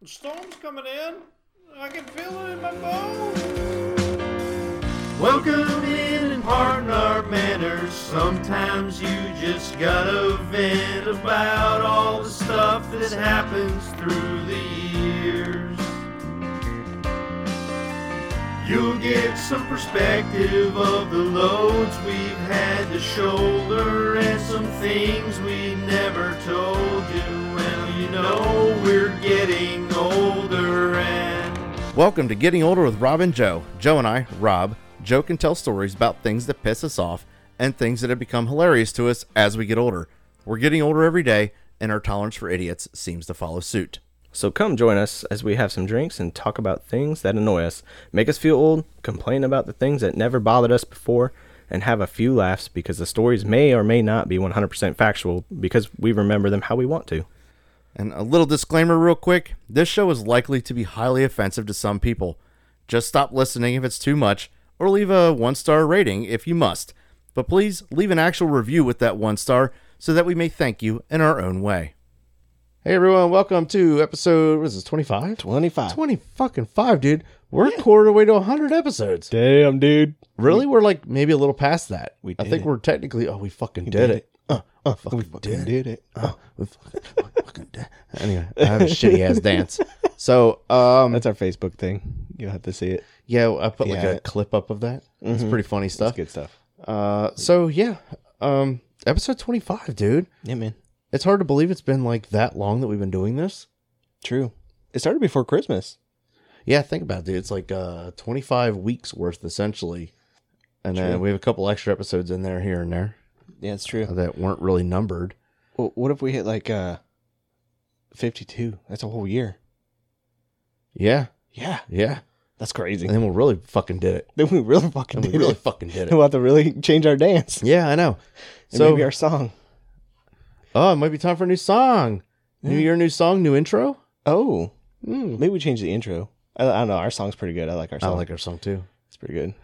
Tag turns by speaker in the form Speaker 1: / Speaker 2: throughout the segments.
Speaker 1: The storm's coming in. I can feel it in my bones. Welcome in and pardon our manners. Sometimes you just gotta vent about all the stuff that happens through the years. You'll get some perspective of the loads we've had to shoulder and some things we never told you. Well, you know we're getting older and
Speaker 2: Welcome to Getting Older with Rob and Joe. Joe and I, Rob, joke and tell stories about things that piss us off and things that have become hilarious to us as we get older. We're getting older every day, and our tolerance for idiots seems to follow suit.
Speaker 3: So come join us as we have some drinks and talk about things that annoy us, make us feel old, complain about the things that never bothered us before, and have a few laughs because the stories may or may not be 100% factual because we remember them how we want to.
Speaker 2: And a little disclaimer, real quick this show is likely to be highly offensive to some people. Just stop listening if it's too much, or leave a one star rating if you must. But please leave an actual review with that one star so that we may thank you in our own way. Hey everyone, welcome to episode, what is this, 25?
Speaker 4: 25.
Speaker 2: 20 fucking five, dude. We're a quarter way to 100 episodes.
Speaker 4: Damn, dude.
Speaker 2: Really? We're like maybe a little past that.
Speaker 4: We
Speaker 2: I
Speaker 4: did
Speaker 2: think
Speaker 4: it.
Speaker 2: we're technically, oh, we fucking did,
Speaker 4: did
Speaker 2: it.
Speaker 4: it.
Speaker 2: Uh, uh, fucking
Speaker 4: We
Speaker 2: did
Speaker 4: fucking
Speaker 2: it.
Speaker 4: did it. Uh,
Speaker 2: We fucking, fucking did it. Anyway, I have a shitty ass dance. So, um,
Speaker 4: That's our Facebook thing. You'll have to see it.
Speaker 2: yeah, I put like
Speaker 4: Yeah. Mm-hmm.
Speaker 2: a clip up of that. It's pretty funny stuff.
Speaker 4: That's good stuff.
Speaker 2: Uh, so yeah, um, episode 25, dude.
Speaker 4: Yeah, man.
Speaker 2: It's hard to believe it's been like that long that we've been doing this.
Speaker 4: True. It started before Christmas.
Speaker 2: Yeah, think about it, dude. It's like uh 25 weeks worth essentially. And then
Speaker 4: True.
Speaker 2: we have a couple extra episodes in there here and there
Speaker 4: Yeah, it's true.
Speaker 2: that weren't really numbered.
Speaker 4: Well, Uh, what if we hit like uh 52? That's a whole year.
Speaker 2: Yeah,
Speaker 4: Yeah.
Speaker 2: yeah.
Speaker 4: That's crazy.
Speaker 2: And then we really fucking did it.
Speaker 4: Then we really fucking
Speaker 2: And we
Speaker 4: did
Speaker 2: really
Speaker 4: really
Speaker 2: fucking did it.
Speaker 4: We'll have to really change our dance.
Speaker 2: Yeah, I know.
Speaker 4: And
Speaker 2: So,
Speaker 4: maybe our song.
Speaker 2: oh, it might be time for a new song. New year, new song, new intro.
Speaker 4: Oh.
Speaker 2: Mm.
Speaker 4: Maybe we change the intro. I, I don't know. Our song's pretty good. I like our
Speaker 2: I
Speaker 4: song.
Speaker 2: like our song too.
Speaker 4: It's pretty good.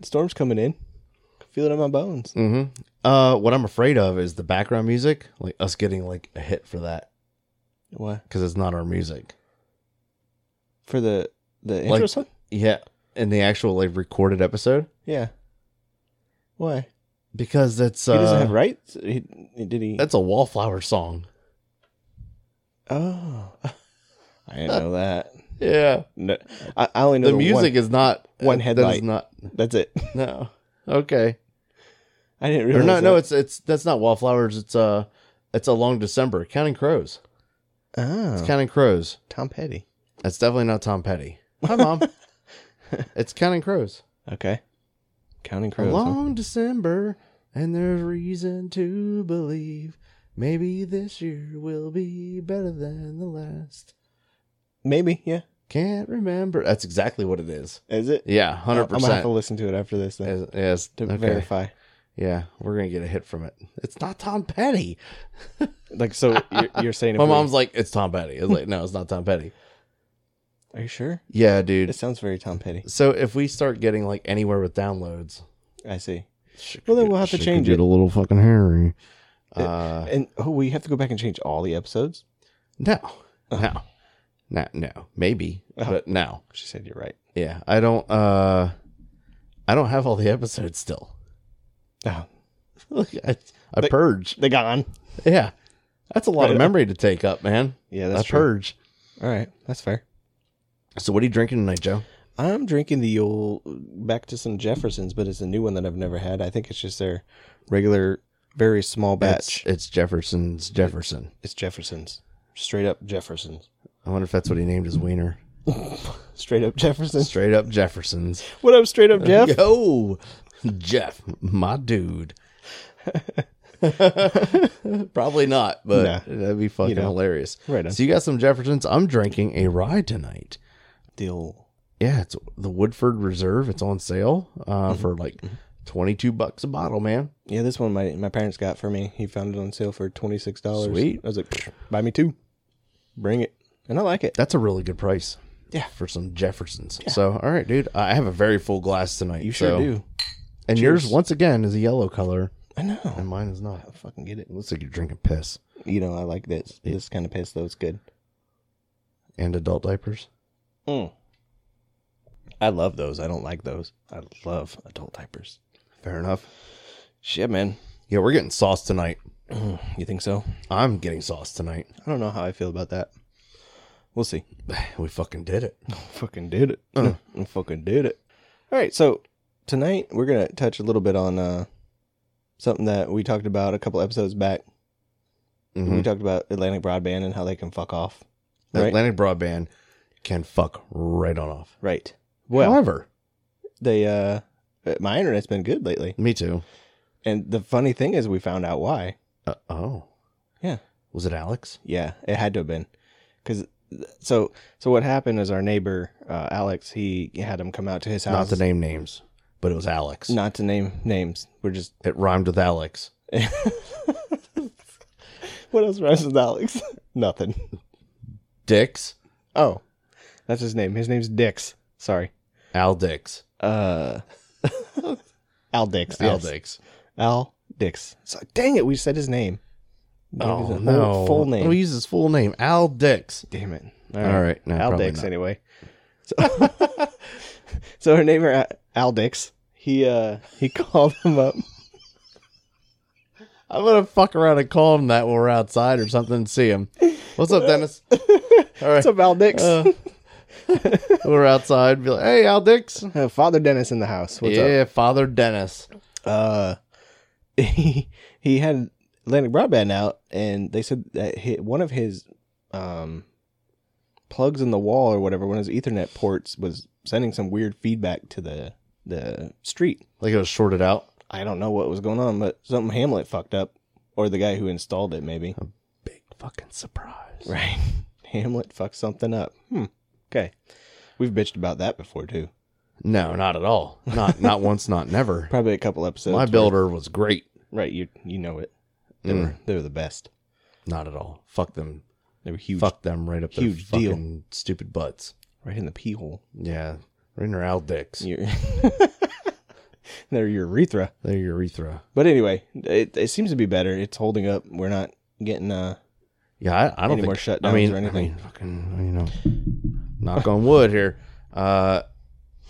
Speaker 4: Storm's coming in. Can Feel it in my bones.
Speaker 2: hmm Uh, what I'm afraid of is the background music, like us getting like a hit for that
Speaker 4: What?
Speaker 2: because it's not our music.
Speaker 4: For the the intro
Speaker 2: Like-
Speaker 4: song?
Speaker 2: Yeah, in the actual like recorded episode
Speaker 4: Yeah. Why?
Speaker 2: because that's
Speaker 4: he doesn't
Speaker 2: uh,
Speaker 4: have rights. He, he- did he?
Speaker 2: that's a wallflower song.
Speaker 4: oh, I didn't know that.
Speaker 2: Yeah,
Speaker 4: No, I, I only know
Speaker 2: the music is not
Speaker 4: one
Speaker 2: That is
Speaker 4: headlight.
Speaker 2: not
Speaker 4: one- That's it.
Speaker 2: no. Okay,
Speaker 4: I didn't
Speaker 2: or
Speaker 4: realize.
Speaker 2: not?
Speaker 4: that.
Speaker 2: No, it's it's that's not wallflowers. It's uh, it's a long December. Counting Crows.
Speaker 4: oh,
Speaker 2: It's Counting Crows.
Speaker 4: Tom Petty.
Speaker 2: That's definitely not Tom Petty. Hi, mom. it's Counting Crows.
Speaker 4: Okay, Counting
Speaker 2: A
Speaker 4: Crows. huh?
Speaker 2: long December, and there's reason to believe maybe this year will be better than the last.
Speaker 4: Maybe. Yeah.
Speaker 2: Can't remember. That's exactly what it is.
Speaker 4: Is it?
Speaker 2: Yeah, hundred
Speaker 4: I'm gonna have to
Speaker 2: percent.
Speaker 4: listen to it after this then
Speaker 2: Yes.
Speaker 4: to
Speaker 2: okay.
Speaker 4: verify.
Speaker 2: Yeah, we're gonna get a hit from it. It's not Tom Petty.
Speaker 4: Like, so you're, you're saying? if
Speaker 2: My
Speaker 4: we-
Speaker 2: mom's like, "It's Tom Petty." It's like, "No, it's not Tom Petty."
Speaker 4: Are you sure?
Speaker 2: Yeah,
Speaker 4: It
Speaker 2: dude.
Speaker 4: sounds very Tom Petty.
Speaker 2: So if we start getting like anywhere with downloads,
Speaker 4: I see.
Speaker 2: she
Speaker 4: Well, then
Speaker 2: could-
Speaker 4: we'll have to
Speaker 2: she could
Speaker 4: change
Speaker 2: get
Speaker 4: it.
Speaker 2: a little fucking hairy. Uh,
Speaker 4: And oh, we have to go back and change all the episodes.
Speaker 2: No, Uh-huh. no, no, no. Maybe, but no.
Speaker 4: She said you're right.
Speaker 2: Yeah, I don't. uh I don't have all the episodes still.
Speaker 4: Oh,
Speaker 2: Look, I, I purge.
Speaker 4: they gone.
Speaker 2: Yeah, that's a lot of
Speaker 4: Right.
Speaker 2: memory to take up, man.
Speaker 4: Yeah, that's
Speaker 2: I
Speaker 4: true.
Speaker 2: purge.
Speaker 4: All right, that's fair.
Speaker 2: So, what are you drinking tonight, Joe?
Speaker 4: I'm drinking the old back to some Jeffersons, but it's a new one that I've never had. I think it's just their regular, very small
Speaker 2: That's
Speaker 4: batch.
Speaker 2: it's Jefferson's Jefferson.
Speaker 4: It's Jeffersons, straight up Jeffersons,
Speaker 2: I wonder if that's what he named his wiener.
Speaker 4: straight up Jeffersons.
Speaker 2: Straight up Jefferson's.
Speaker 4: What up, straight up Jeff?
Speaker 2: Yo, Jeff, my dude. Probably not, but
Speaker 4: Nah.
Speaker 2: that'd be fucking
Speaker 4: You know.
Speaker 2: hilarious.
Speaker 4: Right on.
Speaker 2: So you got some Jeffersons. I'm drinking a rye tonight.
Speaker 4: Deal.
Speaker 2: Yeah, it's the Woodford Reserve. It's on sale uh,
Speaker 4: Mm-hmm.
Speaker 2: for like twenty two bucks a bottle, man.
Speaker 4: Yeah, this one my my parents got for me. He found it on sale for twenty six dollars.
Speaker 2: Sweet.
Speaker 4: I was like, "Psh, buy me two, bring it, and I like it.
Speaker 2: That's a really good price.
Speaker 4: Yeah.
Speaker 2: for some Jeffersons. So all right, dude, I have a very full glass tonight.
Speaker 4: You sure
Speaker 2: so-
Speaker 4: do.
Speaker 2: And yours,
Speaker 4: Cheers.
Speaker 2: once again, is a yellow color,
Speaker 4: I know.
Speaker 2: and mine is not.
Speaker 4: I fucking get it.
Speaker 2: It looks like you're drinking piss.
Speaker 4: You know, I like this. This kind of piss though. It's good. and adult diapers.
Speaker 3: Mm.
Speaker 4: Hmm. I love those. I don't like those. I love adult diapers.
Speaker 3: Fair enough.
Speaker 4: Shit, man.
Speaker 2: Yeah, we're getting sauce tonight.
Speaker 4: You think so?
Speaker 2: I'm getting sauce tonight.
Speaker 4: I don't know how I feel about that. We'll see.
Speaker 2: We fucking did it.
Speaker 4: fucking did it. I fucking did it. All right, so tonight we're gonna touch a little bit on uh, something that we talked about a couple episodes back.
Speaker 2: Mm-hmm.
Speaker 4: We talked about Atlantic Broadband and how they can fuck off. Mm-hmm. Right.
Speaker 2: Atlantic broadband can fuck right on off.
Speaker 4: Right. Well,
Speaker 2: However,
Speaker 4: they uh, my internet's been good lately,
Speaker 2: me too.
Speaker 4: and the funny thing is we found out why.
Speaker 2: Uh, oh,
Speaker 4: Yeah.
Speaker 2: Was it Alex?
Speaker 4: Yeah, it had to have been, because so so what happened is our neighbor uh, Alex he had him come out to his
Speaker 2: Not
Speaker 4: house.
Speaker 2: to name names, but it was Alex.
Speaker 4: Not to name names. We're just
Speaker 2: It rhymed with Alex.
Speaker 4: what else rhymes with Alex? Nothing.
Speaker 2: Dix.
Speaker 4: Oh, that's his name. His name's Dix. Sorry.
Speaker 2: Al Dix.
Speaker 4: Uh, Al Dix.
Speaker 2: Al
Speaker 4: yes.
Speaker 2: Dix.
Speaker 4: Al Dix. So, dang it, we said his name. We used
Speaker 2: Oh
Speaker 4: his
Speaker 2: no!
Speaker 4: whole Full name.
Speaker 2: We use his full name. Al Dix.
Speaker 4: Damn it.
Speaker 2: All right, no,
Speaker 4: Al
Speaker 2: probably
Speaker 4: Dix
Speaker 2: not.
Speaker 4: anyway. So, so her neighbor A- Al Dix. He uh he called him up.
Speaker 2: I'm gonna fuck around and call him that when we're outside or something and see him. What's up, Dennis? All right,
Speaker 4: What's up, Al Dix?
Speaker 2: Uh, we're outside. Be like, hey, Al Dix.
Speaker 4: Uh, Father Dennis in the house. What's up?
Speaker 2: yeah, Father Dennis.
Speaker 4: uh he he had Atlantic Broadband out and they said that hi one of his um plugs in the wall or whatever one of his ethernet ports was sending some weird feedback to the the street.
Speaker 2: Like it was shorted out.
Speaker 4: I don't know what was going on, but something Hamlet fucked up or the guy who installed it maybe.
Speaker 2: Big fucking surprise.
Speaker 4: Right. Hamlet fucked something up. Hmm. Okay. We've bitched about that before too.
Speaker 2: No, not at all. Not not once. Not never.
Speaker 4: Probably a couple episodes.
Speaker 2: My
Speaker 4: where-
Speaker 2: builder was great.
Speaker 4: Right, you you know it. They
Speaker 2: Mm.
Speaker 4: were they were the best.
Speaker 2: Not at all. Fuck them.
Speaker 4: They were huge.
Speaker 2: Fuck them right up their
Speaker 4: Huge deal.
Speaker 2: fucking stupid butts.
Speaker 4: Right in the pee hole.
Speaker 2: Yeah, right in their Al Dix.
Speaker 4: Your their urethra.
Speaker 2: Their urethra.
Speaker 4: But anyway, it, it seems to be better. It's holding up. We're not getting uh
Speaker 2: Yeah, I, I don't
Speaker 4: Any more
Speaker 2: think
Speaker 4: shutdowns
Speaker 2: I mean,
Speaker 4: or
Speaker 2: I
Speaker 4: anything?
Speaker 2: mean, fucking, you know, knock on wood here, uh,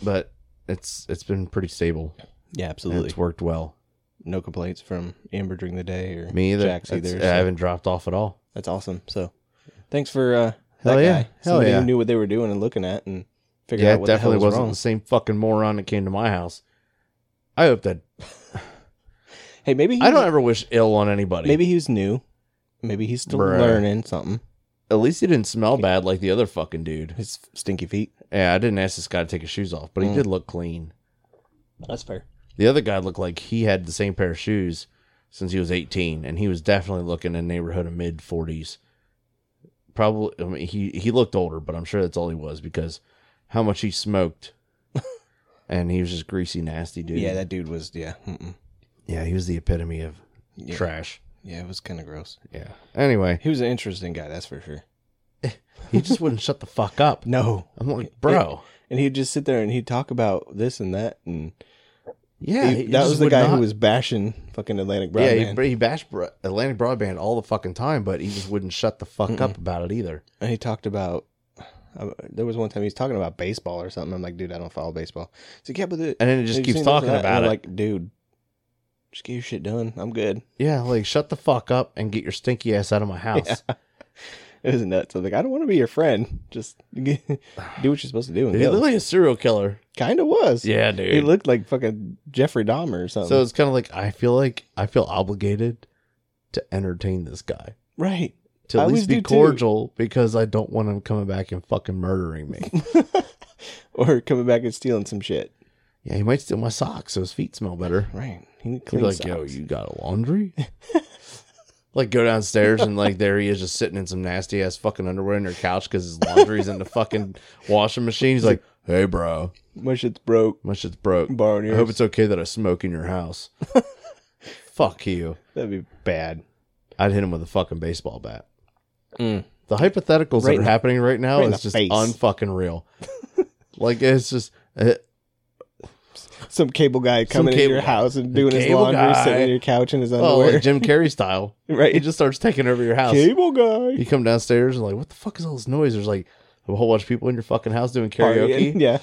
Speaker 2: but it's it's been pretty stable.
Speaker 4: yeah,
Speaker 2: and
Speaker 4: absolutely
Speaker 2: It's worked well.
Speaker 4: no complaints from Amber during the day or
Speaker 2: Me either.
Speaker 4: Jax
Speaker 2: It's-
Speaker 4: either.
Speaker 2: I
Speaker 4: so
Speaker 2: haven't dropped off at all.
Speaker 4: that's awesome. So thanks for uh
Speaker 2: Hell
Speaker 4: that
Speaker 2: yeah.
Speaker 4: guy.
Speaker 2: Hell
Speaker 4: Somebody
Speaker 2: yeah.
Speaker 4: who knew what they were doing and looking at and figured
Speaker 2: Yeah,
Speaker 4: out
Speaker 2: it
Speaker 4: what
Speaker 2: definitely
Speaker 4: the hell was
Speaker 2: wasn't
Speaker 4: wrong.
Speaker 2: the same fucking moron that came to my house. I hope that
Speaker 4: Hey, maybe he
Speaker 2: I
Speaker 4: was-
Speaker 2: don't ever wish ill on anybody.
Speaker 4: maybe he was new. Maybe he's still
Speaker 2: Bruh.
Speaker 4: learning something.
Speaker 2: at least he didn't smell bad like the other fucking dude.
Speaker 4: His stinky feet.
Speaker 2: Yeah, I didn't ask this guy to take his shoes off, but he
Speaker 4: Mm.
Speaker 2: did look clean.
Speaker 4: That's fair.
Speaker 2: The other guy looked like he had the same pair of shoes since he was 18, and he was definitely looking in the neighborhood of mid 40s. Probably, I mean, he he looked older, but I'm sure that's all he was because how much he smoked, and he was just greasy, nasty dude.
Speaker 4: Yeah, that dude was yeah. Mm-mm.
Speaker 2: yeah, he was the epitome of
Speaker 4: Yeah.
Speaker 2: trash.
Speaker 4: Yeah, it was kind of gross.
Speaker 2: Yeah. Anyway,
Speaker 4: He was an interesting guy, that's for sure.
Speaker 2: he just wouldn't shut the fuck up.
Speaker 4: No,
Speaker 2: I'm like, bro.
Speaker 4: and he'd just sit there and he'd talk about this and that and
Speaker 2: yeah,
Speaker 4: he-
Speaker 2: he
Speaker 4: that
Speaker 2: just
Speaker 4: was the
Speaker 2: would
Speaker 4: guy
Speaker 2: not-
Speaker 4: who was bashing fucking Atlantic
Speaker 2: Yeah, he,
Speaker 4: Broadband.
Speaker 2: but he bashed Bro- Atlantic Broadband all the fucking time, but he just wouldn't shut the fuck up about it either.
Speaker 4: and he talked about uh, there was one time he was talking about baseball or something. I'm like, dude, I don't follow baseball. He's like, yeah, but the,
Speaker 2: And then it just
Speaker 4: have you
Speaker 2: keeps
Speaker 4: seen this and
Speaker 2: talking
Speaker 4: that?" And
Speaker 2: about
Speaker 4: I'm
Speaker 2: it.
Speaker 4: Like, dude, just get your shit done. I'm good.
Speaker 2: Yeah, like shut the fuck up and get your stinky ass out of my house.
Speaker 4: It was nuts. I was like, I don't want to be your friend. Just do what you're supposed to do. And
Speaker 2: He looked
Speaker 4: go.
Speaker 2: like a serial killer.
Speaker 4: Kind of was.
Speaker 2: Yeah, Um,
Speaker 4: He looked like fucking Jeffrey Dahmer or something.
Speaker 2: so it's kind of like I feel like I feel obligated to entertain this guy
Speaker 4: right.
Speaker 2: to
Speaker 4: I
Speaker 2: at
Speaker 4: always
Speaker 2: least
Speaker 4: do
Speaker 2: be
Speaker 4: too.
Speaker 2: cordial because I don't want him coming back and fucking murdering me.
Speaker 4: Or coming back and stealing some shit.
Speaker 2: yeah, he might steal my socks so his feet smell better.
Speaker 4: Right. He
Speaker 2: He'd be
Speaker 4: cleans
Speaker 2: like, "Yo, you got a laundry?" like go downstairs and like there he is just sitting in some nasty ass fucking underwear on your couch because his laundry's in the fucking washing machine. He's like, "Hey, bro,
Speaker 4: My shit's broke.
Speaker 2: my shit's broke.
Speaker 4: Borrowing
Speaker 2: I hope
Speaker 4: yours.
Speaker 2: it's okay that I smoke in your house. Fuck you.
Speaker 4: That'd be bad.
Speaker 2: I'd hit him with a fucking baseball bat.
Speaker 4: Mm.
Speaker 2: The hypotheticals
Speaker 4: Right
Speaker 2: that are
Speaker 4: in the-
Speaker 2: happening right now
Speaker 4: right in
Speaker 2: is
Speaker 4: the
Speaker 2: just
Speaker 4: face.
Speaker 2: unfucking real. like it's just uh,
Speaker 4: Some cable guy coming into
Speaker 2: cable
Speaker 4: your
Speaker 2: guy.
Speaker 4: house and doing his
Speaker 2: Cable
Speaker 4: laundry,
Speaker 2: guy.
Speaker 4: sitting on your couch in his
Speaker 2: oh,
Speaker 4: underwear.
Speaker 2: like Jim Carrey style.
Speaker 4: right.
Speaker 2: He just starts taking over your house.
Speaker 4: cable guy.
Speaker 2: You come downstairs and like, what the fuck is all this noise? There's like a whole bunch of people in your fucking house doing
Speaker 4: Partying.
Speaker 2: karaoke.
Speaker 4: Yeah.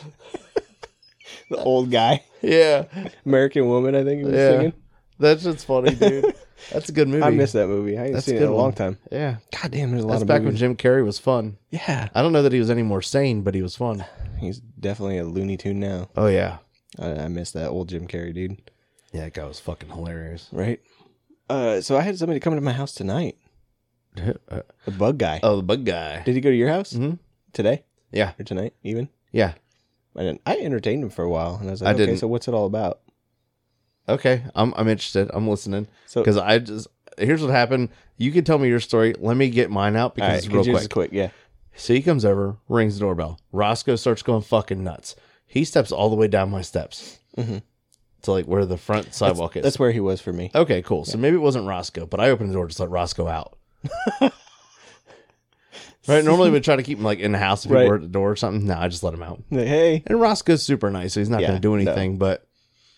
Speaker 4: the old guy,
Speaker 2: Yeah.
Speaker 4: American woman, I think he was
Speaker 2: Yeah.
Speaker 4: singing.
Speaker 2: That shit's funny, dude. That's a good movie.
Speaker 4: I miss that movie. I ain't
Speaker 2: That's
Speaker 4: seen
Speaker 2: a
Speaker 4: it in
Speaker 2: good
Speaker 4: a long
Speaker 2: one.
Speaker 4: time.
Speaker 2: Yeah.
Speaker 4: God damn, there's a lot
Speaker 2: That's
Speaker 4: of
Speaker 2: back when
Speaker 4: movies.
Speaker 2: Jim Carrey was fun.
Speaker 4: yeah,
Speaker 2: I don't know that he was any more sane, but he was fun.
Speaker 4: he's definitely a Looney Tune now.
Speaker 2: Oh yeah.
Speaker 4: I, I miss that old Jim Carrey dude.
Speaker 2: Yeah, that guy was fucking hilarious.
Speaker 4: Right. Uh, so I had somebody coming to my house tonight. The bug guy.
Speaker 2: oh, the bug guy.
Speaker 4: Did he go to your house
Speaker 2: Mhm.
Speaker 4: today
Speaker 2: Yeah.
Speaker 4: or tonight even?
Speaker 2: Yeah.
Speaker 4: I didn't. I entertained him for a while, and I was like,
Speaker 2: I
Speaker 4: okay,
Speaker 2: didn't.
Speaker 4: so what's it all about?
Speaker 2: Okay. I'm I'm interested. I'm listening.
Speaker 4: So
Speaker 2: Because I just here's what happened. You can tell me your story. Let me get mine out
Speaker 4: all
Speaker 2: because
Speaker 4: right,
Speaker 2: it's
Speaker 4: could
Speaker 2: real
Speaker 4: you
Speaker 2: quick.
Speaker 4: just quick, yeah.
Speaker 2: So he comes over, rings the doorbell. Roscoe starts going fucking nuts. He steps all the way down my steps
Speaker 4: Mhm.
Speaker 2: to like where the front sidewalk is.
Speaker 4: That's where he was for me.
Speaker 2: Okay, cool. So maybe it wasn't Roscoe, but I opened the door just to let Roscoe out. right. Normally we try to keep him like in the house if people
Speaker 4: Right.
Speaker 2: were at the door or something. No, I just let him out.
Speaker 4: Like, hey,
Speaker 2: And Roscoe's super nice, so he's not
Speaker 4: Yeah,
Speaker 2: gonna do
Speaker 4: no.
Speaker 2: anything, but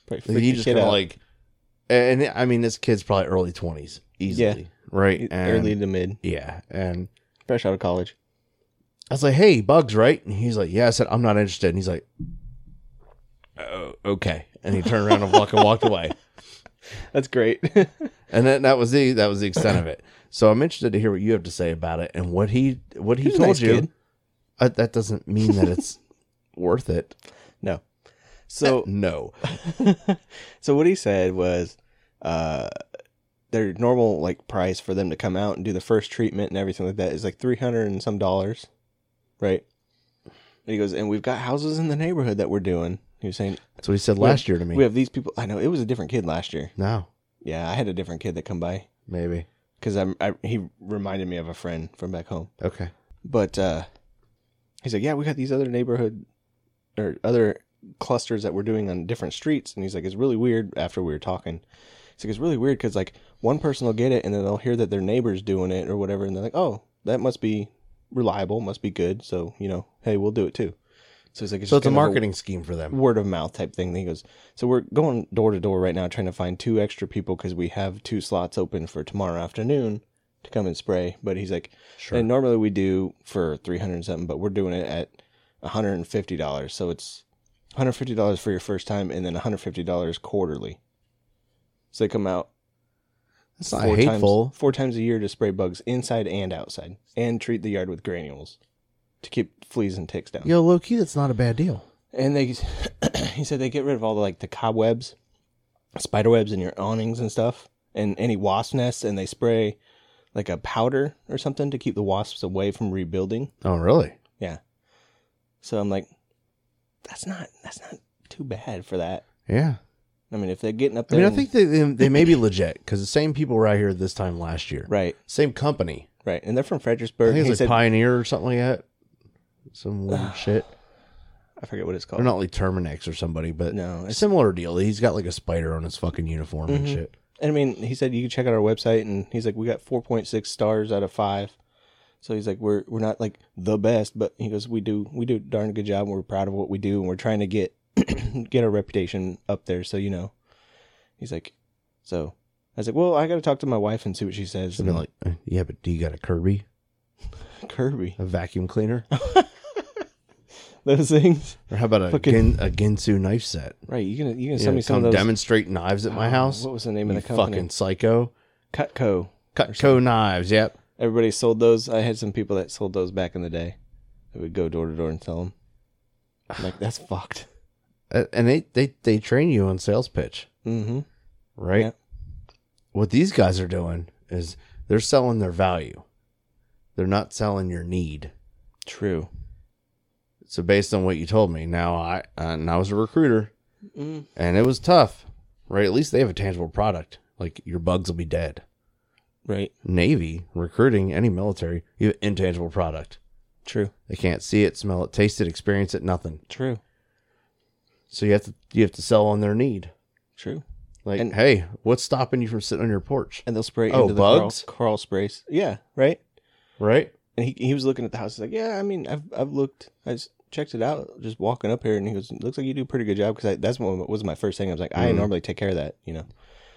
Speaker 4: Probably freaked
Speaker 2: he
Speaker 4: the
Speaker 2: just
Speaker 4: kid
Speaker 2: kinda
Speaker 4: out.
Speaker 2: like and I mean this kid's probably early twenties, easily. Right. And,
Speaker 4: E-, early to mid,
Speaker 2: Yeah. And
Speaker 4: fresh out of college.
Speaker 2: I was like, "Hey, Bugs, right?" And he's like, "Yeah." I said, "I'm not interested." And he's like, "Oh, okay." And he turned around and walked, walked away.
Speaker 4: That's great.
Speaker 2: And then that was the that was the extent of it. So I'm interested to hear what you have to say about it and what he what he
Speaker 4: He's a
Speaker 2: told
Speaker 4: nice
Speaker 2: you.
Speaker 4: kid.
Speaker 2: Uh, that doesn't mean that it's worth it.
Speaker 4: no. So
Speaker 2: No.
Speaker 4: so what he said was uh their normal like price for them to come out and do the first treatment and everything like that is like 300 and some dollars right and he goes and we've got houses in the neighborhood that we're doing he was saying
Speaker 2: That's what he said
Speaker 4: We have-
Speaker 2: last year to me.
Speaker 4: we have these people i know it was a different kid last year
Speaker 2: no,
Speaker 4: yeah i had a different kid that come by
Speaker 2: maybe.
Speaker 4: because i'm I, he reminded me of a friend from back home
Speaker 2: Okay.
Speaker 4: but uh he's like yeah we got these other neighborhood or other clusters that we're doing on different streets and he's like it's really weird after we were talking he's like it's really weird because like one person will get it and then they'll hear that their neighbor's doing it or whatever and they're like oh that must be reliable must be good so you know hey we'll do it too so he's like
Speaker 2: So
Speaker 4: just
Speaker 2: it's a
Speaker 4: kind of
Speaker 2: marketing scheme for them.
Speaker 4: word of mouth type thing. He goes, so we're going door to door right now, trying to find two extra people because we have two slots open for tomorrow afternoon to come and spray. But he's like,
Speaker 2: Sure.
Speaker 4: and normally we do for three hundred and something, but we're doing it at one hundred and fifty dollars. So it's one hundred fifty dollars for your first time, and then one hundred fifty dollars quarterly. So they come out
Speaker 2: That's not hateful.
Speaker 4: times four times a year to spray bugs inside and outside, and treat the yard with granules to keep fleas and ticks down
Speaker 2: Yo, low key, that's not a bad deal.
Speaker 4: and they he said they get rid of all the like the cobwebs spider webs in your awnings and stuff and any wasp nests and they spray like a powder or something to keep the wasps away from rebuilding
Speaker 2: Oh, really?
Speaker 4: so i'm like that's not that's not too bad for that
Speaker 2: Yeah.
Speaker 4: i mean if they're getting up
Speaker 2: I
Speaker 4: there
Speaker 2: mean, I
Speaker 4: and-
Speaker 2: think they, they, they may be legit because the same people were out here this time last year.
Speaker 4: right
Speaker 2: Same company.
Speaker 4: right and they're
Speaker 2: I
Speaker 4: from fredericksburg
Speaker 2: think it's
Speaker 4: he
Speaker 2: like
Speaker 4: said,
Speaker 2: Pioneer or something like that. Some weird shit.
Speaker 4: i forget what it's called
Speaker 2: They're not like Terminex or somebody, but a
Speaker 4: No, it's-
Speaker 2: similar deal. He's got like a spider on his fucking uniform and
Speaker 4: Mhm.
Speaker 2: shit.
Speaker 4: And I mean, he said you can check out our website, and he's like, we got four point six stars out of five. So he's like, we're we're not like the best, but he goes, we do we do a darn good job. And we're proud of what we do, and we're trying to get get our reputation up there. So you know, he's like, so I was like, well, I got to talk to my wife and see what she says.
Speaker 2: Something like, "Uh, yeah, but do you got a Kirby,
Speaker 4: Kirby,
Speaker 2: a vacuum cleaner,
Speaker 4: those things,
Speaker 2: or how about a
Speaker 4: Fucking-
Speaker 2: gin, a Ginsu knife set?
Speaker 4: right? You can you can
Speaker 2: You
Speaker 4: send
Speaker 2: know,
Speaker 4: me some
Speaker 2: come
Speaker 4: of those.
Speaker 2: demonstrate knives at my
Speaker 4: Oh,
Speaker 2: house.
Speaker 4: What was the name
Speaker 2: you
Speaker 4: of the company?
Speaker 2: fucking psycho.
Speaker 4: Cutco.
Speaker 2: Cutco knives. Yep.
Speaker 4: Everybody sold those. I had some people that sold those back in the day. I would go door to door and sell them. I'm like that's fucked.
Speaker 2: Uh, And they they they train you on sales pitch,
Speaker 4: Mm-hmm.
Speaker 2: right?
Speaker 4: Yeah.
Speaker 2: What these guys are doing is they're selling their value. They're not selling your need.
Speaker 4: True.
Speaker 2: So based on what you told me, now I and I was a recruiter,
Speaker 4: Mm.
Speaker 2: and it was tough, right? At least they have a tangible product. Like your bugs will be dead.
Speaker 4: Right.
Speaker 2: Navy recruiting any military, you have intangible product.
Speaker 4: True.
Speaker 2: They can't see it, smell it, taste it, experience it, nothing.
Speaker 4: True.
Speaker 2: So you have to you have to sell on their need.
Speaker 4: True.
Speaker 2: Like,
Speaker 4: And-
Speaker 2: hey, what's stopping you from sitting on your porch,
Speaker 4: And they'll spray
Speaker 2: Oh,
Speaker 4: into the crawl-
Speaker 2: bugs?
Speaker 4: crawl, sprays. Yeah. Right.
Speaker 2: right?
Speaker 4: And he he was looking at the house. He's like, yeah. I mean, I've I've looked. I just checked it out. Just walking up here, and he goes, looks like you do a pretty good job. Because that's what was my first thing. I was like, I
Speaker 2: Mhm.
Speaker 4: normally take care of that. You know.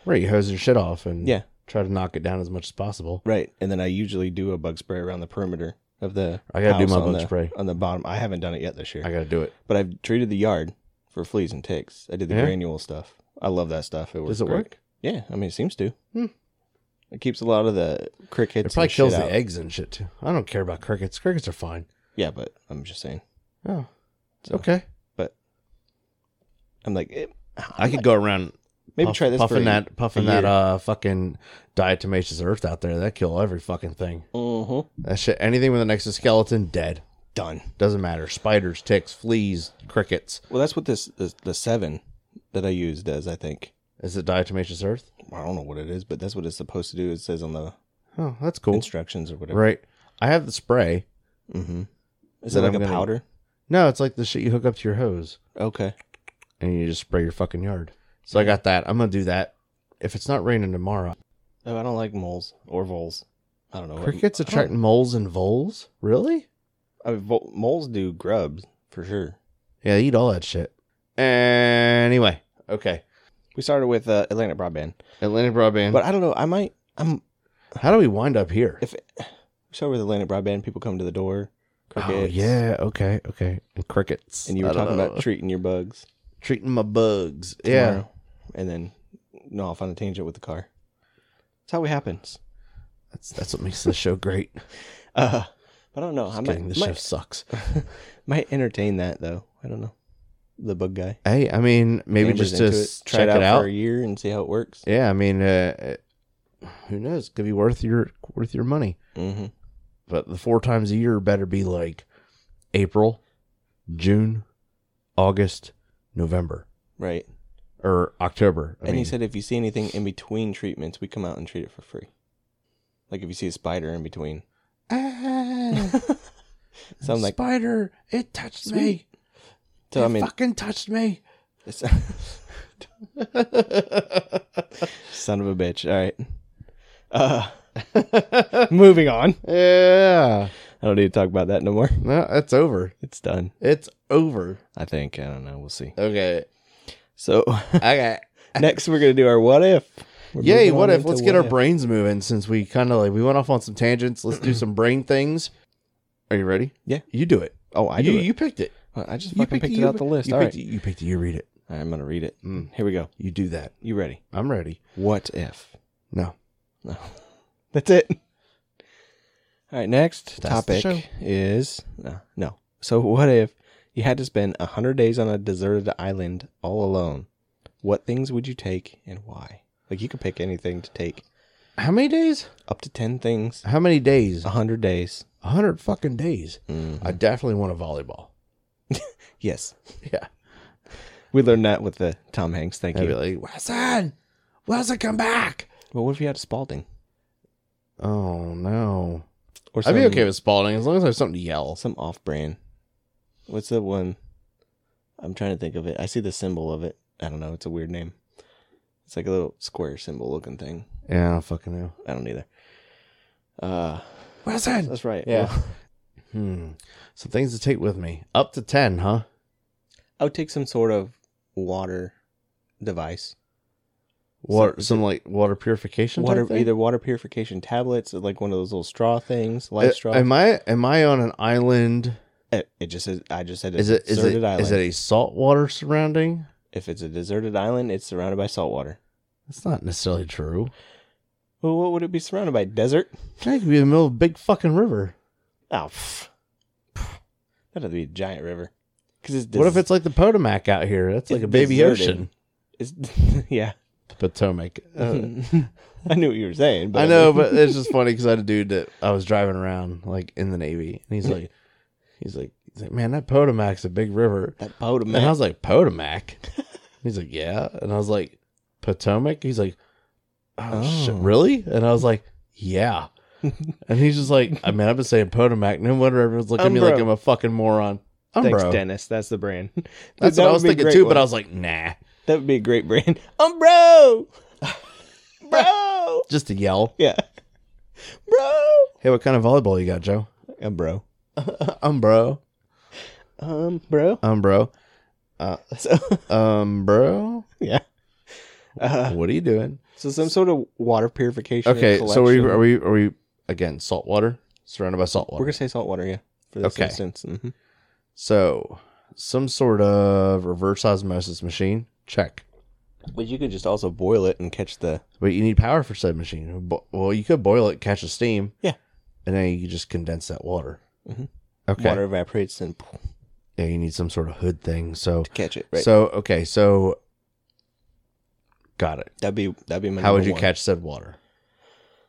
Speaker 2: Right, you hose your shit off and
Speaker 4: Yeah.
Speaker 2: try to knock it down as much as possible.
Speaker 4: Right. And then I usually do a bug spray around the perimeter of the.
Speaker 2: I gotta do
Speaker 4: house
Speaker 2: my
Speaker 4: on
Speaker 2: bug
Speaker 4: the-
Speaker 2: spray.
Speaker 4: on the bottom. I haven't done it yet this year,
Speaker 2: I gotta do it.
Speaker 4: but I've treated the yard for fleas and ticks. I did the
Speaker 2: Yeah?
Speaker 4: granule stuff. I love that stuff. It works
Speaker 2: Does it
Speaker 4: great.
Speaker 2: work?
Speaker 4: Yeah, I mean it seems to.
Speaker 2: Hmm.
Speaker 4: It keeps a lot of the crickets.
Speaker 2: It probably
Speaker 4: and
Speaker 2: kills
Speaker 4: shit
Speaker 2: the
Speaker 4: out.
Speaker 2: eggs and shit too. I don't care about crickets. Crickets are fine.
Speaker 4: Yeah, but I'm just saying.
Speaker 2: Oh,
Speaker 4: So,
Speaker 2: okay.
Speaker 4: I'm like, eh,
Speaker 2: I could go around
Speaker 4: maybe
Speaker 2: puff-
Speaker 4: try this
Speaker 2: puffing
Speaker 4: for
Speaker 2: that puffing
Speaker 4: year.
Speaker 2: that uh fucking diatomaceous earth out there. That kill every fucking thing.
Speaker 4: hmm
Speaker 2: That shit. Anything with an exoskeleton, dead.
Speaker 4: Done.
Speaker 2: Doesn't matter. Spiders, ticks, fleas, crickets.
Speaker 4: Well, that's what this, this the seven that I use does. I think
Speaker 2: Is it diatomaceous earth?
Speaker 4: I don't know what it is, but that's what it's supposed to do. It says on the
Speaker 2: Oh, that's cool.
Speaker 4: instructions or whatever.
Speaker 2: Right. I have the spray.
Speaker 4: Mm-hmm. Is
Speaker 2: That
Speaker 4: it like
Speaker 2: I'm
Speaker 4: a
Speaker 2: gonna-
Speaker 4: powder?
Speaker 2: No, it's like the shit you hook up to your hose
Speaker 4: Okay.
Speaker 2: and you just spray your fucking yard. So I got that. I'm gonna do that. If it's not raining tomorrow,
Speaker 4: Oh, I don't like moles or voles. I don't know. what-
Speaker 2: crickets
Speaker 4: I don't-
Speaker 2: attract moles and voles. Really?
Speaker 4: I mean, vo- moles do grubs for sure.
Speaker 2: Yeah, they eat all that shit. Anyway, okay.
Speaker 4: We started with uh, Atlantic broadband,
Speaker 2: Atlantic broadband.
Speaker 4: but I don't know. I might. I'm.
Speaker 2: How do we wind up here?
Speaker 4: If we start with Atlantic broadband, people come to the door. Crickets,
Speaker 2: Oh yeah, okay, okay. And crickets.
Speaker 4: And you were
Speaker 2: I don't
Speaker 4: talking about
Speaker 2: know.
Speaker 4: treating your bugs.
Speaker 2: treating my bugs. Yeah.
Speaker 4: tomorrow. And then no off on a tangent with the car. That's how it happens.
Speaker 2: That's that's what makes this show great.
Speaker 4: Uh, but I don't know. I
Speaker 2: Just kidding,
Speaker 4: might,
Speaker 2: this show
Speaker 4: might,
Speaker 2: sucks.
Speaker 4: might entertain that though. I don't know. The bug guy.
Speaker 2: Hey, I mean, maybe
Speaker 4: Andrew's
Speaker 2: just to
Speaker 4: into
Speaker 2: s- check it out.
Speaker 4: for a year and see how it works.
Speaker 2: Yeah, I mean, uh, uh, who knows? Could be worth your worth your money.
Speaker 4: hmm
Speaker 2: But the four times a year better be like April, June, August, November,
Speaker 4: Right.
Speaker 2: or October. I
Speaker 4: and he
Speaker 2: mean,
Speaker 4: said if you see anything in between treatments, we come out and treat it for free. Like if you see a spider in between.
Speaker 2: "Ah,
Speaker 4: So I'm like,
Speaker 2: spider, it touched me.
Speaker 4: Sweet. so I
Speaker 2: it
Speaker 4: mean,
Speaker 2: fucking touched me.
Speaker 4: son of a bitch. All right. Uh, moving on.
Speaker 2: yeah.
Speaker 4: I don't need to talk about that no more.
Speaker 2: No, it's over.
Speaker 4: It's done.
Speaker 2: It's over.
Speaker 4: I think. I don't know. We'll see.
Speaker 2: Okay.
Speaker 4: So
Speaker 2: Okay.
Speaker 4: next, we're gonna do our what if. We're
Speaker 2: Yay,
Speaker 4: moving
Speaker 2: what
Speaker 4: on
Speaker 2: if?
Speaker 4: into
Speaker 2: Let's get our
Speaker 4: what
Speaker 2: brains moving since we kind of like we went off on some tangents. Let's do some brain things. Are you ready?
Speaker 4: Yeah.
Speaker 2: You do it.
Speaker 4: if. Oh, I
Speaker 2: you,
Speaker 4: do. it.
Speaker 2: you picked it.
Speaker 4: Well, I just
Speaker 2: you
Speaker 4: fucking picked it out the list.
Speaker 2: You,
Speaker 4: All right.
Speaker 2: picked it, you picked it. You read it.
Speaker 4: All right, I'm gonna read it.
Speaker 2: Mm.
Speaker 4: Here we go.
Speaker 2: You do that.
Speaker 4: You ready?
Speaker 2: I'm ready.
Speaker 4: What if?
Speaker 2: No.
Speaker 4: No, that's it. All right.
Speaker 2: That's
Speaker 4: Next
Speaker 2: the
Speaker 4: topic
Speaker 2: show.
Speaker 4: is no, no. So what if you had to spend hundred days on a deserted island all alone? What things would you take and why? Like you could pick anything to take.
Speaker 2: How many days?
Speaker 4: Up to ten things.
Speaker 2: How many days? A
Speaker 4: hundred days. Mm.
Speaker 2: hundred fucking days. I definitely want a volleyball.
Speaker 4: Yes.
Speaker 2: Yeah.
Speaker 4: We learned that with the Tom Hanks. Thank
Speaker 2: I'd
Speaker 4: you.
Speaker 2: be like, Wilson, Wilson, come back.
Speaker 4: Well, what if you had Spalding?
Speaker 2: Oh no.
Speaker 4: Or
Speaker 2: I'd be okay with Spalding as long as I have something to yell.
Speaker 4: some off-brand. What's the one? I'm trying to think of it. I see the symbol of it. I don't know. It's a weird name. It's like a little square symbol looking thing.
Speaker 2: Yeah, I don't fucking know.
Speaker 4: I don't either. Uh,
Speaker 2: Wilson.
Speaker 4: that's right.
Speaker 2: Yeah.
Speaker 4: Well,
Speaker 2: Hmm. Some things to take with me. Up to 10, huh?
Speaker 4: I would take some sort of water device.
Speaker 2: Water,
Speaker 4: Some-
Speaker 2: some like water purification. type
Speaker 4: Water,
Speaker 2: thing?
Speaker 4: either water purification tablets, or like one of those little straw things,
Speaker 2: Uh,
Speaker 4: life straw.
Speaker 2: am I am I on an island?
Speaker 4: it, it just says. I just said.
Speaker 2: Is it is it
Speaker 4: deserted
Speaker 2: is
Speaker 4: island.
Speaker 2: it a saltwater surrounding?
Speaker 4: If it's a deserted island, it's surrounded by salt water.
Speaker 2: That's not necessarily true.
Speaker 4: Well, what would it be surrounded by? Desert?
Speaker 2: That could be in the middle of a big fucking river.
Speaker 4: Oh, pff. that'd be a giant river. Because it's
Speaker 2: what if it's like the Potomac out here? That's like a baby
Speaker 4: deserted.
Speaker 2: ocean.
Speaker 4: it's yeah.
Speaker 2: The Potomac. Uh,
Speaker 4: I knew what you were saying.
Speaker 2: I know, but it's just funny because I had a dude that I was driving around like in the Navy, and he's like, he's like, he's like, man, that Potomac's a big river.
Speaker 4: that Potomac.
Speaker 2: And I was like, Potomac? He's like, yeah. And I was like, Potomac? He's like, oh, shit,
Speaker 4: Oh.
Speaker 2: really? And I was like, yeah. and he's just like, I mean, I've been saying Potomac. No wonder everyone's looking at me like
Speaker 4: Umbro.
Speaker 2: I'm a fucking moron.
Speaker 4: Thanks,
Speaker 2: Umbro.
Speaker 4: Dennis. That's the brand. Dude,
Speaker 2: That's
Speaker 4: that
Speaker 2: what I
Speaker 4: would
Speaker 2: was
Speaker 4: be a
Speaker 2: thinking
Speaker 4: great
Speaker 2: too,
Speaker 4: one.
Speaker 2: but I was like, nah.
Speaker 4: that would be a great brand. Umbro, bro.
Speaker 2: Just to yell.
Speaker 4: Yeah, bro.
Speaker 2: Hey, what kind of volleyball you got, Joe?
Speaker 4: Umbro.
Speaker 2: Umbro.
Speaker 4: Um, bro.
Speaker 2: Umbro.
Speaker 4: So
Speaker 2: Um, Umbro.
Speaker 4: yeah. Uh,
Speaker 2: What are you doing?
Speaker 4: so some sort of water purification.
Speaker 2: Okay, so we
Speaker 4: collection.
Speaker 2: are we are we again saltwater? surrounded by salt
Speaker 4: We're
Speaker 2: water.
Speaker 4: gonna say saltwater, yeah. For this
Speaker 2: Okay.
Speaker 4: instance, Mhm.
Speaker 2: So, some sort of reverse osmosis machine. Check.
Speaker 4: but you could just also boil it and catch the
Speaker 2: But you need power for said machine. Bo- Well, you could boil it, catch the steam.
Speaker 4: Yeah.
Speaker 2: And then you could just condense that water.
Speaker 4: Mhm.
Speaker 2: Okay.
Speaker 4: water evaporates and poof,
Speaker 2: Yeah, you need some sort of hood thing. So,
Speaker 4: catch it. Right.
Speaker 2: so okay, so got it.
Speaker 4: that'd be that'd be my
Speaker 2: How would you catch said water?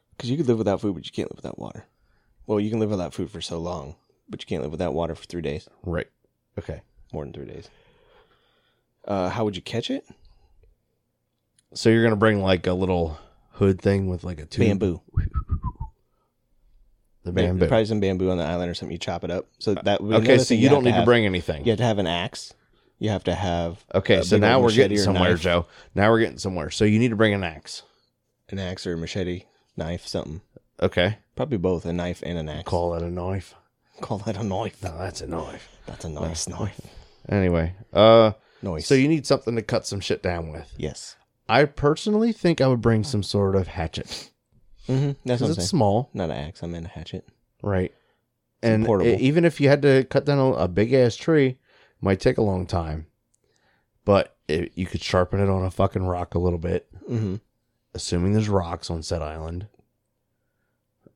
Speaker 4: Because you could live without food, but you can't live without water. Well, you can live without food for so long, but you can't live without water for three days,
Speaker 2: Right. Okay.
Speaker 4: more than three days. Uh, how would you catch it?
Speaker 2: So you're gonna bring like a little hood thing with like a tube.
Speaker 4: Bamboo.
Speaker 2: The
Speaker 4: There-
Speaker 2: bamboo. Uh,
Speaker 4: Probably some bamboo on the island or something. You chop it up. So that would be
Speaker 2: okay,
Speaker 4: another
Speaker 2: so
Speaker 4: thing
Speaker 2: you, don't
Speaker 4: have
Speaker 2: need to
Speaker 4: have.
Speaker 2: bring anything.
Speaker 4: You have to have an axe. You have to have
Speaker 2: Okay,
Speaker 4: a
Speaker 2: so
Speaker 4: big old
Speaker 2: now we're
Speaker 4: machete
Speaker 2: getting
Speaker 4: or
Speaker 2: somewhere,
Speaker 4: knife.
Speaker 2: Joe. Now we're getting somewhere. So you need to bring an axe.
Speaker 4: an axe or a machete, knife, something.
Speaker 2: Okay.
Speaker 4: Probably both a knife and an axe.
Speaker 2: Call that a knife.
Speaker 4: Call that a knife.
Speaker 2: No, that's a knife.
Speaker 4: That's a nice knife.
Speaker 2: Anyway, uh,
Speaker 4: Noise.
Speaker 2: so you need something to cut some shit down with.
Speaker 4: yes.
Speaker 2: I personally think I would bring some sort of hatchet
Speaker 4: Mm-hmm. That's what
Speaker 2: because
Speaker 4: I'm
Speaker 2: it's
Speaker 4: saying.
Speaker 2: small,
Speaker 4: Not an axe. I meant a hatchet.
Speaker 2: right? And
Speaker 4: portable.
Speaker 2: e- even if you had to cut down a, a big ass tree, it might take a long time, but it, you could sharpen it on a fucking rock a little bit,
Speaker 4: Mm-hmm.
Speaker 2: assuming there's rocks on said island.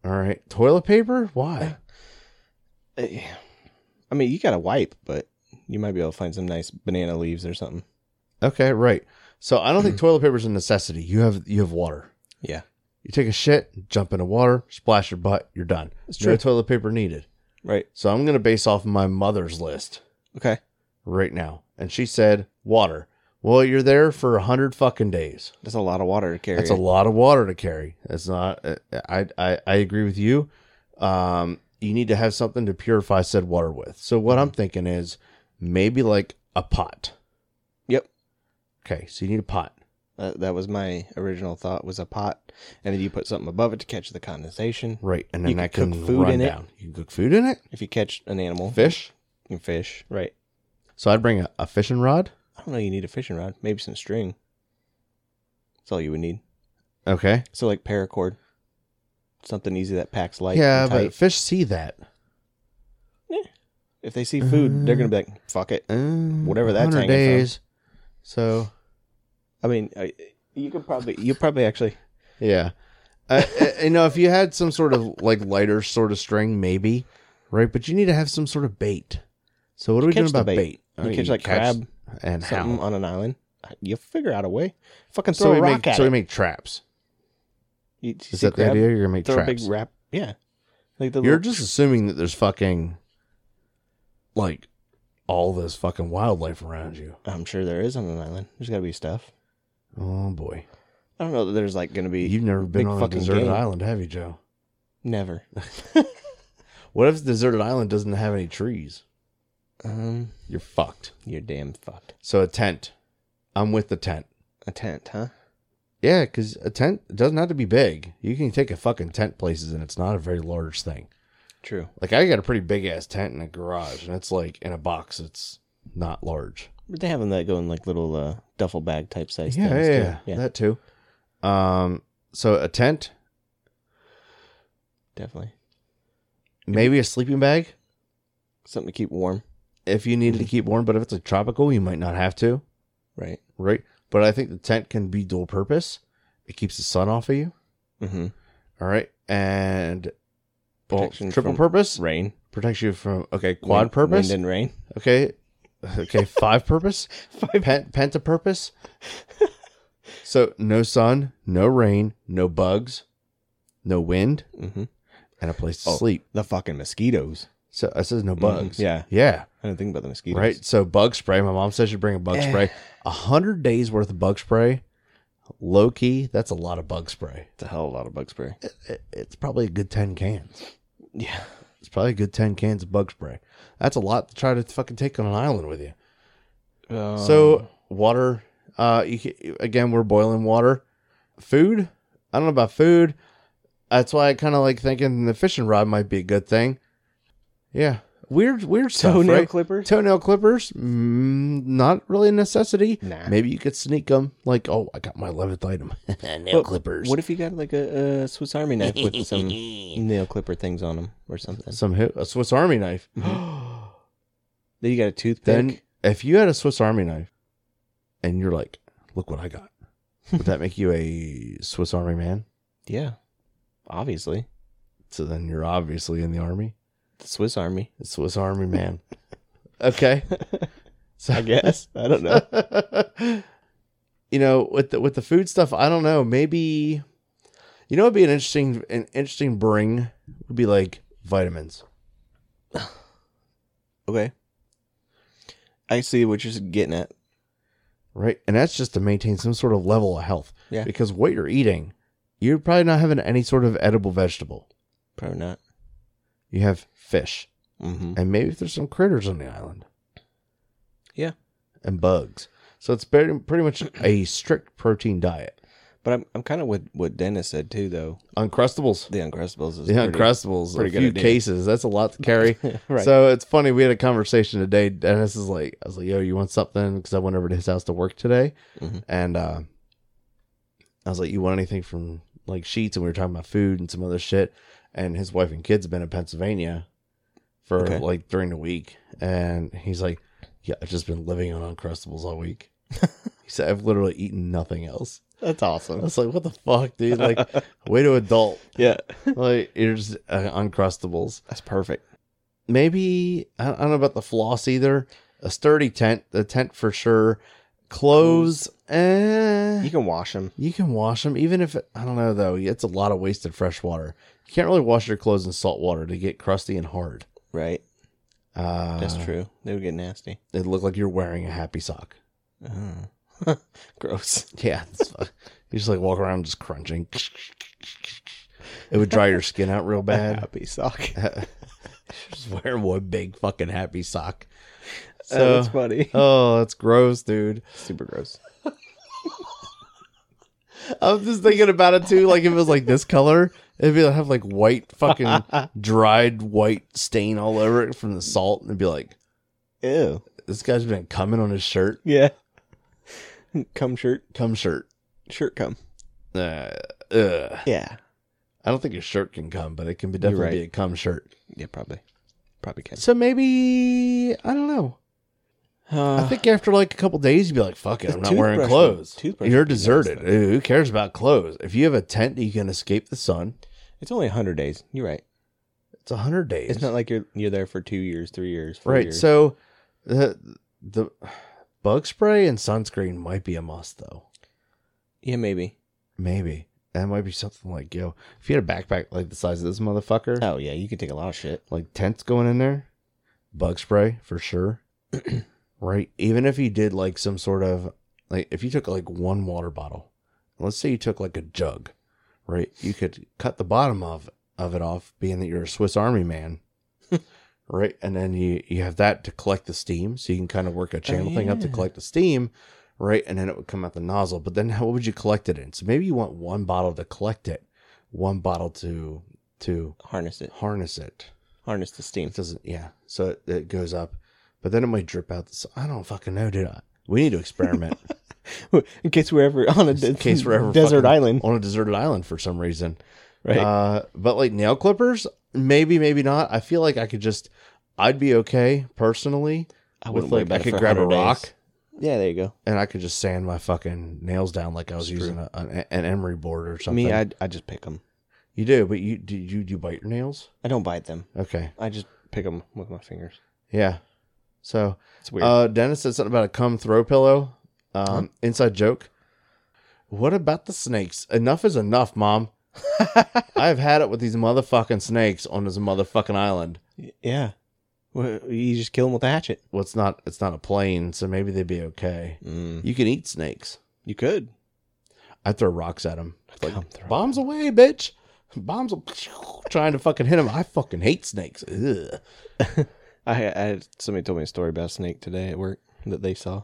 Speaker 2: All right, toilet paper? Why?
Speaker 4: I mean, you got to wipe, but you might be able to find some nice banana leaves or something.
Speaker 2: Okay, right. So I don't think toilet paper is a necessity. You have you have water.
Speaker 4: Yeah.
Speaker 2: You take a shit, jump into water, splash your butt, you're done.
Speaker 4: It's
Speaker 2: No
Speaker 4: true.
Speaker 2: toilet paper needed.
Speaker 4: Right.
Speaker 2: So I'm gonna base off my mother's list
Speaker 4: Okay.
Speaker 2: right now, and she said water. Well, you're there for a hundred fucking days.
Speaker 4: That's a lot of water to carry.
Speaker 2: That's a lot of water to carry. That's not. uh, I I, I agree with you. Um, you need to have something to purify said water with. So what I'm thinking is maybe like a pot.
Speaker 4: Yep.
Speaker 2: Okay, so you need a pot.
Speaker 4: Uh, that was my original thought was a pot, and then you put something above it to catch the condensation.
Speaker 2: Right, and
Speaker 4: You
Speaker 2: then that
Speaker 4: could
Speaker 2: can
Speaker 4: cook food
Speaker 2: run
Speaker 4: in it.
Speaker 2: down. You can cook food in it.
Speaker 4: If you catch an animal,
Speaker 2: Fish.
Speaker 4: and fish. Right.
Speaker 2: So I'd bring a, a fishing rod.
Speaker 4: I don't know. You need a fishing rod, maybe some string. That's all you would need.
Speaker 2: Okay.
Speaker 4: So like paracord, something easy that packs light.
Speaker 2: yeah,
Speaker 4: and tight.
Speaker 2: but fish see that.
Speaker 4: if they see food, they're gonna be like, "Fuck it." Uh, Whatever that's
Speaker 2: 100
Speaker 4: hanging from.
Speaker 2: days. So
Speaker 4: I mean, I, you could probably, you probably actually,
Speaker 2: yeah, uh, uh, you know, if you had some sort of like lighter sort of string, maybe right, but you need to have some sort of bait. So what are we doing
Speaker 4: catch the
Speaker 2: about bait?
Speaker 4: bait.
Speaker 2: I
Speaker 4: you
Speaker 2: mean,
Speaker 4: catch like crab,
Speaker 2: and
Speaker 4: something
Speaker 2: how?
Speaker 4: on an island. You figure out a way. Fucking throw
Speaker 2: So
Speaker 4: a
Speaker 2: we
Speaker 4: rock
Speaker 2: make
Speaker 4: at
Speaker 2: so
Speaker 4: it.
Speaker 2: we make traps.
Speaker 4: you, you
Speaker 2: Is
Speaker 4: see
Speaker 2: that the
Speaker 4: crab?
Speaker 2: idea? You're gonna make
Speaker 4: Throw a
Speaker 2: traps.
Speaker 4: big wrap. Yeah, like the
Speaker 2: You're
Speaker 4: little-
Speaker 2: just assuming that there's fucking like all this fucking wildlife around you.
Speaker 4: I'm sure there is on an island. There's got to be stuff.
Speaker 2: Oh boy,
Speaker 4: I don't know that there's like gonna be.
Speaker 2: you've never been
Speaker 4: big
Speaker 2: on a
Speaker 4: fucking
Speaker 2: deserted
Speaker 4: game.
Speaker 2: island, have you, Joe?
Speaker 4: Never.
Speaker 2: What if the deserted island doesn't have any trees?
Speaker 4: um,
Speaker 2: You're fucked.
Speaker 4: you're damn fucked.
Speaker 2: So a tent. I'm with the tent.
Speaker 4: A tent, huh?
Speaker 2: Yeah, because a tent it doesn't have to be big. You can take a fucking tent places, and it's not a very large thing.
Speaker 4: True.
Speaker 2: Like I got a pretty big ass tent in a garage, and it's like in a box. It's not large.
Speaker 4: But they have them that go in like little uh, duffel bag type size
Speaker 2: yeah,
Speaker 4: things
Speaker 2: yeah,
Speaker 4: too.
Speaker 2: yeah, that too. Um, so a tent,
Speaker 4: definitely.
Speaker 2: maybe a sleeping bag
Speaker 4: Something to keep warm,
Speaker 2: if you needed to keep warm. But if it's a tropical, you might not have to,
Speaker 4: right?
Speaker 2: right? But I think the tent can be dual purpose. It keeps the sun off of you.
Speaker 4: Mm-hmm.
Speaker 2: All right, and well,
Speaker 4: Protection
Speaker 2: triple
Speaker 4: from
Speaker 2: purpose
Speaker 4: Rain.
Speaker 2: protects you from okay quad
Speaker 4: Wind-
Speaker 2: purpose.
Speaker 4: Wind and rain.
Speaker 2: Okay. Okay, five purpose,
Speaker 4: Five.
Speaker 2: Pen- penta purpose. so no sun, no rain, no bugs, no wind,
Speaker 4: Mm-hmm.
Speaker 2: and a place to
Speaker 4: Oh.
Speaker 2: sleep.
Speaker 4: The fucking mosquitoes.
Speaker 2: So I says no bugs.
Speaker 4: Yeah.
Speaker 2: yeah,
Speaker 4: I didn't think about the mosquitoes.
Speaker 2: right. So bug spray. My mom says you bring a bug
Speaker 4: Eh.
Speaker 2: spray. A hundred days worth of bug spray. Low key, that's a lot of bug spray.
Speaker 4: It's a hell of a lot of bug spray.
Speaker 2: It- It's probably a good ten cans.
Speaker 4: Uh, Yeah.
Speaker 2: It's probably a good ten cans of bug spray. That's a lot to try to fucking take on an island with you.
Speaker 4: Um,
Speaker 2: So water, uh, you, ca- again, we're boiling water. Food, I don't know about food. That's why I kind of like thinking the fishing rod might be a good thing. Yeah, Weird, weird stuff.
Speaker 4: Toenail
Speaker 2: right?
Speaker 4: clippers?
Speaker 2: Toenail clippers, mm, not really a necessity.
Speaker 4: Nah.
Speaker 2: Maybe you could sneak them. Like, oh, I got my 11th item. Nail
Speaker 4: But
Speaker 2: clippers.
Speaker 4: What if you got like a, a Swiss Army knife with some nail clipper things on them or something?
Speaker 2: Some who- a Swiss Army knife.
Speaker 4: Then you got a toothpick.
Speaker 2: Then, if you had a Swiss Army knife, and you're like, look what I got, would that make you a Swiss Army man?
Speaker 4: yeah, obviously
Speaker 2: So then you're obviously in the army.
Speaker 4: the Swiss Army.
Speaker 2: The Swiss Army man. okay. So
Speaker 4: I guess I don't know.
Speaker 2: you know, with the with the food stuff, I don't know. Maybe you know, it'd be an interesting an interesting bring would be like vitamins.
Speaker 4: Okay, I see what you're getting at.
Speaker 2: right? And that's just to maintain some sort of level of health.
Speaker 4: Yeah.
Speaker 2: Because what you're eating, you're probably not having any sort of edible vegetable.
Speaker 4: Probably not.
Speaker 2: You have fish,
Speaker 4: Mm-hmm.
Speaker 2: and maybe if there's some critters on the island.
Speaker 4: Yeah.
Speaker 2: And bugs. So it's pretty, pretty much a strict protein diet.
Speaker 4: But I'm I'm kind of with what Dennis said too, though.
Speaker 2: Uncrustables.
Speaker 4: The Uncrustables is
Speaker 2: The
Speaker 4: pretty-
Speaker 2: Uncrustables,
Speaker 4: pretty
Speaker 2: a
Speaker 4: good
Speaker 2: few
Speaker 4: idea.
Speaker 2: cases. That's a lot to carry.
Speaker 4: right.
Speaker 2: So it's funny. We had a conversation today. Dennis is like, I was like, yo, you want something? Because I went over to his house to work today.
Speaker 4: Mhm.
Speaker 2: And uh, I was like, you want anything from like Sheets? And we were talking about food and some other shit. And his wife and kids have been in Pennsylvania for
Speaker 4: Okay.
Speaker 2: like during the week. And he's like, yeah, I've just been living on Uncrustables all week. he said, I've literally eaten nothing else.
Speaker 4: that's
Speaker 2: I
Speaker 4: awesome.
Speaker 2: was like, what the fuck, dude? Like, way to adult.
Speaker 4: yeah,
Speaker 2: Like, you're just uh, Uncrustables
Speaker 4: that's perfect.
Speaker 2: maybe I don't I don't know about the floss either. A sturdy tent, the tent for sure. Clothes, eh?
Speaker 4: You
Speaker 2: You can,
Speaker 4: can wash them.
Speaker 2: wash them, even if I don't know though. It's a lot of wasted fresh water. You can't really wash your clothes in salt water to get crusty and hard.
Speaker 4: Right.
Speaker 2: Uh,
Speaker 4: That's true. They would get nasty.
Speaker 2: It look like you're wearing a happy sock.
Speaker 4: Oh. Gross.
Speaker 2: Yeah, it's, you just like walk around just crunching. It would dry your skin out real bad.
Speaker 4: Happy sock.
Speaker 2: just wear one big fucking happy sock.
Speaker 4: So,
Speaker 2: So,
Speaker 4: that's funny.
Speaker 2: oh, that's gross, dude.
Speaker 4: Super gross.
Speaker 2: I was just thinking about it too. Like if it was like this color, it'd be have like white fucking dried white stain all over it from the salt, and it'd be like
Speaker 4: Ew.
Speaker 2: this guy's been coming on his shirt,
Speaker 4: Yeah. Cum shirt.
Speaker 2: cum shirt.
Speaker 4: Shirt cum.
Speaker 2: Uh, ugh.
Speaker 4: Yeah.
Speaker 2: I don't think your shirt can come, but it can be definitely
Speaker 4: right.
Speaker 2: be a cum shirt.
Speaker 4: Yeah, probably. Probably can.
Speaker 2: So maybe I don't know.
Speaker 4: Uh,
Speaker 2: I think after like a couple days, you'd be like, "Fuck it,
Speaker 4: The
Speaker 2: I'm not wearing
Speaker 4: toothbrush
Speaker 2: clothes."
Speaker 4: would- toothbrush
Speaker 2: You're
Speaker 4: would be nice,
Speaker 2: deserted.
Speaker 4: though.
Speaker 2: Who cares about clothes? If you have a tent, that you can escape the sun.
Speaker 4: it's only 100 days. You're right.
Speaker 2: It's hundred days.
Speaker 4: It's not like you're you're there for two years, three years, four
Speaker 2: Right.
Speaker 4: years.
Speaker 2: So the the bug spray and sunscreen might be a must though.
Speaker 4: yeah, maybe.
Speaker 2: Maybe. That might be something like, yo, if you had a backpack like the size of this motherfucker,
Speaker 4: Oh, yeah. You could take a lot of shit.
Speaker 2: like tents going in there, bug spray for sure. right? Even if you did like some sort of like if you took like one water bottle, let's say you took like a jug, right? You could cut the bottom of of it off, being that you're a Swiss Army man. right? And then you you have that to collect the steam, so you can kind of work a channel thing up to
Speaker 4: yeah.
Speaker 2: collect the steam. Right, and then it would come out the nozzle. But then, how what would you collect it in? So maybe you want one bottle to collect it, one bottle to to
Speaker 4: Harness it.
Speaker 2: harness it.
Speaker 4: Harness the steam.
Speaker 2: It doesn't. Yeah. So it, it goes up, but then it might drip out. This, I don't fucking know, dude. I- We need to experiment
Speaker 4: In case we're ever on a
Speaker 2: in case we're ever
Speaker 4: desert
Speaker 2: fucking
Speaker 4: island.
Speaker 2: on a deserted island for some reason.
Speaker 4: Right.
Speaker 2: Uh, but like nail clippers, maybe, maybe not. I feel like I could just, I'd be okay personally.
Speaker 4: I
Speaker 2: with,
Speaker 4: wouldn't worry
Speaker 2: like,
Speaker 4: about
Speaker 2: I
Speaker 4: it
Speaker 2: could
Speaker 4: for
Speaker 2: grab a
Speaker 4: 100 days.
Speaker 2: rock.
Speaker 4: Yeah, there you go.
Speaker 2: And I could just sand my fucking nails down like I was
Speaker 4: That's
Speaker 2: using a, an, an emery board or something.
Speaker 4: Me, I I just pick them.
Speaker 2: you do, but you do you do you bite your nails?
Speaker 4: I don't bite them.
Speaker 2: Okay,
Speaker 4: I just pick them with my fingers.
Speaker 2: yeah. So
Speaker 4: It's weird.
Speaker 2: Uh, Dennis said something about a cum throw pillow. Um, Inside joke. What about the snakes? Enough is enough, mom. I've had it with these motherfucking snakes on this motherfucking island.
Speaker 4: yeah. Well, you just kill them with a hatchet.
Speaker 2: Well, it's not it's not a plane, so maybe they'd be okay.
Speaker 4: Mm.
Speaker 2: You can eat snakes.
Speaker 4: You could.
Speaker 2: I throw rocks at them. Like,
Speaker 4: Cum throw.
Speaker 2: bombs away, bitch. Bombs a- trying to fucking hit them. I fucking hate snakes. Ugh.
Speaker 4: I, I had somebody told me a story about a snake today at work that they saw.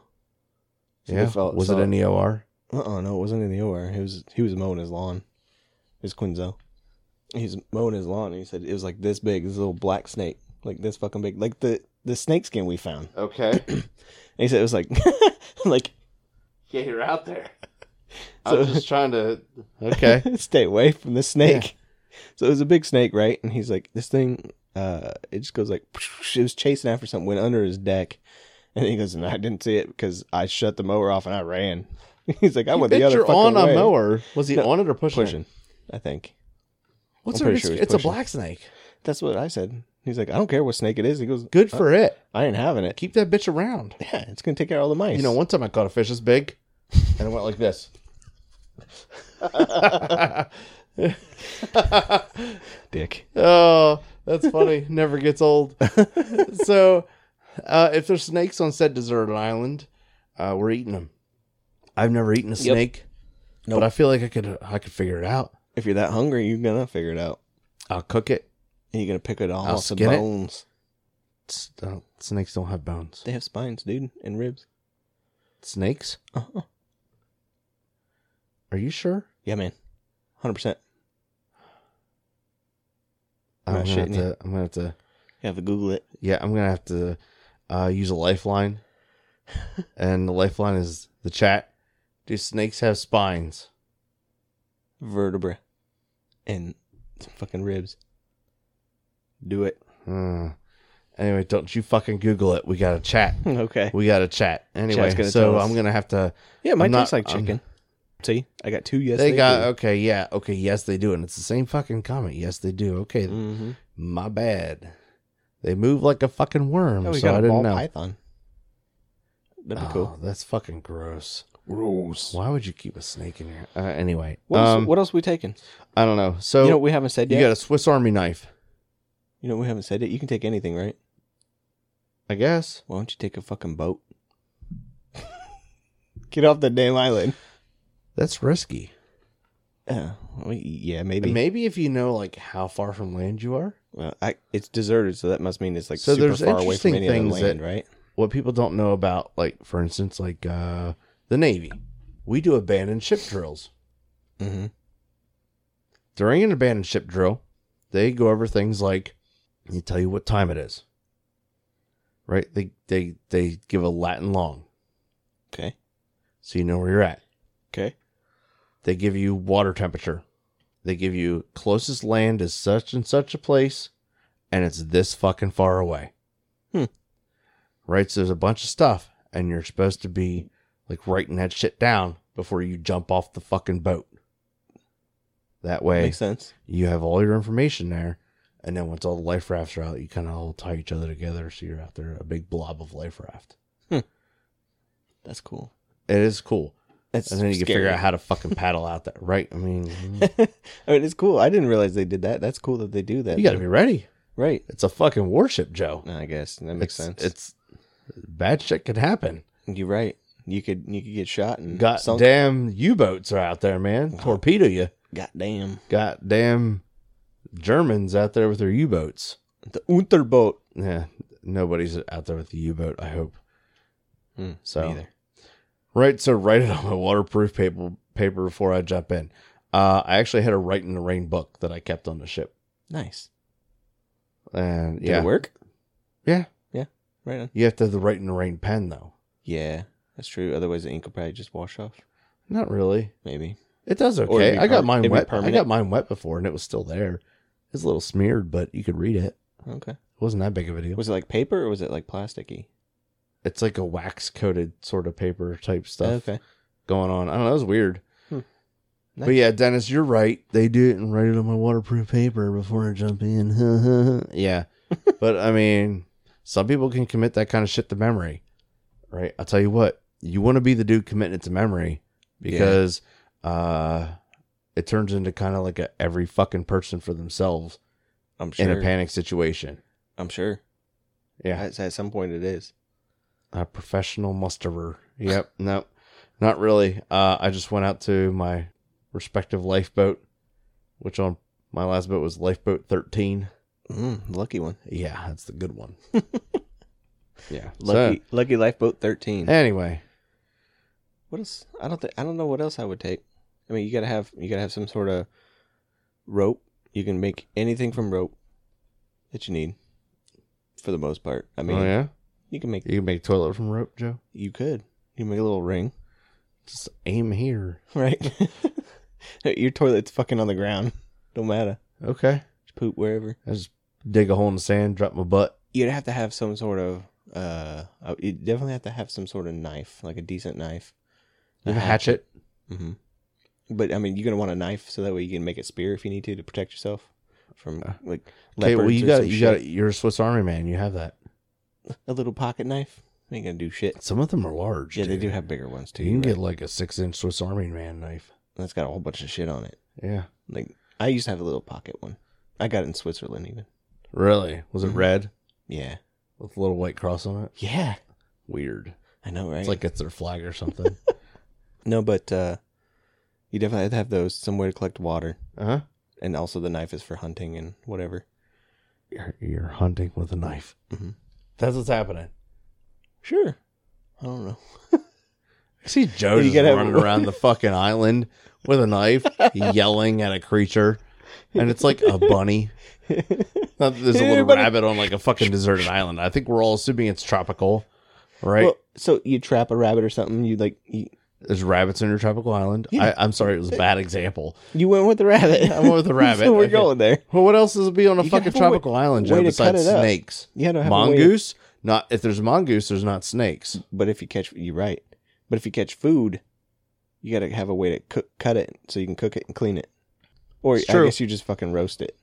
Speaker 4: So they
Speaker 2: Yeah.
Speaker 4: felt-
Speaker 2: Was
Speaker 4: saw
Speaker 2: it E in the OR?
Speaker 4: Uh uh no, it wasn't in the OR. He was he was mowing his lawn. It was Quinzel. He was mowing his lawn and he said it was like this big, this little black snake. like this fucking big, like the the snake skin we found.
Speaker 1: Okay.
Speaker 4: And he said it was like, like
Speaker 1: Yeah, you're out there.
Speaker 4: So-
Speaker 1: I'm just trying to. Okay.
Speaker 4: stay away from the snake. So it was a big snake, right? And he's like, this thing, uh, it just goes like, it was chasing after something, went under his deck. And he goes, and I didn't see it because I shut the mower off and I ran. He's like, I went the
Speaker 1: bet
Speaker 4: other
Speaker 1: you're
Speaker 4: fucking
Speaker 1: on
Speaker 4: way.
Speaker 1: a mower. Was he
Speaker 4: No,
Speaker 1: on it or pushing? it?
Speaker 4: Pushing, I think.
Speaker 2: What's
Speaker 4: I'm
Speaker 2: her?
Speaker 4: pretty
Speaker 2: It's,
Speaker 4: sure he's
Speaker 2: it's a
Speaker 4: pushing.
Speaker 2: black snake.
Speaker 4: That's what I said. He's like, I don't care what snake it is. He goes,
Speaker 2: Good for it.
Speaker 4: I ain't having it.
Speaker 2: Keep that bitch around.
Speaker 4: Yeah, it's gonna take out all the mice.
Speaker 2: You know, one time I caught a fish this big, and it went like this.
Speaker 4: dick.
Speaker 2: Oh, that's funny. Never gets old. so, uh, if there's snakes on said deserted island, uh, we're eating them. I've never eaten a snake, but I feel like I could I could figure it out.
Speaker 4: If you're that hungry, you're gonna figure it out.
Speaker 2: I'll cook it.
Speaker 4: And you're gonna pick it all
Speaker 2: I'll
Speaker 4: off the
Speaker 2: skin it.
Speaker 4: bones.
Speaker 2: S- don't- snakes don't have bones.
Speaker 4: They have spines, dude, and ribs.
Speaker 2: Snakes?
Speaker 4: Uh-huh.
Speaker 2: Are you sure?
Speaker 4: Yeah, man. Hundred percent. I'm
Speaker 2: I'm
Speaker 4: not
Speaker 2: gonna have
Speaker 4: shitting you.
Speaker 2: to. I'm gonna have to.
Speaker 4: You have to Google it.
Speaker 2: Yeah, I'm gonna have to uh, use a lifeline, and the lifeline is the chat. Do snakes have spines?
Speaker 4: Vertebra. And some fucking ribs. Do it.
Speaker 2: Hmm. Anyway, don't you fucking Google it. We got to chat.
Speaker 4: okay.
Speaker 2: We got to chat. Anyway,
Speaker 4: gonna
Speaker 2: so
Speaker 4: tell us.
Speaker 2: I'm gonna have to.
Speaker 4: Yeah, it might
Speaker 2: I'm not-
Speaker 4: taste like
Speaker 2: I'm-
Speaker 4: chicken. See? I got two yes.
Speaker 2: they got okay. Yeah. Okay. Yes, they do, and it's the same fucking comment. Yes, they do. Okay.
Speaker 4: mm-hmm.
Speaker 2: My bad. They move like a fucking worm,
Speaker 4: Oh, we
Speaker 2: so
Speaker 4: got a
Speaker 2: I didn't
Speaker 4: ball
Speaker 2: know.
Speaker 4: python. That'd be
Speaker 2: Oh,
Speaker 4: cool.
Speaker 2: that's fucking Ah, gross.
Speaker 4: Rules.
Speaker 2: Why would you keep a snake in here? Uh, anyway,
Speaker 4: What, else,
Speaker 2: um,
Speaker 4: what else we taking?
Speaker 2: I don't know. So
Speaker 4: you
Speaker 2: you,
Speaker 4: know what we haven't said yet?
Speaker 2: got a Swiss Army knife,
Speaker 4: You know what we haven't said yet? You can take anything, right?
Speaker 2: I guess.
Speaker 4: Why don't you take a fucking boat? Get off the damn island.
Speaker 2: That's risky.
Speaker 4: Uh, well, yeah, maybe.
Speaker 2: Maybe if you know like how far from land you are.
Speaker 4: Well, I, it's deserted, so that must mean it's like
Speaker 2: So
Speaker 4: super
Speaker 2: there's
Speaker 4: far away
Speaker 2: interesting
Speaker 4: from any other
Speaker 2: things that-
Speaker 4: land, right?
Speaker 2: What people don't know about, like for instance, like uh, the Navy, we do abandoned ship drills.
Speaker 4: Mm-hmm.
Speaker 2: During an abandoned ship drill, they go over things like they tell you what time it is. Right? They they they give a Latin long,
Speaker 4: Okay.
Speaker 2: so you know where you're at.
Speaker 4: Okay.
Speaker 2: They give you water temperature. They give you closest land is such and such a place, and it's this fucking far away.
Speaker 4: Hmm.
Speaker 2: Right? So there's a bunch of stuff, and you're supposed to be like writing that shit down before you jump off the fucking boat. That way,
Speaker 4: Makes sense.
Speaker 2: you have all your information there. And then once all the life rafts are out, you kind of all tie each other together. So you're out there a big blob of life raft.
Speaker 4: That's cool.
Speaker 2: It is cool.
Speaker 4: That's
Speaker 2: and then you can figure out how to fucking paddle out there, right? I mean,
Speaker 4: I mean, it's cool. I didn't realize they did that. That's cool that they do that.
Speaker 2: you got to be ready.
Speaker 4: right.
Speaker 2: It's a fucking warship, Joe.
Speaker 4: No, I guess that makes
Speaker 2: it's,
Speaker 4: sense.
Speaker 2: It's bad shit could happen.
Speaker 4: You're right. You could you could get shot and sunk.
Speaker 2: Goddamn U boats are out there, man. Torpedo you.
Speaker 4: Goddamn.
Speaker 2: Goddamn Germans out there with their U boats.
Speaker 4: The Unterboat.
Speaker 2: Yeah, nobody's out there with the U boat. I hope.
Speaker 4: Hmm,
Speaker 2: so
Speaker 4: neither.
Speaker 2: right, so write it on my waterproof paper paper before I jump in. Uh, I actually had a write in the rain book that I kept on the ship,
Speaker 4: Nice.
Speaker 2: and
Speaker 4: Did
Speaker 2: yeah,
Speaker 4: it work?
Speaker 2: Yeah.
Speaker 4: Yeah. Right on.
Speaker 2: you have to have the write in the rain pen though.
Speaker 4: Yeah, that's true. Otherwise, the ink will probably just wash off.
Speaker 2: Not really.
Speaker 4: Maybe.
Speaker 2: It does
Speaker 4: it'd
Speaker 2: okay.
Speaker 4: be
Speaker 2: I got
Speaker 4: perm-
Speaker 2: mine
Speaker 4: it'd be
Speaker 2: wet. I
Speaker 4: permanent.
Speaker 2: got mine wet before, and it was still there. It's a little smeared, but you could read it.
Speaker 4: Okay.
Speaker 2: It wasn't that big of a deal.
Speaker 4: Was it like paper or was it like plasticky?
Speaker 2: It's like a wax coated sort of paper type stuff
Speaker 4: Okay.
Speaker 2: going on. I don't know. It was weird.
Speaker 4: Hmm.
Speaker 2: But
Speaker 4: Nice.
Speaker 2: yeah, Dennis, you're right. They do it and write it on my waterproof paper before I jump in. yeah. but I mean, some people can commit that kind of shit to memory, right? I'll tell you what, you want to be the dude committing it to memory because uh, it turns into kind of like a every fucking person for themselves
Speaker 4: I'm sure.
Speaker 2: in a panic situation.
Speaker 4: I'm sure.
Speaker 2: Yeah.
Speaker 4: At, at some point, it is.
Speaker 2: A professional musterer. Yep. no, not really. Uh, I just went out to my respective lifeboat, which on my last boat was lifeboat 13.
Speaker 4: Mm, lucky one.
Speaker 2: Yeah, that's the good one. yeah. so,
Speaker 4: Lucky. lucky lifeboat thirteen.
Speaker 2: anyway,
Speaker 4: What else? I don't think. I don't know what else I would take. I mean, you gotta have you gotta have some sort of rope. You can make anything from rope that you need. for the most part. I mean,
Speaker 2: oh yeah,
Speaker 4: you can make
Speaker 2: you can make toilet from rope, Joe.
Speaker 4: you could you can make a little ring,
Speaker 2: Just aim here.
Speaker 4: right? Your toilet's fucking on the ground. Don't matter.
Speaker 2: Okay,
Speaker 4: Just poop wherever.
Speaker 2: I just dig a hole in the sand, drop my butt.
Speaker 4: You'd have to have some sort of uh, you definitely have to have some sort of knife, like a decent knife.
Speaker 2: You have a hatchet.
Speaker 4: hmm But I mean, you're gonna want a knife so that way you can make a spear if you need to to protect yourself from
Speaker 2: Uh,
Speaker 4: like
Speaker 2: Okay, well
Speaker 4: leopards
Speaker 2: you
Speaker 4: or
Speaker 2: got
Speaker 4: some
Speaker 2: you
Speaker 4: shit.
Speaker 2: got you're a Swiss Army man. You have that.
Speaker 4: a little pocket knife. Ain't gonna do shit.
Speaker 2: Some of them are large.
Speaker 4: Yeah, they
Speaker 2: dude.
Speaker 4: do have bigger ones too.
Speaker 2: You can
Speaker 4: right?
Speaker 2: get like a six inch Swiss Army man knife.
Speaker 4: That's got a whole bunch of shit on it.
Speaker 2: Yeah.
Speaker 4: Like I used to have a little pocket one. I got it in Switzerland even.
Speaker 2: Really? Was it
Speaker 4: Mhm.
Speaker 2: red
Speaker 4: Yeah.
Speaker 2: with a little white cross on it?
Speaker 4: Yeah.
Speaker 2: Weird.
Speaker 4: I know, right?
Speaker 2: It's like it's their flag or something.
Speaker 4: no, but uh you definitely have to have those somewhere to collect water.
Speaker 2: uh huh.
Speaker 4: And also the knife is for hunting and whatever.
Speaker 2: You're, you're hunting with a knife.
Speaker 4: Mhm.
Speaker 2: That's what's happening.
Speaker 4: Sure. I don't know.
Speaker 2: I see Joe
Speaker 4: You
Speaker 2: just
Speaker 4: gotta have-
Speaker 2: running around the fucking island with a knife, yelling at a creature, and it's like a bunny. Not that there's a little
Speaker 4: Everybody-
Speaker 2: rabbit on like a fucking deserted island. I think we're all assuming it's tropical, right?
Speaker 4: Well, so you trap a rabbit or something, you like you,
Speaker 2: there's rabbits on your tropical island.
Speaker 4: Yeah.
Speaker 2: I, I'm sorry, it was a bad example.
Speaker 4: you went with the rabbit.
Speaker 2: I went with the rabbit.
Speaker 4: so we're
Speaker 2: Okay.
Speaker 4: going there.
Speaker 2: Well, what else is be on a
Speaker 4: You
Speaker 2: fucking
Speaker 4: gotta have a way-
Speaker 2: tropical island, Joe,
Speaker 4: way to cut
Speaker 2: besides
Speaker 4: it up.
Speaker 2: snakes?
Speaker 4: You gotta have a way to-
Speaker 2: Mongoose? Not if there's mongoose, there's not snakes.
Speaker 4: But if you catch, you're right. But if you catch food, you gotta have a way to cook, cut it so you can cook it and clean it. Or
Speaker 2: It's
Speaker 4: I
Speaker 2: true.
Speaker 4: guess you just fucking roast it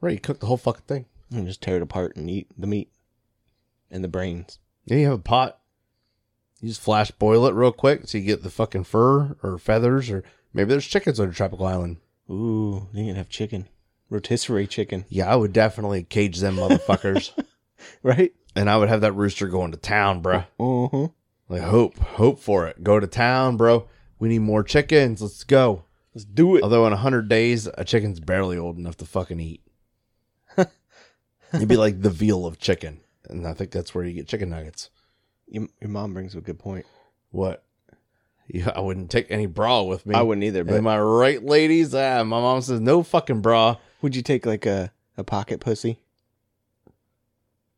Speaker 2: Right, you cook the whole fucking thing.
Speaker 4: and just tear it apart and eat the meat and the brains.
Speaker 2: Yeah, you have a pot. You just flash boil it real quick so you get the fucking fur or feathers or maybe there's chickens on a tropical island.
Speaker 4: Ooh, you can have chicken, rotisserie chicken,
Speaker 2: Yeah, I would definitely cage them motherfuckers.
Speaker 4: right?
Speaker 2: and I would have that rooster going to town, bruh.
Speaker 4: Uh huh.
Speaker 2: Like hope, hope for it. Go to town, bro. We need more chickens. Let's go.
Speaker 4: Let's do it.
Speaker 2: Although in hundred days, a chicken's barely old enough to fucking eat. It'd be like the veal of chicken, and I think that's where you get chicken nuggets.
Speaker 4: Your, your mom brings up a good point.
Speaker 2: What? Yeah, I wouldn't take any bra with me.
Speaker 4: I wouldn't either, but
Speaker 2: Am I right, ladies? Ah, my mom says no fucking bra,
Speaker 4: would you take like a, a pocket pussy?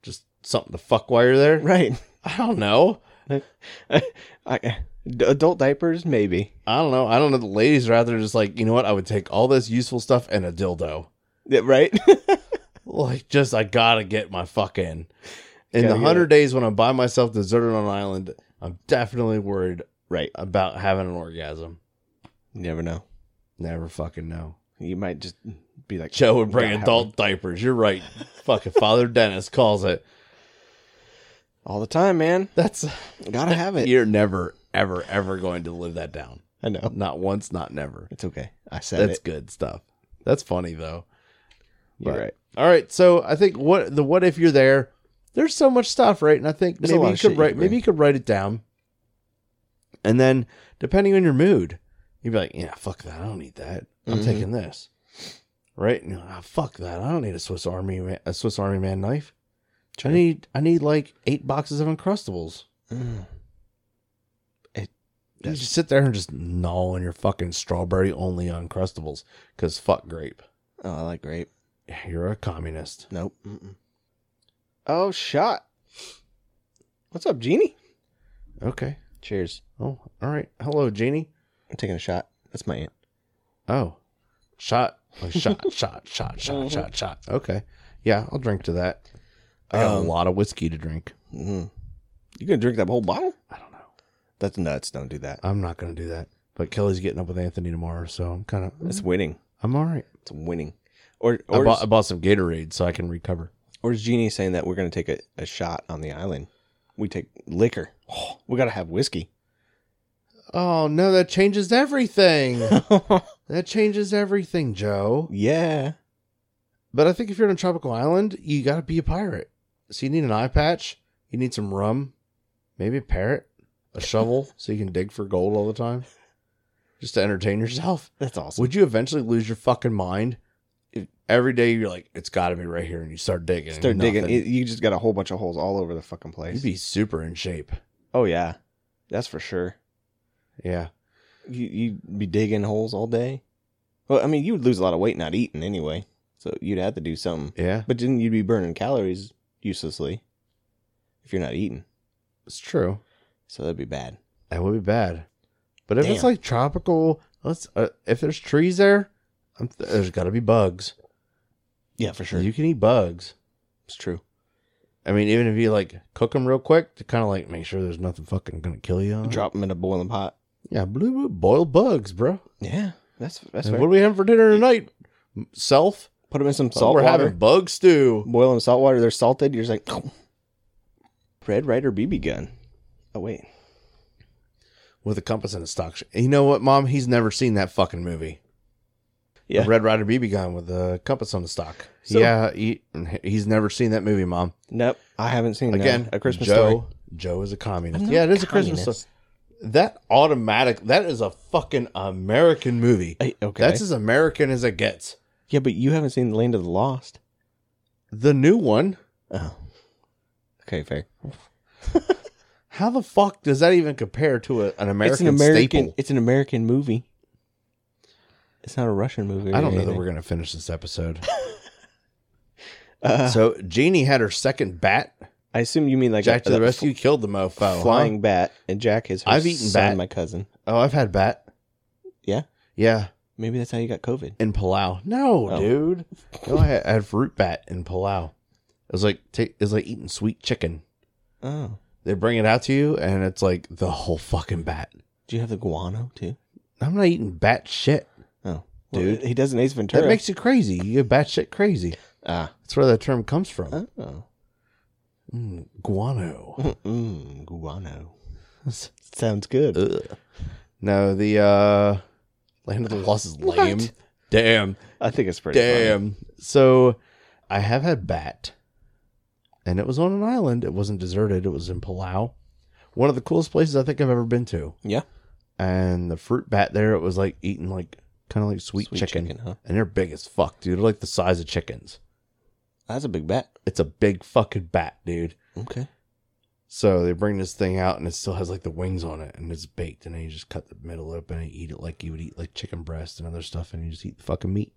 Speaker 2: just something to fuck while you're there.
Speaker 4: Right.
Speaker 2: I don't know.
Speaker 4: I, d- adult diapers, maybe.
Speaker 2: I don't know. I don't know. The ladies are out there just like, you know what? I would take all this useful stuff and a dildo.
Speaker 4: Yeah, right?
Speaker 2: Like, just I gotta get my fucking. In
Speaker 4: Gotta
Speaker 2: the
Speaker 4: get
Speaker 2: hundred days when I'm by myself, deserted on an island, I'm definitely worried
Speaker 4: right.
Speaker 2: about having an orgasm.
Speaker 4: You never know.
Speaker 2: Never fucking know.
Speaker 4: You might just be like
Speaker 2: Joe would bring
Speaker 4: Gotta have
Speaker 2: adult
Speaker 4: one.
Speaker 2: diapers. You're right. fucking Father Dennis calls it.
Speaker 4: all the time, man.
Speaker 2: That's
Speaker 4: Gotta have it.
Speaker 2: you're never, ever, ever going to live that down.
Speaker 4: I know.
Speaker 2: Not once, not never.
Speaker 4: It's okay. I said
Speaker 2: That's
Speaker 4: it.
Speaker 2: good stuff. That's funny though.
Speaker 4: You're
Speaker 2: But-
Speaker 4: right.
Speaker 2: All right, so I think what the what if you're there? There's so much stuff, right? And I think
Speaker 4: There's a
Speaker 2: maybe
Speaker 4: lot
Speaker 2: you
Speaker 4: of
Speaker 2: could
Speaker 4: shit you
Speaker 2: write
Speaker 4: can
Speaker 2: maybe
Speaker 4: read.
Speaker 2: you could write it down, and then depending on your mood, you'd be like, yeah, fuck that, I don't need that. I'm
Speaker 4: Mhm.
Speaker 2: taking this, right? No, ah, fuck that, I don't need a Swiss Army ma- a Swiss Army man knife. I need I need like eight boxes of Uncrustables.
Speaker 4: Mm.
Speaker 2: You just sit there and just gnaw on your fucking strawberry only Uncrustables because fuck grape.
Speaker 4: Oh, I like grape.
Speaker 2: You're a communist.
Speaker 4: Nope. Mm-mm. Oh, shot. What's up, Genie?
Speaker 2: Okay.
Speaker 4: Cheers.
Speaker 2: Oh, all right. Hello, Jeannie.
Speaker 4: I'm taking a shot. That's my aunt.
Speaker 2: Oh, shot, like shot, shot, shot, shot, shot, shot. Okay, yeah, I'll drink to that. I got
Speaker 4: Um,
Speaker 2: a lot of whiskey to drink.
Speaker 4: Mm. You gonna drink that whole bottle?
Speaker 2: I don't know.
Speaker 4: That's nuts. Don't do that.
Speaker 2: I'm not gonna do that. But Kelly's getting up with Anthony tomorrow, so I'm kind
Speaker 4: It's
Speaker 2: of.
Speaker 4: winning.
Speaker 2: I'm all right.
Speaker 4: It's winning. Or
Speaker 2: Mm-hmm. I
Speaker 4: or
Speaker 2: bought, I
Speaker 4: is,
Speaker 2: bought some Gatorade so I can recover.
Speaker 4: or is Genie saying that we're gonna take a, a shot on the island? We take liquor. Oh, we gotta have whiskey.
Speaker 2: Oh no, that changes everything. that changes everything, Joe.
Speaker 4: yeah.
Speaker 2: But I think if you're on a tropical island, you got to be a pirate. So you need an eye patch. You need some rum, maybe a parrot, a shovel, so you can dig for gold all the time, just to entertain yourself.
Speaker 4: That's awesome.
Speaker 2: Would you eventually lose your fucking mind? If every day you're like, it's got to be right here, and you start digging. and
Speaker 4: Start digging.
Speaker 2: nothing.
Speaker 4: It- you just got a whole bunch of holes all over the fucking place.
Speaker 2: You'd be super in shape.
Speaker 4: oh yeah, that's for sure.
Speaker 2: Yeah.
Speaker 4: You you'd be digging holes all day. Well, I mean, you would lose a lot of weight not eating anyway, so you'd have to do something.
Speaker 2: Yeah.
Speaker 4: But then you'd be burning calories uselessly if you're not eating.
Speaker 2: It's true.
Speaker 4: So that'd be bad.
Speaker 2: That would be bad. But if it's
Speaker 4: Damn.
Speaker 2: like tropical, let's uh, if there's trees there, I'm th- there's got to be bugs.
Speaker 4: Yeah, for sure.
Speaker 2: You can eat bugs.
Speaker 4: it's true.
Speaker 2: I mean, even if you like cook them real quick to kind of like make sure there's nothing fucking gonna kill you. On it.
Speaker 4: Drop them in a boiling pot.
Speaker 2: Yeah, blue, blue boil bugs, bro.
Speaker 4: Yeah, that's that's
Speaker 2: what
Speaker 4: fair.
Speaker 2: do we have for dinner tonight? M- Self.
Speaker 4: Put them in some
Speaker 2: Oh,
Speaker 4: salt
Speaker 2: We're
Speaker 4: water.
Speaker 2: having bug stew.
Speaker 4: Boil them in salt water. They're salted. You're just like, Red Rider BB gun. Oh wait,
Speaker 2: with a compass and a stock. Sh- you know what, Mom? He's never seen that fucking movie.
Speaker 4: Yeah.
Speaker 2: The Red Rider BB gun with a compass on the stock.
Speaker 4: So-
Speaker 2: yeah, he, he's never seen that movie, Mom.
Speaker 4: nope. I haven't seen that.
Speaker 2: Again,
Speaker 4: a Christmas
Speaker 2: Joe.
Speaker 4: story.
Speaker 2: Joe is a
Speaker 4: I'm
Speaker 2: communist.
Speaker 4: not
Speaker 2: Yeah, it
Speaker 4: a
Speaker 2: is a Christmas
Speaker 4: communist.
Speaker 2: story. That automatic. That is a fucking American movie.
Speaker 4: Hey, okay,
Speaker 2: That's as American as it gets.
Speaker 4: yeah, but you haven't seen Land of the Lost.
Speaker 2: The new one.
Speaker 4: Oh, okay, fair.
Speaker 2: How the fuck does that even compare to a, an American,
Speaker 4: it's an American.
Speaker 2: staple?
Speaker 4: It's an American movie. It's not a Russian movie.
Speaker 2: I
Speaker 4: or
Speaker 2: don't know that
Speaker 4: anything.
Speaker 2: we're gonna finish this episode.
Speaker 4: Uh,
Speaker 2: so Jeannie had her second bat.
Speaker 4: I assume you mean like
Speaker 2: Jack
Speaker 4: a-
Speaker 2: to the
Speaker 4: a
Speaker 2: rescue, killed the mofo. huh?
Speaker 4: flying bat, and Jack is. Her
Speaker 2: I've eaten
Speaker 4: son,
Speaker 2: bat.
Speaker 4: My cousin.
Speaker 2: Oh, I've had bat.
Speaker 4: Yeah?
Speaker 2: Yeah.
Speaker 4: Maybe that's how you got COVID.
Speaker 2: In Palau. No,
Speaker 4: Oh.
Speaker 2: dude. No, I had, I had fruit bat in Palau. It was like ta it was like eating sweet chicken.
Speaker 4: Oh,
Speaker 2: They bring it out to you and it's like the whole fucking bat.
Speaker 4: do you have the guano too?
Speaker 2: I'm not eating bat shit.
Speaker 4: Oh,
Speaker 2: Dude.
Speaker 4: dude, he does an Ace Ventura.
Speaker 2: That makes you crazy. You get bat shit crazy.
Speaker 4: ah.
Speaker 2: That's where that term comes from.
Speaker 4: Oh,
Speaker 2: Mm, guano.
Speaker 4: mm, guano. Sounds good.
Speaker 2: Ugh. No, the uh Land of the Lost is
Speaker 4: What?
Speaker 2: lame. Damn.
Speaker 4: I think it's pretty. funny.
Speaker 2: Damn. So I have had bat, and it was on an island. It wasn't deserted. It was in Palau, one of the coolest places I think I've ever been to.
Speaker 4: Yeah.
Speaker 2: And the fruit bat there, it was like eating like kind of like sweet, chicken.
Speaker 4: huh?
Speaker 2: and they're big as fuck, dude. They're like the size of chickens.
Speaker 4: That's a big bat.
Speaker 2: It's a big fucking bat, dude.
Speaker 4: Okay.
Speaker 2: So they bring this thing out, and it still has like the wings on it, and it's baked, and then you just cut the middle open and eat it like you would eat like chicken breast and other stuff, and you just eat the fucking meat.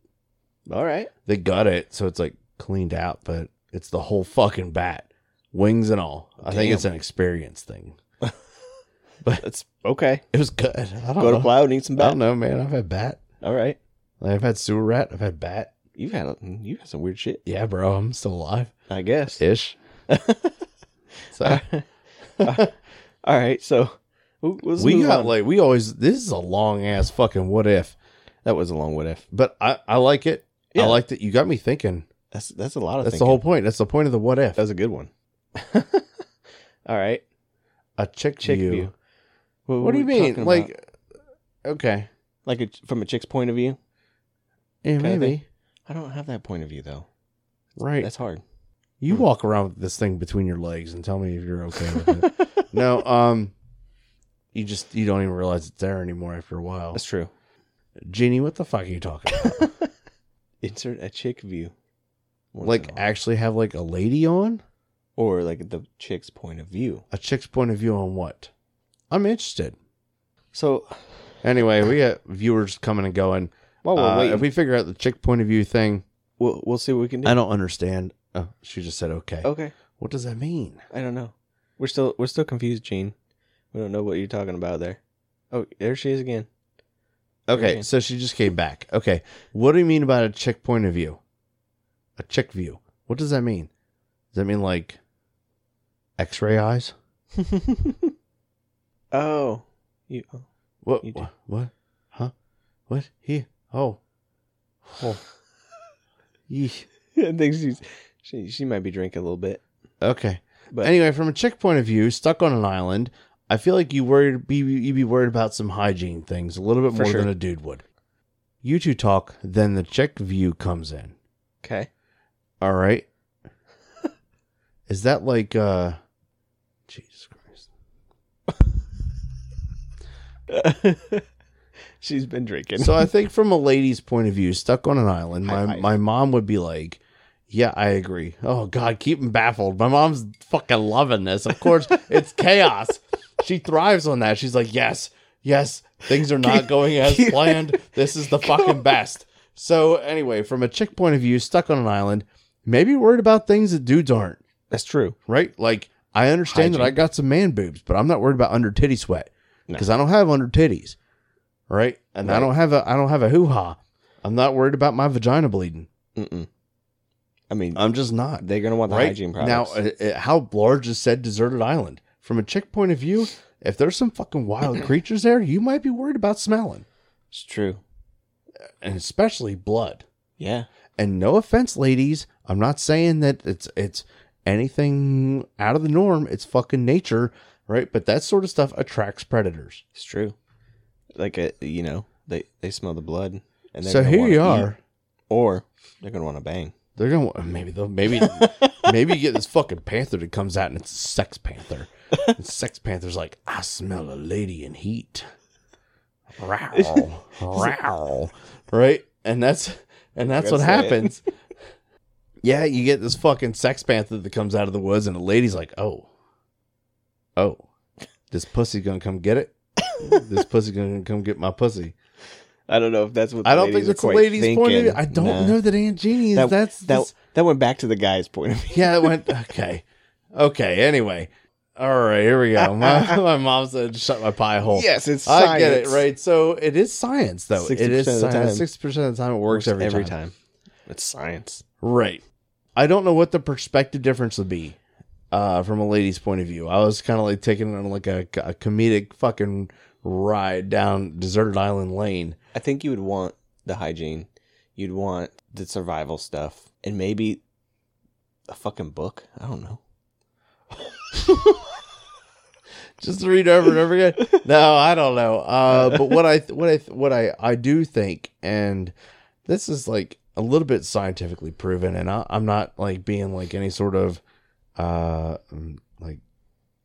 Speaker 4: All right.
Speaker 2: they gut it so it's like cleaned out but it's the whole fucking bat wings and all i think
Speaker 4: Damn.
Speaker 2: it's an experience thing
Speaker 4: That's okay.
Speaker 2: it was good i don't
Speaker 4: Go to
Speaker 2: know
Speaker 4: Plow and eat some
Speaker 2: Uh-huh. i don't
Speaker 4: bat.
Speaker 2: know man i've had bat
Speaker 4: All right.
Speaker 2: Like, i've had sewer rat i've had bat
Speaker 4: You've had a, you've had some weird shit.
Speaker 2: yeah bro i'm still alive
Speaker 4: I guess.
Speaker 2: ish so
Speaker 4: All right. So w- let's
Speaker 2: we
Speaker 4: move
Speaker 2: got
Speaker 4: on.
Speaker 2: like we always this is a long ass fucking what if
Speaker 4: that was a long what if.
Speaker 2: but i i like it
Speaker 4: Yeah. Oh,
Speaker 2: i liked it you got me thinking
Speaker 4: That's that's a lot of.
Speaker 2: that's the
Speaker 4: thinking.
Speaker 2: whole point that's the point of the what if
Speaker 4: That was a good one. All right.
Speaker 2: a chick,
Speaker 4: Chick
Speaker 2: view.
Speaker 4: view. What,
Speaker 2: what do you
Speaker 4: we
Speaker 2: mean
Speaker 4: talking about?
Speaker 2: like okay
Speaker 4: like a, from a chick's point of view?
Speaker 2: yeah,
Speaker 4: Kinda
Speaker 2: maybe
Speaker 4: I don't have that point of view though.
Speaker 2: right
Speaker 4: That's hard.
Speaker 2: You
Speaker 4: Hmm.
Speaker 2: walk around with this thing between your legs and tell me if you're okay with it. no, um, you just you don't even realize it's there anymore after a while.
Speaker 4: Oh. That's true.
Speaker 2: Jeannie, what the fuck are you talking about?
Speaker 4: Insert a chick view. Once
Speaker 2: like
Speaker 4: in a while.
Speaker 2: actually have like a lady on
Speaker 4: or like the chick's point of view.
Speaker 2: a chick's point of view on what? I'm interested.
Speaker 4: So
Speaker 2: Anyway, we got viewers coming and going.
Speaker 4: while we're
Speaker 2: Uh,
Speaker 4: waiting,
Speaker 2: if we figure out the chick point of view thing,
Speaker 4: we'll we'll see what we can do.
Speaker 2: I don't understand. Oh, she just said okay.
Speaker 4: okay.
Speaker 2: What does that mean?
Speaker 4: I don't know. We're still we're still confused, Gene. We don't know what you're talking about there. Oh, there she is again.
Speaker 2: Okay,
Speaker 4: Okay.
Speaker 2: so she just came back. Okay, what do you mean about a chick point of view? A chick view. What does that mean? Does that mean like X-ray eyes?
Speaker 4: oh, you. oh.
Speaker 2: What?
Speaker 4: You do.
Speaker 2: What? what? Huh? What? He? Oh. Oh. Yeesh.
Speaker 4: I think she's she she might be drinking a little bit.
Speaker 2: Okay.
Speaker 4: But-
Speaker 2: anyway, from a chick point of view, stuck on an island, I feel like you worried be you'd be worried about some hygiene things a little bit
Speaker 4: For
Speaker 2: more
Speaker 4: sure.
Speaker 2: than a dude would. You two talk, then the chick view comes in.
Speaker 4: Okay.
Speaker 2: All right. Is that like uh Jesus Christ.
Speaker 4: she's been drinking.
Speaker 2: So I think from a lady's point of view, stuck on an island,
Speaker 4: High
Speaker 2: my
Speaker 4: five.
Speaker 2: my mom would be like, "Yeah, I agree." Oh god, keep him baffled. My mom's fucking loving this. Of course, it's chaos. She thrives on that. She's like, "Yes. Yes, things are not going as
Speaker 4: keep-
Speaker 2: planned. This is the fucking best." So anyway, from a chick point of view, stuck on an island, maybe worried about things that dudes aren't.
Speaker 4: That's true.
Speaker 2: right? Like I understand that I got some man boobs, but I'm not worried about under titty sweat
Speaker 4: No.
Speaker 2: because I don't have under titties, right? And I
Speaker 4: Right.
Speaker 2: don't have a I don't have a hoo ha. I'm not worried about my vagina bleeding.
Speaker 4: Mm-mm. I mean,
Speaker 2: I'm just not.
Speaker 4: they're gonna want the
Speaker 2: right
Speaker 4: hygiene
Speaker 2: now,
Speaker 4: products.
Speaker 2: uh, uh, how large is said deserted island? From a chick point of view, if there's some fucking wild creatures there, you might be worried about smelling,
Speaker 4: it's true.
Speaker 2: and especially blood.
Speaker 4: Yeah.
Speaker 2: and no offense ladies i'm not saying that it's it's anything out of the norm it's fucking nature right but that sort of stuff attracts predators
Speaker 4: It's true. Like a, you know, they they smell the blood, and they're
Speaker 2: so
Speaker 4: gonna
Speaker 2: here
Speaker 4: wanna
Speaker 2: you
Speaker 4: eat,
Speaker 2: are
Speaker 4: or they're gonna want to bang.
Speaker 2: they're gonna wa- maybe they'll maybe maybe you get this fucking panther that comes out and it's a sex panther and sex panther's like i smell a lady in heat Row, row. right and that's and that's what
Speaker 4: That's it.
Speaker 2: happens yeah you get this fucking sex panther that comes out of the woods and the lady's like oh oh this pussy's gonna come get it this pussy's gonna come get my pussy
Speaker 4: I don't know if that's what the
Speaker 2: i don't think
Speaker 4: ladies are
Speaker 2: that's the
Speaker 4: quite
Speaker 2: lady's point of view
Speaker 4: thinking.
Speaker 2: i don't
Speaker 4: Nah.
Speaker 2: know that aunt jeannie is
Speaker 4: That-
Speaker 2: that's
Speaker 4: That that went back to the guy's point of view.
Speaker 2: yeah, it went okay. Okay, anyway. All right, here we go. My, my mom said shut my pie hole.
Speaker 4: Yes, it's
Speaker 2: I get it, right? So it is science though. It
Speaker 4: 60%
Speaker 2: is
Speaker 4: of the
Speaker 2: science.
Speaker 4: time.
Speaker 2: 60% of the time it works every, time.
Speaker 4: It's science.
Speaker 2: Right. I don't know what the perspective difference would be uh, from a lady's point of view. I was kind of like taking on like a, a comedic fucking ride down deserted island lane.
Speaker 4: I think you would want the hygiene. You'd want the survival stuff, and maybe a fucking book. I don't know.
Speaker 2: just to read over and over again. No, I don't know. Uh, but what I what I what I I do think, and this is like a little bit scientifically proven, and I, I'm not like being like any sort of uh um, like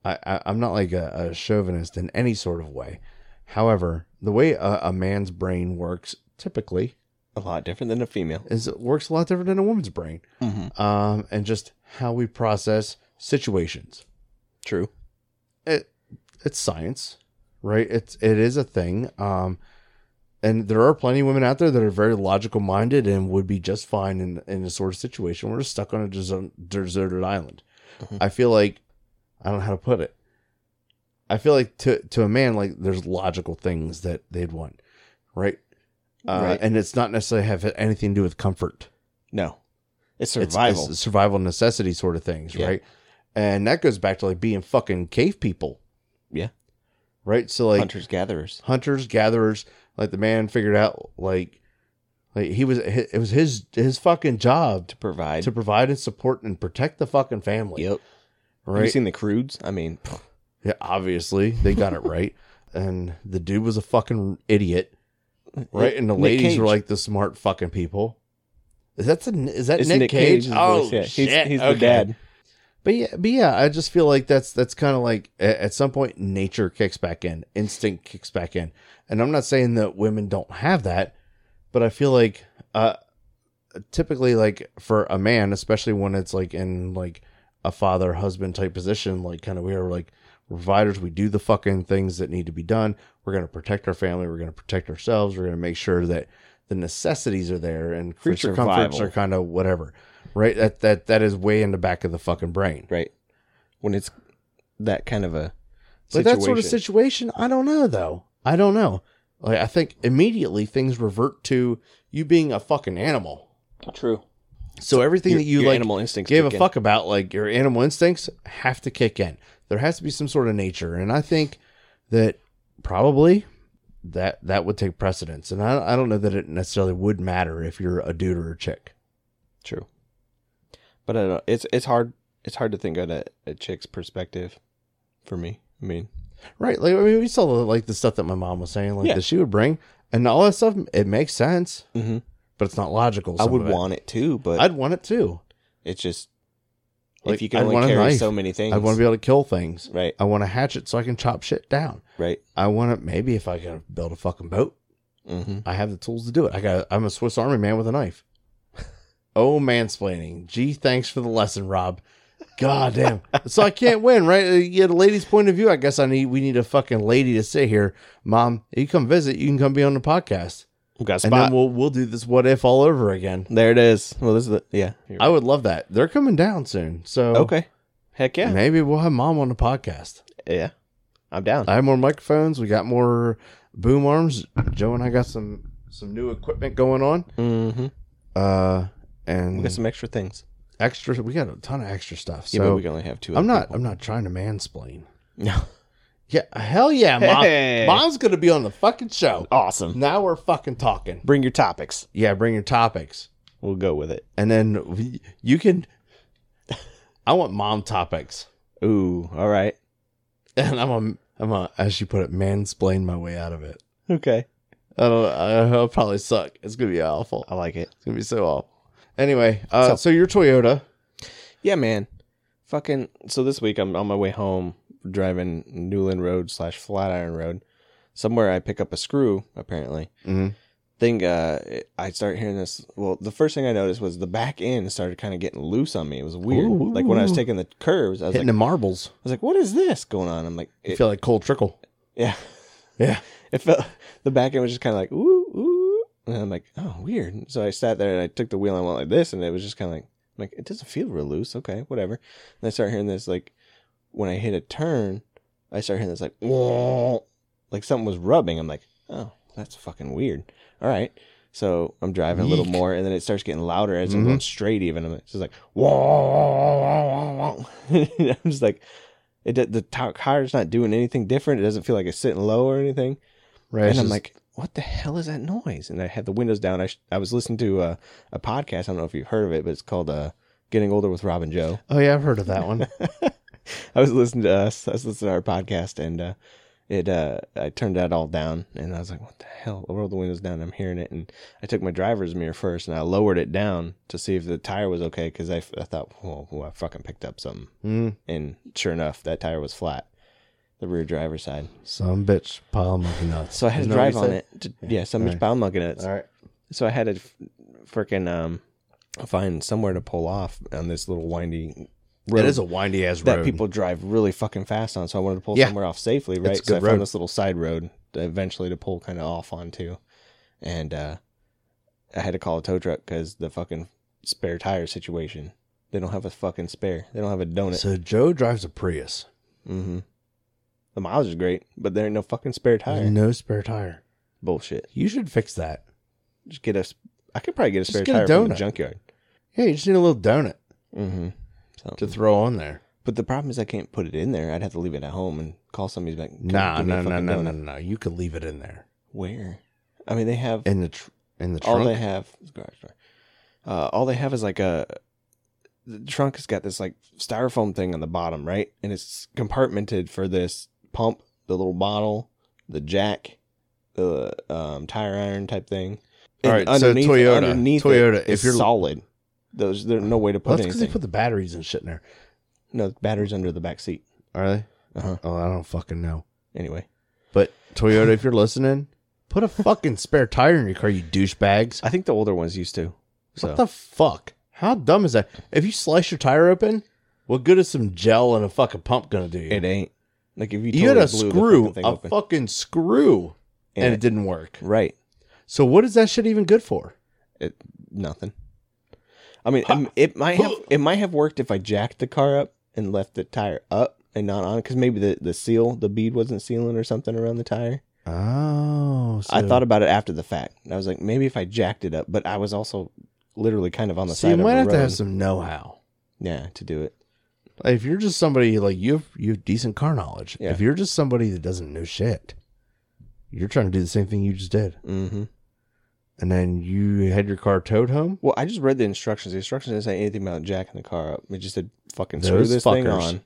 Speaker 2: I, I I'm not like a, a chauvinist in any sort of way. However, the way a, a man's brain works typically
Speaker 4: A lot different than a female.
Speaker 2: is it works a lot different than a woman's brain,
Speaker 4: Mm-hmm.
Speaker 2: um, and just how we process situations
Speaker 4: True.
Speaker 2: it it's science, right? It's it is a thing. Um and there are plenty of women out there that are very logical minded and would be just fine in in a sort of situation. We're just stuck on a deser- deserted island.
Speaker 4: Mhm.
Speaker 2: I feel like I don't know how to put it. I feel like to to a man like there's logical things that they'd want, right? Uh,
Speaker 4: Right.
Speaker 2: And it's not necessarily have anything to do with comfort.
Speaker 4: No, it's
Speaker 2: It's-
Speaker 4: survival.
Speaker 2: It's, survival necessity sort of things,
Speaker 4: Yeah.
Speaker 2: right? And that goes back to like being fucking cave people.
Speaker 4: Yeah.
Speaker 2: Right? So like
Speaker 4: Hunters gatherers.
Speaker 2: hunters, gatherers, like the man figured out like like he was it was his his fucking job to,
Speaker 4: Provide.
Speaker 2: to provide and support and protect the fucking family.
Speaker 4: yep. Have you
Speaker 2: Right?
Speaker 4: seen the crudes? I mean,
Speaker 2: yeah, obviously they got it right. And the dude was a fucking idiot. Right? And the
Speaker 4: Nick
Speaker 2: ladies
Speaker 4: Cage.
Speaker 2: were like the smart fucking people. Is that the is that
Speaker 4: It's
Speaker 2: Nick, Cage?
Speaker 4: Cage's
Speaker 2: Oh,
Speaker 4: voice, yeah. He's,
Speaker 2: shit.
Speaker 4: he's the
Speaker 2: okay.
Speaker 4: dad.
Speaker 2: But yeah, but yeah, I just feel like that's that's kind of like a- at some point nature kicks back in, instinct kicks back in, and I'm not saying that women don't have that, but I feel like uh, typically like for a man, especially when it's like in like a father husband type position, like kind of we are like providers, we do the fucking things that need to be done. We're gonna protect our family, we're gonna protect ourselves, we're gonna make sure that the necessities are there and
Speaker 4: For
Speaker 2: creature comforts
Speaker 4: survival.
Speaker 2: are kind of whatever. Right, that that that is way in the back of the fucking brain.
Speaker 4: Right. When it's that kind of a
Speaker 2: But
Speaker 4: situation.
Speaker 2: that sort of situation, I don't know though. I don't know. Like I think immediately things revert to you being a fucking animal.
Speaker 4: True.
Speaker 2: So everything
Speaker 4: Your,
Speaker 2: that you
Speaker 4: your
Speaker 2: like
Speaker 4: animal instincts
Speaker 2: gave a
Speaker 4: kick in.
Speaker 2: fuck about, like your animal instincts, have to kick in. There has to be some sort of nature, and I think that probably that that would take precedence. And I I don't know that it necessarily would matter if you're a dude or a chick.
Speaker 4: True. But I don't know. It's it's hard it's hard to think on a, a chick's perspective for me. I mean
Speaker 2: Right. Like I mean, we saw like the stuff that my mom was saying, like
Speaker 4: Yeah.
Speaker 2: that she would bring, and all that stuff. It makes sense,
Speaker 4: Mhm.
Speaker 2: but it's not logical.
Speaker 4: I
Speaker 2: some
Speaker 4: would
Speaker 2: of it.
Speaker 4: want it too, but
Speaker 2: I'd want it too.
Speaker 4: it's just
Speaker 2: Like,
Speaker 4: if you can
Speaker 2: I'd want
Speaker 4: only
Speaker 2: a
Speaker 4: carry
Speaker 2: knife.
Speaker 4: so many things.
Speaker 2: I want to be able to kill things.
Speaker 4: right,
Speaker 2: I want a hatchet so I can chop shit down.
Speaker 4: right.
Speaker 2: I want to maybe if I can build a fucking boat,
Speaker 4: Mm-hmm.
Speaker 2: I have the tools to do it. I got. I'm a Swiss Army man with a knife. oh, mansplaining. Gee, thanks for the lesson, Rob. God damn. so I can't win, right? Uh, Yeah, the lady's point of view. I guess I need. We need a fucking lady to sit here, Mom. You come visit. You can come be on the podcast,
Speaker 4: Got a
Speaker 2: and
Speaker 4: spot.
Speaker 2: then we'll we'll do this what if all over again.
Speaker 4: there it is. Well this is the yeah.
Speaker 2: I would love that. They're coming down soon, so
Speaker 4: okay. Heck yeah.
Speaker 2: Maybe we'll have mom on the podcast.
Speaker 4: Yeah. I'm down.
Speaker 2: I have more microphones. We got more boom arms. Joe and I got some some new equipment going on.
Speaker 4: mm-hmm.
Speaker 2: Uh,
Speaker 4: We
Speaker 2: and
Speaker 4: got some extra things.
Speaker 2: extra. We got a ton of extra stuff.
Speaker 4: yeah, but
Speaker 2: So
Speaker 4: we can only have two.
Speaker 2: I'm
Speaker 4: other
Speaker 2: not. I'm not trying to mansplain.
Speaker 4: people. No.
Speaker 2: Yeah, hell yeah, mom.
Speaker 4: Hey. Oh.
Speaker 2: Mom's gonna be on the fucking show.
Speaker 4: Awesome.
Speaker 2: Now we're fucking talking.
Speaker 4: Bring your topics.
Speaker 2: Yeah, bring your topics,
Speaker 4: We'll go with it.
Speaker 2: and then we, you can. I want mom topics,
Speaker 4: Ooh. All right.
Speaker 2: and I'm a, I'm a, as you put it, mansplain my way out of it.
Speaker 4: Okay.
Speaker 2: I don't. I, I'll probably suck. It's gonna be awful.
Speaker 4: I like it.
Speaker 2: It's gonna be so awful. Anyway, uh, so,
Speaker 4: So-
Speaker 2: your Toyota.
Speaker 4: Yeah, man. Fucking. So this week I'm on my way home, driving Newland Road slash Flatiron Road. Somewhere I pick up a screw. Apparently,
Speaker 2: Mhm.
Speaker 4: thing. Uh, it- I start hearing this. Well, the first thing I noticed was the back end started kind of getting loose on me. It was weird.
Speaker 2: Ooh.
Speaker 4: Like when I was taking the curves, I was
Speaker 2: hitting
Speaker 4: like,
Speaker 2: the marbles.
Speaker 4: I was like, what is this going on? I'm like,
Speaker 2: You
Speaker 4: it-
Speaker 2: feel like cold trickle.
Speaker 4: yeah,
Speaker 2: Yeah.
Speaker 4: It felt the back end was just kind of like ooh ooh, and I'm like, oh weird. So I sat there and I took the wheel and went like this, and it was just kind of like, I'm like it doesn't feel real loose. Okay, whatever. And I start hearing this like when I hit a turn, I start hearing this like like something was rubbing. I'm like, oh that's fucking weird. All right. So I'm driving a little
Speaker 2: Yeek.
Speaker 4: more, and then it starts getting louder as I'm
Speaker 2: Mhm.
Speaker 4: going straight. Even I'm just like, I'm just like, it do- the t- car's not doing anything different. It doesn't feel like it's sitting low or anything.
Speaker 2: Right.
Speaker 4: and I'm like, what the hell is that noise? And I had the windows down. I sh- I was listening to uh, a podcast. I don't know if you've heard of it, but it's called uh, "Getting Older with Rob and Joe."
Speaker 2: oh yeah, I've heard of that one.
Speaker 4: I was listening to us. I was listening to our podcast, and uh, it uh, I turned that all down, and I was like, "What the hell?" I rolled the windows down. I'm hearing it, and I took my driver's mirror first, and I lowered it down to see if the tire was okay, because I, f- I thought, "Well, well, I fucking picked up something,"
Speaker 2: Mm,
Speaker 4: and sure enough, that tire was flat, the rear driver's side.
Speaker 2: some bitch pile of monkey nuts.
Speaker 4: So I had
Speaker 2: Isn't
Speaker 4: to
Speaker 2: that what
Speaker 4: drive
Speaker 2: you
Speaker 4: on
Speaker 2: said?
Speaker 4: it. To, yeah, some
Speaker 2: Alright.
Speaker 4: right. pound mugging it.
Speaker 2: All right.
Speaker 4: So I had to f- freaking um, find somewhere to pull off on this little windy road
Speaker 2: It is a windy ass
Speaker 4: that
Speaker 2: road.
Speaker 4: people drive really fucking fast on. So I wanted to pull
Speaker 2: Yeah.
Speaker 4: somewhere off safely, right?
Speaker 2: a
Speaker 4: so
Speaker 2: good
Speaker 4: I
Speaker 2: road.
Speaker 4: found this little side road to- eventually to pull kind of off onto, and uh, I had to call a tow truck because the fucking spare tire situation. They don't have a fucking spare. They don't have a donut.
Speaker 2: So Joe drives a Prius.
Speaker 4: mm-hmm. The mileage is great, but there ain't no fucking spare tire.
Speaker 2: There's no spare tire.
Speaker 4: Bullshit.
Speaker 2: You should fix that.
Speaker 4: Just get a. s- I could probably get a
Speaker 2: Just
Speaker 4: spare
Speaker 2: get a
Speaker 4: tire from the
Speaker 2: donut.
Speaker 4: junkyard.
Speaker 2: Yeah, you just need a little donut
Speaker 4: Mm-hmm. So,
Speaker 2: to throw on there.
Speaker 4: but the problem is I can't put it in there. I'd have to leave it at home and call somebody. who's Like, "Come
Speaker 2: Nah,
Speaker 4: give me a
Speaker 2: no, no,
Speaker 4: fucking
Speaker 2: no,
Speaker 4: donut."
Speaker 2: no, no. You could leave it in there
Speaker 4: Where? I mean, they have
Speaker 2: in the tr- in the
Speaker 4: all
Speaker 2: trunk.
Speaker 4: they have is garage door. Uh, all they have is like a the trunk has got this like styrofoam thing on the bottom, right? And it's compartmented for this pump, the little bottle, the jack, the um, tire iron type thing.
Speaker 2: All
Speaker 4: And
Speaker 2: right, so
Speaker 4: underneath-
Speaker 2: Toyota,
Speaker 4: underneath it
Speaker 2: Toyota,
Speaker 4: is
Speaker 2: if you're-
Speaker 4: solid, there's there's no way to
Speaker 2: Well,
Speaker 4: put
Speaker 2: that's because they
Speaker 4: anything.
Speaker 2: put the batteries and shit in there.
Speaker 4: no batteries under the back seat.
Speaker 2: Are they?
Speaker 4: Uh-huh.
Speaker 2: Oh, I don't fucking know.
Speaker 4: Anyway,
Speaker 2: But Toyota, if you're listening, put a fucking spare tire in your car, you douchebags.
Speaker 4: I think the older ones used to. So
Speaker 2: What the fuck? How dumb is that? If you slice your tire open, what good is some gel and a fucking pump gonna do you?
Speaker 4: it ain't like if you
Speaker 2: you had
Speaker 4: totally
Speaker 2: a
Speaker 4: blew the
Speaker 2: screw,
Speaker 4: fucking thing
Speaker 2: a
Speaker 4: open.
Speaker 2: fucking screw, and,
Speaker 4: And
Speaker 2: it didn't work.
Speaker 4: right.
Speaker 2: So what is that shit even good for?
Speaker 4: It nothing. I mean, um, it might have it might have worked if I jacked the car up and left the tire up and not on because maybe the the seal the bead wasn't sealing or something around the tire.
Speaker 2: Oh, so
Speaker 4: I thought about it after the fact. I was like, maybe if I jacked it up, but I was also literally kind of on the
Speaker 2: So
Speaker 4: side
Speaker 2: you might
Speaker 4: of
Speaker 2: have
Speaker 4: the
Speaker 2: to
Speaker 4: road.
Speaker 2: have some know-how.
Speaker 4: yeah, to do it.
Speaker 2: Like, if you're just somebody like you have, you have decent car knowledge.
Speaker 4: Yeah.
Speaker 2: If you're just somebody that doesn't know shit, you're trying to do the same thing you just did,
Speaker 4: Mm-hmm.
Speaker 2: and then you had your car towed home.
Speaker 4: Well, I just read the instructions. The instructions didn't say anything about jacking the car up. It just said fucking
Speaker 2: Those
Speaker 4: screw this thing
Speaker 2: fuckers.
Speaker 4: on.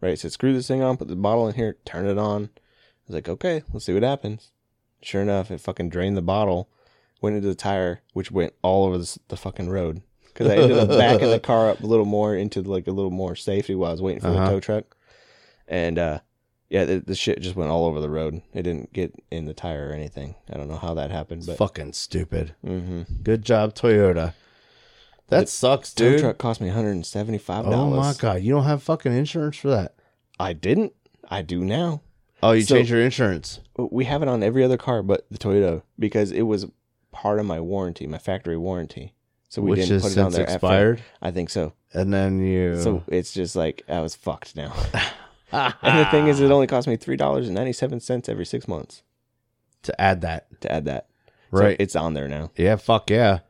Speaker 4: Right? It said screw this thing on, put the bottle in here, turn it on. I was like, okay, let's see what happens. Sure enough, it fucking drained the bottle, went into the tire, which went all over the, s- the fucking road. Because I ended up backing the car up a little more into like a little more safety while I was waiting for
Speaker 2: Uh-huh.
Speaker 4: the tow truck. And uh, yeah, the, the shit just went all over the road. It didn't get in the tire or anything. I don't know how that happened, but
Speaker 2: Fucking stupid.
Speaker 4: hmm
Speaker 2: Good job, Toyota. That
Speaker 4: The
Speaker 2: sucks,
Speaker 4: tow
Speaker 2: dude.
Speaker 4: truck cost me 175 dollars
Speaker 2: Oh my god, you don't have fucking insurance for that.
Speaker 4: I didn't. I do now.
Speaker 2: Oh, you
Speaker 4: So-
Speaker 2: changed your insurance.
Speaker 4: We have it on every other car but the Toyota because it was part of my warranty, my factory warranty. So we
Speaker 2: Which has
Speaker 4: didn't put it on
Speaker 2: since
Speaker 4: there. at first.
Speaker 2: expired?
Speaker 4: I think so.
Speaker 2: and then you.
Speaker 4: So it's just like I was fucked now. and the thing is, it only cost me three dollars and ninety seven cents every six months
Speaker 2: to add that,
Speaker 4: to add that. So
Speaker 2: right?
Speaker 4: it's on there now.
Speaker 2: yeah, fuck yeah.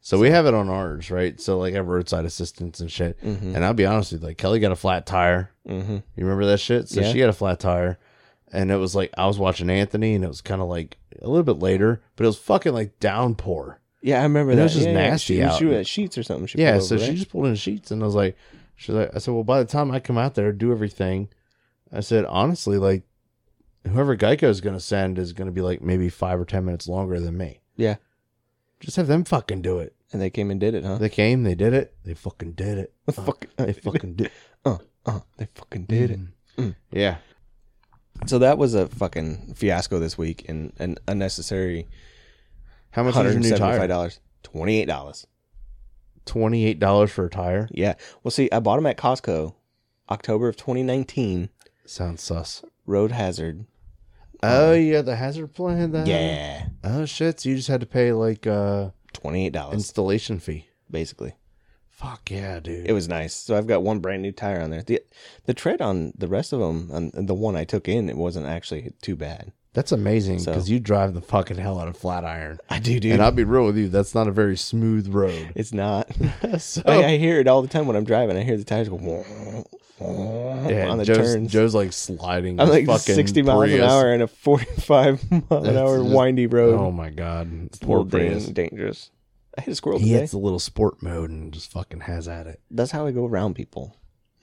Speaker 2: So we have it on ours, right? So like I have roadside assistance and shit.
Speaker 4: Mm-hmm.
Speaker 2: And I'll be honest with you, like Kelly got a flat tire.
Speaker 4: mm-hmm.
Speaker 2: You remember that shit? So
Speaker 4: Yeah.
Speaker 2: she had a flat tire. And it was like I was watching Anthony and it was kinda like a little bit later, but it was fucking like downpour.
Speaker 4: Yeah, I remember
Speaker 2: And it
Speaker 4: that.
Speaker 2: was just
Speaker 4: Yeah, yeah.
Speaker 2: nasty
Speaker 4: She,
Speaker 2: out.
Speaker 4: she was at sheets or something. She
Speaker 2: yeah,
Speaker 4: pulled
Speaker 2: so
Speaker 4: over,
Speaker 2: she
Speaker 4: right?
Speaker 2: just pulled in sheets and I was like she's like I said, Well by the time I come out there do everything, I said, honestly, like whoever Geico's gonna send is gonna be like maybe five or ten minutes longer than me.
Speaker 4: Yeah.
Speaker 2: Just have them fucking do it.
Speaker 4: and they came and did it, huh?
Speaker 2: They came, they did it, they fucking did it.
Speaker 4: They fucking,
Speaker 2: They fucking did
Speaker 4: uh, uh, they fucking did it.
Speaker 2: Yeah.
Speaker 4: So that was a fucking fiasco this week and an unnecessary
Speaker 2: How much is your new tire?
Speaker 4: $175. $28.
Speaker 2: Twenty eight dollars for a tire.
Speaker 4: Yeah. Well, see, I bought them at Costco October of 2019.
Speaker 2: Sounds sus.
Speaker 4: Road hazard.
Speaker 2: Oh, you had the hazard plan then?
Speaker 4: Uh, Yeah.
Speaker 2: Oh shit! So you just had to pay like uh
Speaker 4: $28,
Speaker 2: installation fee.
Speaker 4: basically.
Speaker 2: Fuck yeah, dude.
Speaker 4: It was nice. So I've got one brand new tire on there. The the tread on the rest of them, on the one I took in, it wasn't actually too bad.
Speaker 2: that's amazing
Speaker 4: So-
Speaker 2: because you drive the fucking hell out of Flatiron.
Speaker 4: I do, dude.
Speaker 2: And I'll be real with you, that's not a very smooth road.
Speaker 4: it's not.
Speaker 2: so,
Speaker 4: Like, I hear it all the time when I'm driving. I hear the tires go
Speaker 2: yeah,
Speaker 4: on the
Speaker 2: Joe's,
Speaker 4: turns.
Speaker 2: Joe's like sliding.
Speaker 4: I'm
Speaker 2: his
Speaker 4: like
Speaker 2: fucking
Speaker 4: 60 miles
Speaker 2: Prius.
Speaker 4: an hour in a 45 mile an
Speaker 2: That's
Speaker 4: hour
Speaker 2: just-
Speaker 4: windy road.
Speaker 2: Oh my god,
Speaker 4: It's
Speaker 2: poor
Speaker 4: little dang-
Speaker 2: Prius.
Speaker 4: dangerous. I hit a squirrel
Speaker 2: He
Speaker 4: today.
Speaker 2: hits the little sport mode and just fucking has at it.
Speaker 4: That's how I go around people.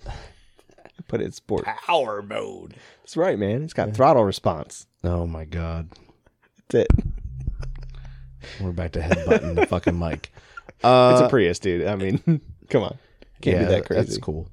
Speaker 4: I put it in sport.
Speaker 2: Power mode.
Speaker 4: That's right, man. It's got throttle response.
Speaker 2: Oh my god.
Speaker 4: That's it.
Speaker 2: We're back to headbutting the fucking mic.
Speaker 4: it's a
Speaker 2: Uh,
Speaker 4: Prius, dude. I mean, come on. Can't be that crazy.
Speaker 2: That's cool.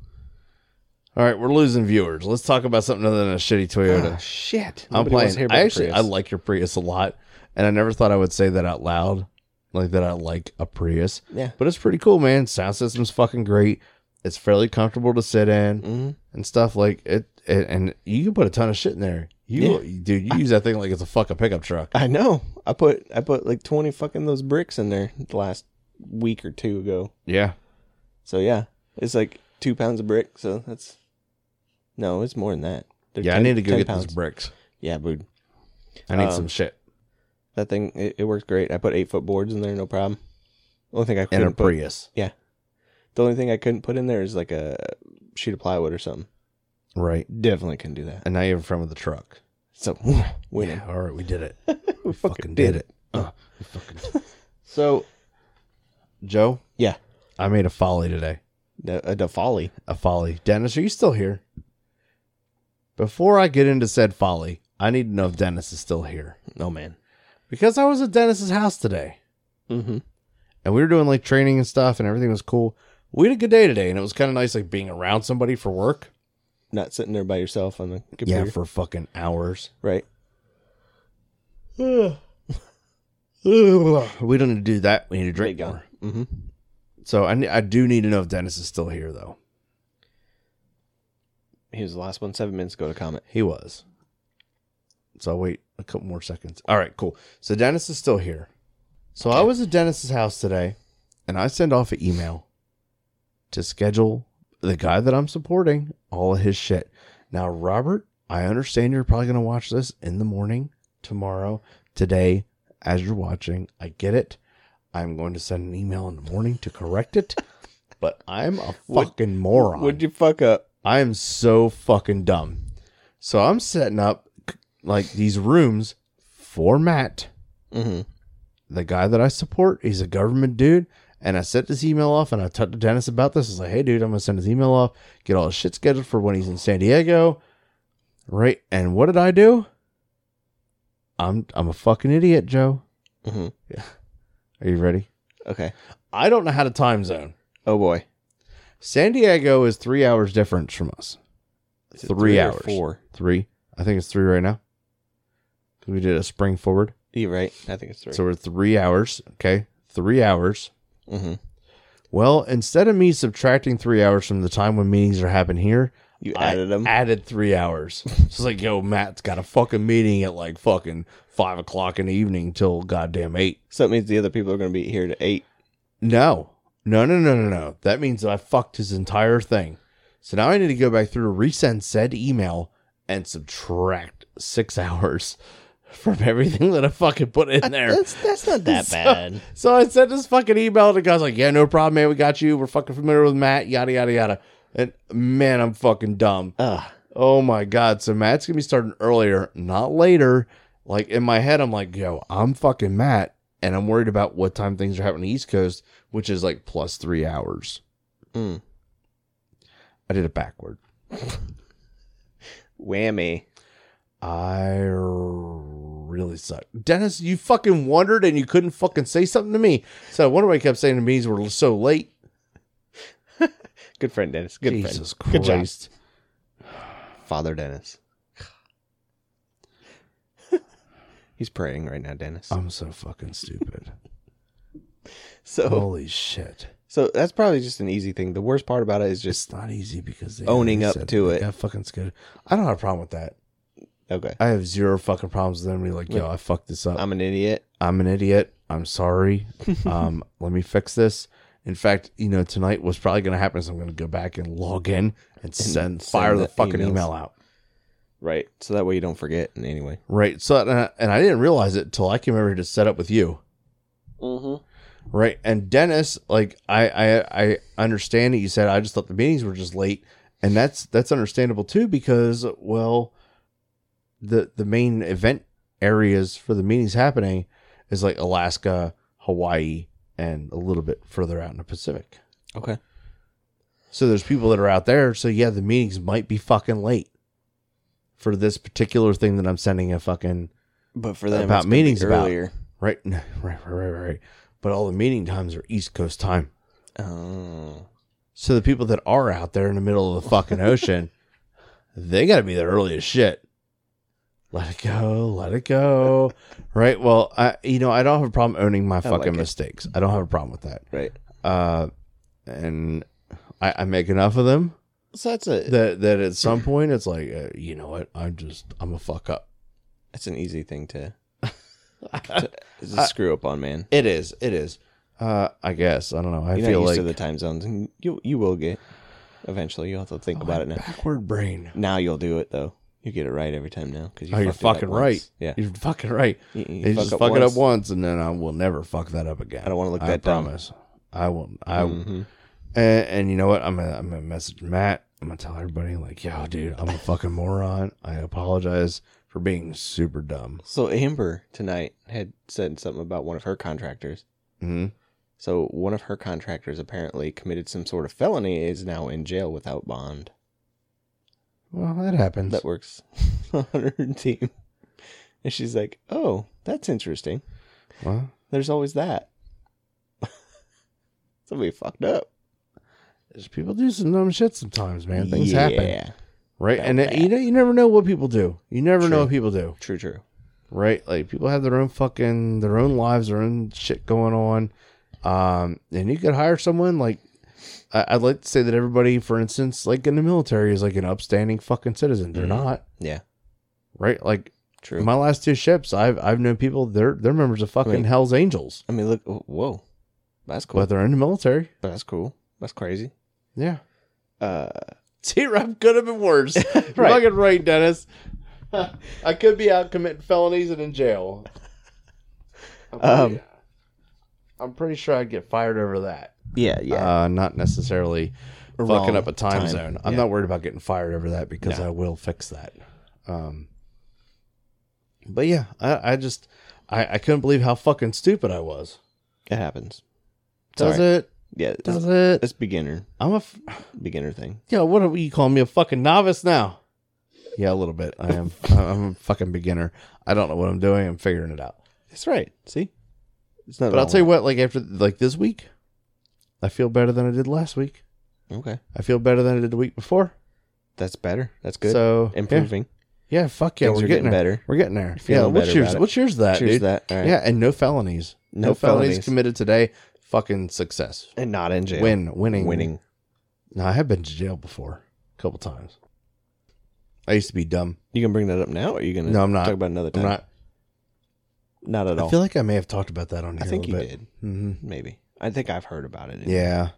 Speaker 2: All right, we're losing viewers. Let's talk about something other than a shitty Toyota.
Speaker 4: Ah, shit.
Speaker 2: I'm
Speaker 4: Nobody wants to
Speaker 2: playing.
Speaker 4: hear about
Speaker 2: I
Speaker 4: the
Speaker 2: actually
Speaker 4: Prius.
Speaker 2: I like your Prius a lot, and I never thought I would say that out loud, like that I like a Prius.
Speaker 4: Yeah.
Speaker 2: But it's pretty cool, man. Sound system's fucking great. It's fairly comfortable to sit in
Speaker 4: Mhm.
Speaker 2: and stuff like it, it. And you can put a ton of shit in there. You, dude, you use that thing like it's a fucking pickup truck.
Speaker 4: I know. I put I put like 20 fucking those bricks in there the last week or two ago.
Speaker 2: Yeah,
Speaker 4: So yeah, it's like two pounds of brick. So that's no, it's more than that. They're
Speaker 2: yeah. I
Speaker 4: 10
Speaker 2: need to go
Speaker 4: 10
Speaker 2: get
Speaker 4: pounds.
Speaker 2: those bricks.
Speaker 4: Yeah, dude.
Speaker 2: I need
Speaker 4: Um,
Speaker 2: some shit
Speaker 4: That thing it, it works great. I put eight foot boards in there, no problem. Only thing I
Speaker 2: and a
Speaker 4: couldn't put,
Speaker 2: Prius,
Speaker 4: the only thing I couldn't put in there is like a sheet of plywood or something.
Speaker 2: right?
Speaker 4: Definitely couldn't do that.
Speaker 2: And now you're in front of the truck.
Speaker 4: So winning.
Speaker 2: Yeah, all right, we did it. we, fucking, did, it. Uh, we fucking did. So, Joe,
Speaker 4: Yeah,
Speaker 2: I made a folly today.
Speaker 4: the, uh, the folly.
Speaker 2: A folly. Dennis, are you still here? Before I get into said folly, I need to know if Dennis is still here
Speaker 4: No man.
Speaker 2: because I was at Dennis's house today
Speaker 4: Mm-hmm.
Speaker 2: and we were doing like training and stuff and everything was cool. We had a good day today and it was kind of nice like being around somebody for work.
Speaker 4: Not sitting there by yourself on the
Speaker 2: Yeah,
Speaker 4: computer.
Speaker 2: for fucking hours.
Speaker 4: right. Mm-hmm.
Speaker 2: we don't need to do that. We need to drink more.
Speaker 4: Mm-hmm.
Speaker 2: So I, ne- I do need to know if Dennis is still here though.
Speaker 4: He was the last one seven minutes ago to comment.
Speaker 2: He was. So I'll wait a couple more seconds. All right, cool. So Dennis is still here. So I was at Dennis's house today, and I sent off an email to schedule the guy that I'm supporting all of his shit. Now, Robert, I understand you're probably going to watch this in the morning, tomorrow, today, as you're watching. I get it. I'm going to send an email in the morning to correct it, but I'm a
Speaker 4: Would-
Speaker 2: fucking moron.
Speaker 4: Would you fuck up?
Speaker 2: I am so fucking dumb. So I'm setting up like these rooms for Matt,
Speaker 4: Mm-hmm.
Speaker 2: the guy that I support. He's a government dude. And I sent this email off and I talked to Dennis about this. I was like, hey, dude, I'm going to send his email off, get all his shit scheduled for when he's in San Diego. Right. And what did I do? I'm, I'm a fucking idiot, Joe.
Speaker 4: Mm-hmm.
Speaker 2: Are you ready?
Speaker 4: Okay.
Speaker 2: I don't know how to time zone.
Speaker 4: Oh boy.
Speaker 2: San Diego is three hours difference from us.
Speaker 4: Is it
Speaker 2: Three
Speaker 4: or
Speaker 2: hours.
Speaker 4: Four.
Speaker 2: three. I think it's three right now. 'Cause We did a spring forward,
Speaker 4: You're right. I think it's 3
Speaker 2: so we're three hours. Okay, three hours.
Speaker 4: mm-hmm.
Speaker 2: Well, instead of me subtracting three hours from the time when meetings are happening here,
Speaker 4: You
Speaker 2: I
Speaker 4: added them.
Speaker 2: added three hours. so it's like, yo, Matt's got a fucking meeting at like fucking five o'clock in the evening till goddamn eight.
Speaker 4: so it means the other people are going to be here to eight.
Speaker 2: No, No, no, no, no, no. That means I fucked his entire thing. So now I need to go back through, resend said email, and subtract six hours from everything that I fucking put in there.
Speaker 4: That's that's not that
Speaker 2: So-
Speaker 4: bad.
Speaker 2: So I sent this fucking email to the guy's like, yeah, no problem, man. We got you. We're fucking familiar with Matt, yada, yada, yada. And man, I'm fucking dumb.
Speaker 4: Ugh.
Speaker 2: Oh my God. So Matt's going to be starting earlier, not later. Like in my head, I'm like, yo, I'm fucking Matt. And I'm worried about what time things are happening on the East Coast, which is like plus three hours.
Speaker 4: Mm.
Speaker 2: I did it backward.
Speaker 4: Whammy.
Speaker 2: I really suck. Dennis, you fucking wondered and you couldn't fucking say something to me. So I wonder why you kept saying to me we're so late.
Speaker 4: Good friend, Dennis. Good friend.
Speaker 2: Jesus
Speaker 4: Good job.
Speaker 2: Christ.
Speaker 4: Father Dennis. He's praying right now, Dennis.
Speaker 2: I'm so fucking stupid.
Speaker 4: so
Speaker 2: Holy shit.
Speaker 4: so that's probably just an easy thing. The worst part about it is just
Speaker 2: It's not easy because they
Speaker 4: Owning
Speaker 2: already
Speaker 4: up
Speaker 2: said
Speaker 4: to
Speaker 2: they
Speaker 4: it.
Speaker 2: got fucking scared. I don't have a problem with that.
Speaker 4: okay.
Speaker 2: I have zero fucking problems with them being like, yo, I fucked this up. I'm,
Speaker 4: I'm an idiot.
Speaker 2: an idiot. I'm sorry. um, let me fix this. In fact, you know, tonight was probably going to happen, so I'm going to go back and log in and, send,
Speaker 4: send
Speaker 2: fire the,
Speaker 4: the
Speaker 2: fucking
Speaker 4: emails.
Speaker 2: email out.
Speaker 4: Right. So that way you don't forget. And anyway.
Speaker 2: Right. So, and I, and I didn't realize it till I came over here to set up with you.
Speaker 4: Mm-hmm.
Speaker 2: Right. And Dennis, like I, I I understand that you said I just thought the meetings were just late. And that's that's understandable too, because well the the main event areas for the meetings happening is like Alaska, Hawaii, and a little bit further out in the Pacific.
Speaker 4: Okay.
Speaker 2: So there's people that are out there, so yeah, the meetings might be fucking late for this particular thing that I'm sending a fucking
Speaker 4: But for them
Speaker 2: About
Speaker 4: it's gonna be
Speaker 2: meetings about-
Speaker 4: earlier.
Speaker 2: right right right right right. But all the meeting times are East Coast time.
Speaker 4: Oh.
Speaker 2: So the people that are out there in the middle of the fucking ocean, they got to be there early as shit. Let it go, let it go. right? Well, I you know I don't have a problem owning my fucking
Speaker 4: like it.
Speaker 2: mistakes. I don't have a problem with that.
Speaker 4: Right.
Speaker 2: Uh, and I, I make enough of them
Speaker 4: So that's a
Speaker 2: that that at some point it's like uh, you know what I'm just I'm a fuck up.
Speaker 4: that's an easy thing to it's a screw up on, man.
Speaker 2: it is, it is. Uh, I guess I don't know. I
Speaker 4: You're not
Speaker 2: feel
Speaker 4: used
Speaker 2: like
Speaker 4: to the time zones, and you you will get eventually. You'll have to
Speaker 2: Oh,
Speaker 4: think about it now.
Speaker 2: backward brain.
Speaker 4: Now you'll do it though. You get it right every time now because you
Speaker 2: Oh, you're
Speaker 4: fucked it
Speaker 2: fucking
Speaker 4: up once.
Speaker 2: right.
Speaker 4: Yeah,
Speaker 2: You're fucking right.
Speaker 4: you, you
Speaker 2: You, just fuck, it up once, and then I will never fuck that up again.
Speaker 4: I don't wanna look that dumb.
Speaker 2: promise. I won't. I
Speaker 4: Mhm.
Speaker 2: and, and you know what? I'm gonna I'm gonna message Matt. I'm gonna tell everybody like, yo, dude, I'm a fucking moron. I apologize for being super dumb.
Speaker 4: So Amber tonight had said something about one of her contractors.
Speaker 2: hmm
Speaker 4: So one of her contractors apparently committed some sort of felony. Is now in jail without bond.
Speaker 2: Well, that happens.
Speaker 4: That works on her team. And she's like, "Oh, that's interesting.
Speaker 2: well,
Speaker 4: There's always that." Somebody fucked up.
Speaker 2: just people do some dumb shit sometimes, man. Things happen,
Speaker 4: Yeah.
Speaker 2: right?
Speaker 4: Know
Speaker 2: and it,
Speaker 4: that.
Speaker 2: you know, you never know what people do. You never know
Speaker 4: True.
Speaker 2: what people do,
Speaker 4: True, true.
Speaker 2: right? Like people have their own fucking their own lives, their own shit going on. Um, and you could hire someone like I, I'd like to say that everybody, for instance, like in the military, is like an upstanding fucking citizen. They're
Speaker 4: Mhm.
Speaker 2: not,
Speaker 4: Yeah,
Speaker 2: right? Like
Speaker 4: true.
Speaker 2: My last two ships, I've I've known people they're they're members of fucking
Speaker 4: Wait.
Speaker 2: Hell's Angels,
Speaker 4: I mean, look, oh, whoa, that's cool.
Speaker 2: but they're in the military.
Speaker 4: that's cool. That's crazy.
Speaker 2: Yeah,
Speaker 4: Uh,
Speaker 2: T Rap could have been worse. right.
Speaker 4: Right.
Speaker 2: Fucking right, Dennis. I could be out committing felonies and in jail. I'm pretty, uh,
Speaker 4: Um.
Speaker 2: I'm pretty sure I'd get fired over that.
Speaker 4: yeah, yeah.
Speaker 2: Uh, not necessarily
Speaker 4: Wrong
Speaker 2: fucking up a time,
Speaker 4: time.
Speaker 2: zone. I'm
Speaker 4: Yeah.
Speaker 2: not worried about getting fired over that because I will fix that. Um, but yeah, I, I just I, I couldn't believe how fucking stupid I was.
Speaker 4: it happens. It's
Speaker 2: Does
Speaker 4: alright.
Speaker 2: it?
Speaker 4: Yeah, it's,
Speaker 2: Does it?
Speaker 4: it's beginner,
Speaker 2: I'm a. F-
Speaker 4: beginner thing.
Speaker 2: Yo, what are you calling me a fucking novice now? Yeah, a little bit. I am. I'm a fucking beginner. I don't know what I'm doing. I'm figuring it out.
Speaker 4: That's right. See, it's not.
Speaker 2: But I'll tell you what. Like after like this week, I feel better than I did last week.
Speaker 4: Okay,
Speaker 2: I feel better than I did the week before.
Speaker 4: that's better. That's good.
Speaker 2: So yeah.
Speaker 4: Improving.
Speaker 2: Yeah, fuck yeah,
Speaker 4: Things
Speaker 2: we're
Speaker 4: are
Speaker 2: getting,
Speaker 4: getting
Speaker 2: there.
Speaker 4: better.
Speaker 2: We're getting there.
Speaker 4: feeling
Speaker 2: Yeah, what's
Speaker 4: better
Speaker 2: yours?
Speaker 4: about it.
Speaker 2: What's yours? That
Speaker 4: Cheers
Speaker 2: dude.
Speaker 4: to that. All right.
Speaker 2: Yeah, and no felonies.
Speaker 4: No
Speaker 2: No, felonies.
Speaker 4: felonies.
Speaker 2: committed today. Fucking success.
Speaker 4: and not in jail.
Speaker 2: Win, winning,
Speaker 4: winning.
Speaker 2: No, I have been to jail before, a couple times. I used to be dumb.
Speaker 4: You can bring that up now, or are you gonna?
Speaker 2: No, I'm not.
Speaker 4: Talk about another
Speaker 2: I'm
Speaker 4: time.
Speaker 2: not.
Speaker 4: not, at all.
Speaker 2: I feel like I may have talked about that on here.
Speaker 4: I think
Speaker 2: a
Speaker 4: you
Speaker 2: little bit.
Speaker 4: did.
Speaker 2: Mhm.
Speaker 4: Maybe. I think I've heard about it.
Speaker 2: Yeah.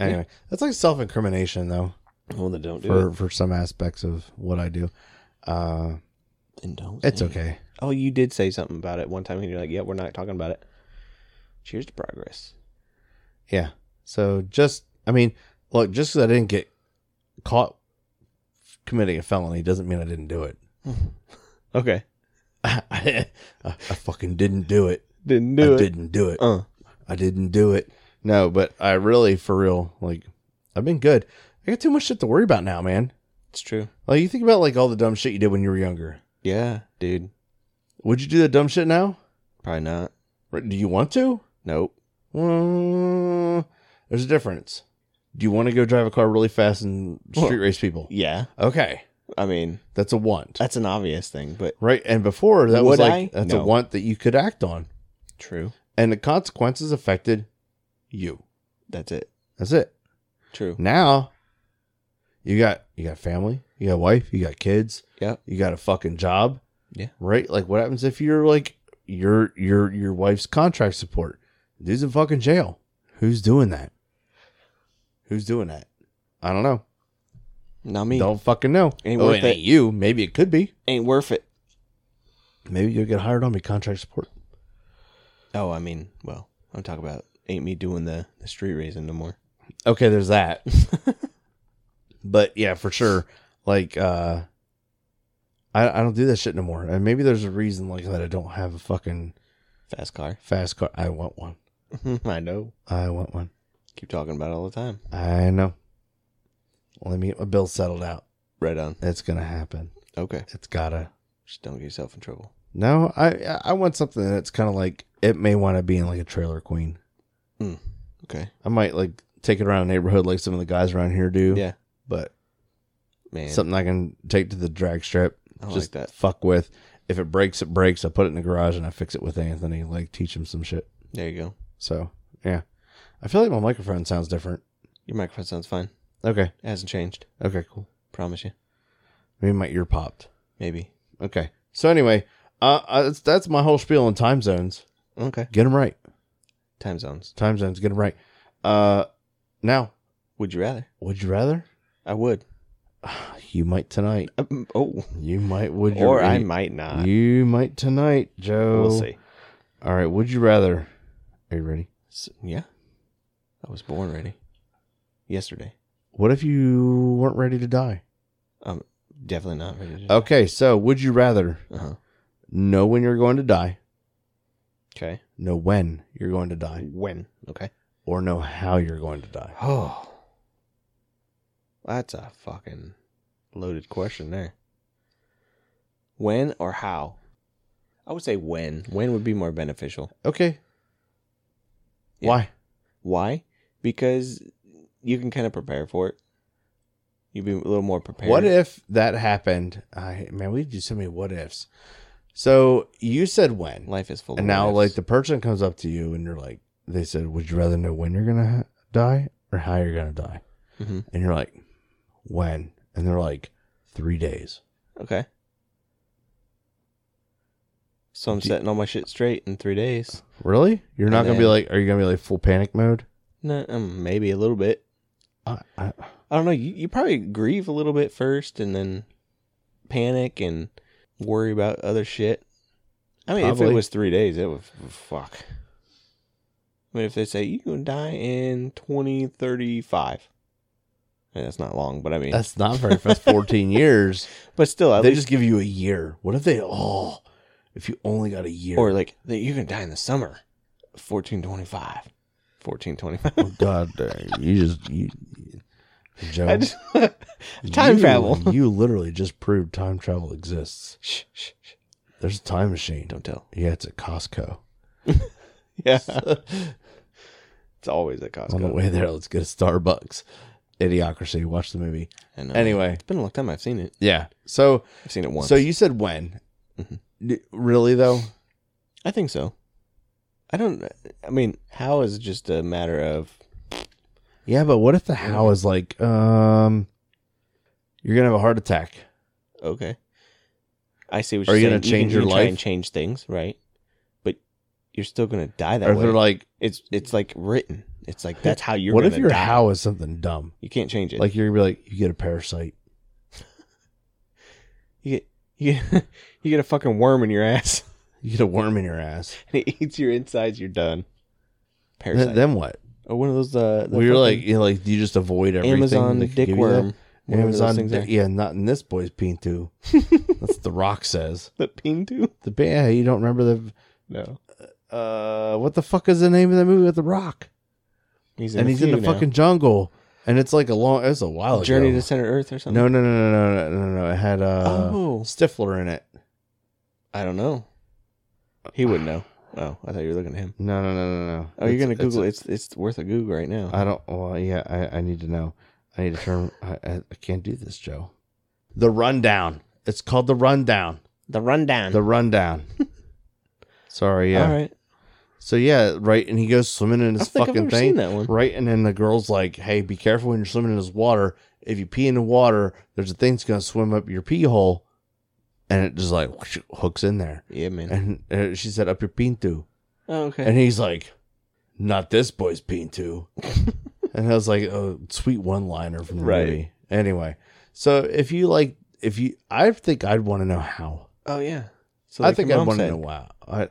Speaker 2: Anyway, that's like self incrimination though
Speaker 4: Well, then don't do
Speaker 2: for
Speaker 4: it.
Speaker 2: for some aspects of what I do. Uh,
Speaker 4: Then don't.
Speaker 2: it's
Speaker 4: say it.
Speaker 2: okay.
Speaker 4: Oh, you did say something about it one time, and you're like, "Yeah, we're not talking about it." Cheers to progress.
Speaker 2: Yeah. So just I mean, look, just because I didn't get caught committing a felony doesn't mean I didn't do it.
Speaker 4: Okay,
Speaker 2: I, I fucking didn't do it.
Speaker 4: didn't do
Speaker 2: I
Speaker 4: it.
Speaker 2: didn't do it.
Speaker 4: Uh,
Speaker 2: I didn't do it. No, but I really, for real, like, I've been good. I got too much shit to worry about now, man.
Speaker 4: it's true.
Speaker 2: Like, you think about like all the dumb shit you did when you were younger.
Speaker 4: Yeah, dude.
Speaker 2: Would you do that dumb shit now?
Speaker 4: Probably not.
Speaker 2: Or Do you want to?
Speaker 4: Nope.
Speaker 2: Mm, there's a difference. Do you want to go drive a car really fast and street
Speaker 4: Well-
Speaker 2: race people?
Speaker 4: Yeah.
Speaker 2: Okay,
Speaker 4: I mean,
Speaker 2: that's a want,
Speaker 4: that's an obvious thing, but
Speaker 2: right? And before that was
Speaker 4: Would
Speaker 2: like
Speaker 4: I?
Speaker 2: that's a
Speaker 4: No.
Speaker 2: want that you could act on,
Speaker 4: true.
Speaker 2: and the consequences affected you.
Speaker 4: That's it.
Speaker 2: That's it.
Speaker 4: True.
Speaker 2: now you got you got family you got wife you got kids
Speaker 4: Yep.
Speaker 2: you got a fucking job
Speaker 4: Yeah.
Speaker 2: right like what happens if you're like your your your wife's contract support dude's in fucking jail who's doing that who's doing that i don't know
Speaker 4: Not me.
Speaker 2: don't fucking know
Speaker 4: Ain't
Speaker 2: oh,
Speaker 4: worth
Speaker 2: it
Speaker 4: it.
Speaker 2: ain't you maybe it could be
Speaker 4: Ain't worth it.
Speaker 2: maybe you'll get hired on me contract support
Speaker 4: Oh, I mean, well, I'm talking about ain't me doing the, the street raising no more.
Speaker 2: okay there's that but yeah for sure like uh I, I don't do that shit no more and maybe there's a reason like that i don't have a fucking
Speaker 4: Fast car.
Speaker 2: fast car i want one
Speaker 4: I know.
Speaker 2: i want one
Speaker 4: Keep talking about it all the time.
Speaker 2: i know let me get my bill settled out
Speaker 4: Right on.
Speaker 2: it's gonna happen
Speaker 4: Okay.
Speaker 2: it's gotta
Speaker 4: Just don't get yourself in trouble.
Speaker 2: no i i want something that's kind of like it may want to be in like a trailer queen
Speaker 4: Okay.
Speaker 2: i might like take it around the neighborhood like some of the guys around here do
Speaker 4: Yeah.
Speaker 2: but
Speaker 4: Man.
Speaker 2: something i can take to the drag strip
Speaker 4: I don't
Speaker 2: just
Speaker 4: like that.
Speaker 2: fuck with. If it breaks, it breaks. I put it in the garage and I fix it with Anthony. Like teach him some shit.
Speaker 4: There you go.
Speaker 2: So yeah, I feel like my microphone sounds different.
Speaker 4: Your microphone sounds fine.
Speaker 2: Okay,
Speaker 4: It hasn't changed.
Speaker 2: okay, cool.
Speaker 4: Promise you.
Speaker 2: Maybe my ear popped.
Speaker 4: Maybe.
Speaker 2: Okay. So anyway, uh, uh that's, that's my whole spiel on time zones.
Speaker 4: Okay.
Speaker 2: Get them right.
Speaker 4: Time zones.
Speaker 2: Time zones. Get them right. Uh, now
Speaker 4: Would you rather?
Speaker 2: would you rather?
Speaker 4: I would.
Speaker 2: You might tonight.
Speaker 4: Um, oh.
Speaker 2: You might. Would you?
Speaker 4: Or I might not.
Speaker 2: You might tonight, Joe.
Speaker 4: We'll see.
Speaker 2: All right. Would you rather? Are you ready?
Speaker 4: S yeah. I was born ready. Yesterday.
Speaker 2: What if you weren't ready to die?
Speaker 4: Definitely not ready. to-
Speaker 2: Okay, so would you rather
Speaker 4: Uh-huh.
Speaker 2: know when you're going to die,
Speaker 4: Okay.
Speaker 2: know when you're going to die,
Speaker 4: When? Okay.
Speaker 2: or know how you're going to die?
Speaker 4: Oh. That's a fucking loaded question there. When or how? I would say when. When would be more beneficial.
Speaker 2: Okay.
Speaker 4: Yeah.
Speaker 2: Why?
Speaker 4: Why? Because you can kind of prepare for it. You'd be a little more prepared.
Speaker 2: What if that happened? I man, we do so many what ifs. So you said when,
Speaker 4: life is full of
Speaker 2: and now
Speaker 4: what
Speaker 2: like
Speaker 4: ifs.
Speaker 2: the person comes up to you and you're like, they said, would you rather know when you're gonna ha- die or how you're gonna die?
Speaker 4: Mhm.
Speaker 2: And you're like, when? And they're like, three days.
Speaker 4: Okay. So I'm setting all my shit straight in three days.
Speaker 2: Really? You're not
Speaker 4: And
Speaker 2: gonna be
Speaker 4: then-
Speaker 2: like, are you gonna be like full panic mode?
Speaker 4: No, um, maybe a little bit.
Speaker 2: I, I,
Speaker 4: I don't know. You, you probably grieve a little bit first and then panic and worry about other shit. I mean, if
Speaker 2: Probably.
Speaker 4: it was three days, it would fuck. I mean, if they say you're going to die in 2035, I mean, that's not long, but I mean,
Speaker 2: that's not very fast. Fourteen years.
Speaker 4: but still, at
Speaker 2: they
Speaker 4: least,
Speaker 2: just give you a year. What if they all? if you only got a year?
Speaker 4: or like, that you're going to die in the summer, 1425. 1425.
Speaker 2: oh, God dang, you just you, Joe,
Speaker 4: I just- time
Speaker 2: you-
Speaker 4: travel.
Speaker 2: You literally just proved time travel exists.
Speaker 4: Shh, shh, shh.
Speaker 2: There's a time machine.
Speaker 4: Don't tell.
Speaker 2: Yeah, it's at Costco.
Speaker 4: Yeah. it's always at
Speaker 2: On the
Speaker 4: Costco.
Speaker 2: way there, let's get a Starbucks. Idiocracy. Watch the movie.
Speaker 4: I know.
Speaker 2: Anyway,
Speaker 4: It's been a long time I've seen it.
Speaker 2: yeah. So,
Speaker 4: I've seen it once.
Speaker 2: so you said when?
Speaker 4: Mhm.
Speaker 2: D- Really though?
Speaker 4: I think so. I don't. I mean, how is just a matter of
Speaker 2: Yeah, but what if the how is like, um, you're gonna have a heart attack?
Speaker 4: okay. I see what
Speaker 2: Are
Speaker 4: you're
Speaker 2: you
Speaker 4: saying.
Speaker 2: gonna change
Speaker 4: you
Speaker 2: your
Speaker 4: can, you can try
Speaker 2: life?
Speaker 4: and change things, right? But you're still gonna die that
Speaker 2: or
Speaker 4: way.
Speaker 2: they're like,
Speaker 4: it's it's like written. It's like that's how you're.
Speaker 2: what if
Speaker 4: gonna
Speaker 2: your
Speaker 4: die.
Speaker 2: how is something dumb?
Speaker 4: You can't change it.
Speaker 2: Like you're gonna be like, you get a parasite.
Speaker 4: you get you get, you get a fucking worm in your ass
Speaker 2: You get a worm in your ass.
Speaker 4: and it eats your insides. You're done. Parasite.
Speaker 2: Then, then what?
Speaker 4: or one of those uh, the
Speaker 2: Well, you're like,
Speaker 4: fucking
Speaker 2: you know, like you just avoid everything.
Speaker 4: Amazon
Speaker 2: that can give you
Speaker 4: dickworm.
Speaker 2: that?
Speaker 4: One of those
Speaker 2: Amazon,
Speaker 4: things
Speaker 2: dick-
Speaker 4: there.
Speaker 2: yeah, not in this boy's peen too. That's the Rock says.
Speaker 4: The peen too?
Speaker 2: The ba- yeah, you don't remember the
Speaker 4: No.
Speaker 2: uh, what the fuck is the name of the movie with the Rock?
Speaker 4: He's
Speaker 2: and
Speaker 4: a
Speaker 2: he's in
Speaker 4: few
Speaker 2: the
Speaker 4: now.
Speaker 2: fucking jungle, and it's like a long, it's a while ago.
Speaker 4: Journey to Center Earth or something.
Speaker 2: No, no, no, no, no, no, no, no. It had uh,
Speaker 4: Oh.
Speaker 2: Stifler in it.
Speaker 4: I don't know. He wouldn't know. Oh, I thought you were looking at him.
Speaker 2: No, no, no, no, no.
Speaker 4: Oh, you're
Speaker 2: It's-
Speaker 4: gonna
Speaker 2: it's-
Speaker 4: Google. It's it's worth a Google right now.
Speaker 2: I don't. Well, yeah, I, I need to know. I need to turn. I, I, I can't do this, Joe. The rundown. It's called the rundown.
Speaker 4: the rundown.
Speaker 2: The rundown. Sorry, yeah.
Speaker 4: All right.
Speaker 2: So yeah, right, and he goes swimming in his
Speaker 4: I don't think I've
Speaker 2: fucking
Speaker 4: ever
Speaker 2: thing.
Speaker 4: seen that one.
Speaker 2: Right, and then the girl's like, "Hey, be careful when you're swimming in this water. If you pee in the water, there's a thing that's gonna swim up your pee hole, and it just like whoosh, hooks in there."
Speaker 4: Yeah, man.
Speaker 2: And uh, she said, "Up your peen too,"
Speaker 4: Oh, okay.
Speaker 2: and he's like, "Not this boy's peen too." and I was like, "Oh, sweet one liner from the
Speaker 4: Right.
Speaker 2: movie." Anyway, so if you like, if you, I think I'd want to know how.
Speaker 4: oh yeah. So
Speaker 2: I
Speaker 4: like
Speaker 2: think I'd
Speaker 4: your mom
Speaker 2: want to
Speaker 4: said,
Speaker 2: know wow. I,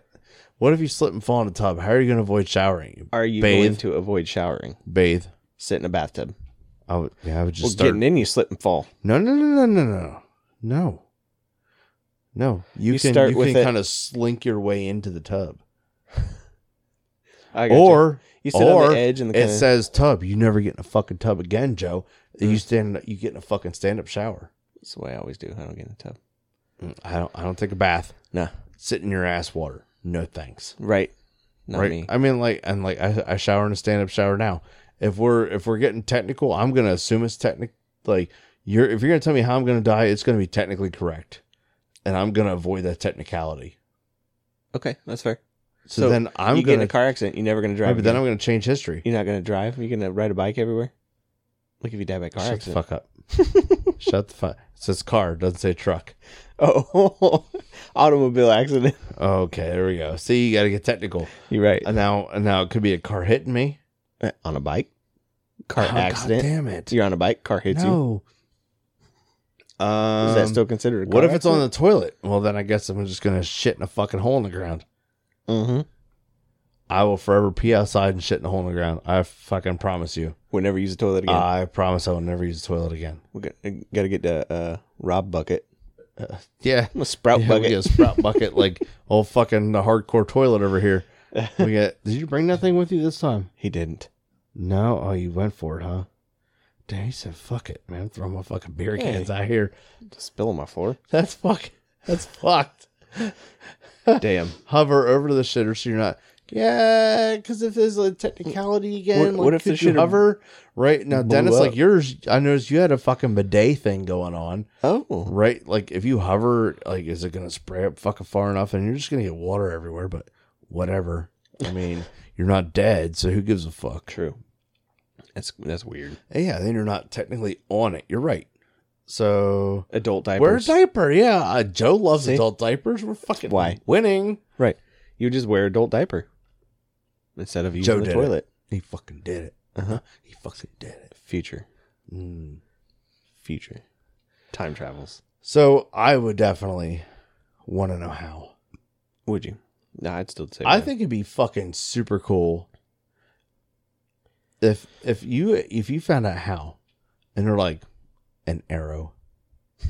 Speaker 2: what if you slip and fall in the tub? How are you going to avoid showering? You
Speaker 4: Are you
Speaker 2: bathe?
Speaker 4: going to avoid showering?
Speaker 2: bathe.
Speaker 4: Sit in a bathtub.
Speaker 2: I would. Yeah, I would just
Speaker 4: Well,
Speaker 2: start.
Speaker 4: getting in, you slip and fall.
Speaker 2: No, no, no, no, no, no, no, no. You,
Speaker 4: You
Speaker 2: can
Speaker 4: start
Speaker 2: you
Speaker 4: with
Speaker 2: can
Speaker 4: it-
Speaker 2: kind of slink your way into the tub,
Speaker 4: I gotcha.
Speaker 2: or
Speaker 4: you sit on
Speaker 2: or
Speaker 4: the edge and the
Speaker 2: it
Speaker 4: kinda,
Speaker 2: says tub. You never get in a fucking tub again, Joe. You
Speaker 4: Mm.
Speaker 2: stand. You get in a fucking stand up shower.
Speaker 4: that's the way I always do. I don't get in the tub.
Speaker 2: I don't. I don't take a bath.
Speaker 4: Nah.
Speaker 2: Sit in your ass water. No thanks.
Speaker 4: Right. Not
Speaker 2: right.
Speaker 4: me.
Speaker 2: I mean, like, and like, I, I shower in a stand up shower now. If we're if we're getting technical, I'm gonna assume it's technical. Like, you're if you're gonna tell me how I'm gonna die, it's gonna be technically correct, and I'm gonna avoid that technicality.
Speaker 4: Okay, that's fair.
Speaker 2: So,
Speaker 4: So,
Speaker 2: then I'm
Speaker 4: you get in
Speaker 2: gonna,
Speaker 4: a car accident, you're never gonna drive.
Speaker 2: right, but then
Speaker 4: again.
Speaker 2: I'm gonna change history.
Speaker 4: You're not gonna drive. You're gonna ride a bike everywhere. Like if you die by a car
Speaker 2: Shut the
Speaker 4: accident.
Speaker 2: fuck up. Shut the fuck. It says car, doesn't say truck.
Speaker 4: Oh, automobile accident.
Speaker 2: Okay, there we go. See, you gotta get technical.
Speaker 4: You're right.
Speaker 2: And now, and now it could be a car hitting me.
Speaker 4: Uh, on a bike, car
Speaker 2: Oh,
Speaker 4: accident.
Speaker 2: God damn it.
Speaker 4: You're on a bike, car hits you.
Speaker 2: No. Um,
Speaker 4: Is that still considered? A
Speaker 2: What if it's on the toilet? Well, then I guess I'm just gonna shit in a fucking hole in the ground.
Speaker 4: Mm-hmm.
Speaker 2: I will forever pee outside and shit in a hole in the ground. I fucking promise you.
Speaker 4: We'll never use the toilet again.
Speaker 2: I promise I will never use the toilet again.
Speaker 4: we got, got to get the uh, Rob bucket,
Speaker 2: Yeah,
Speaker 4: a sprout
Speaker 2: yeah we
Speaker 4: bucket.
Speaker 2: get a sprout bucket like old fucking hardcore toilet over here. We get. Did you bring that thing with you this time?
Speaker 4: He didn't.
Speaker 2: No. Oh, you went for it, huh? Damn, he said, "Fuck it, man. Throw my fucking beer
Speaker 4: Hey.
Speaker 2: cans out here."
Speaker 4: Spill on my floor.
Speaker 2: That's fuck. That's fucked.
Speaker 4: Damn.
Speaker 2: Hover over to the shitter so you're not. Yeah, because if there's a technicality again,
Speaker 4: What-
Speaker 2: like,
Speaker 4: what if
Speaker 2: could
Speaker 4: the
Speaker 2: you
Speaker 4: shitter
Speaker 2: hover right now?
Speaker 4: blew
Speaker 2: Dennis, like
Speaker 4: up?
Speaker 2: yours, I noticed you had a fucking bidet thing going on,
Speaker 4: Oh,
Speaker 2: right? Like if you hover, like is it gonna spray up fucking far enough, and you're just gonna get water everywhere? But whatever. I mean, you're not dead, so who gives a fuck?
Speaker 4: true. That's that's weird.
Speaker 2: Yeah, then you're not technically on it. You're right. So
Speaker 4: Adult diapers.
Speaker 2: wear a diaper. Yeah, uh, Joe loves
Speaker 4: See?
Speaker 2: adult diapers. We're fucking
Speaker 4: Why?
Speaker 2: winning.
Speaker 4: Right. You just wear adult diaper instead of using
Speaker 2: Joe
Speaker 4: the
Speaker 2: did it.
Speaker 4: toilet.
Speaker 2: He fucking did it.
Speaker 4: Uh huh.
Speaker 2: He fucking did it.
Speaker 4: Future.
Speaker 2: Mm.
Speaker 4: Future. Time travels.
Speaker 2: So I would definitely want to know how.
Speaker 4: Would you? Nah, I'd still say.
Speaker 2: I
Speaker 4: no.
Speaker 2: think it'd be fucking super cool if if you if you found out how, and they're like an arrow,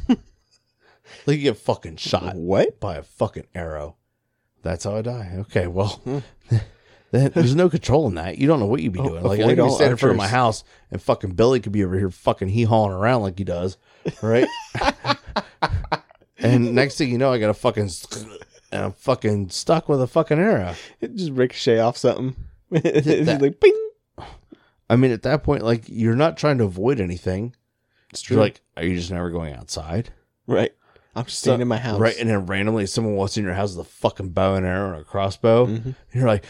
Speaker 2: like you get fucking shot
Speaker 4: What?
Speaker 2: by a fucking arrow. That's how I die. Okay, well. then There's no control in that. You don't know what you'd be
Speaker 4: Hmm. Oh,
Speaker 2: doing. Like I
Speaker 4: avoid
Speaker 2: could be
Speaker 4: all
Speaker 2: standing in front of my
Speaker 4: archers.
Speaker 2: house, and fucking Billy could be over here fucking hee hawing around like he does, right? and next thing you know, I got a fucking and I'm fucking stuck with a fucking arrow.
Speaker 4: It just ricochet off something. it's just
Speaker 2: that-
Speaker 4: like ping.
Speaker 2: I mean, at that point, like you're not trying to avoid anything.
Speaker 4: It's
Speaker 2: You're like, are you just never going outside?
Speaker 4: right. I'm just staying in my house.
Speaker 2: Right, and then randomly someone walks in your house with a fucking bow and arrow and a crossbow.
Speaker 4: Mm-hmm.
Speaker 2: And you're like,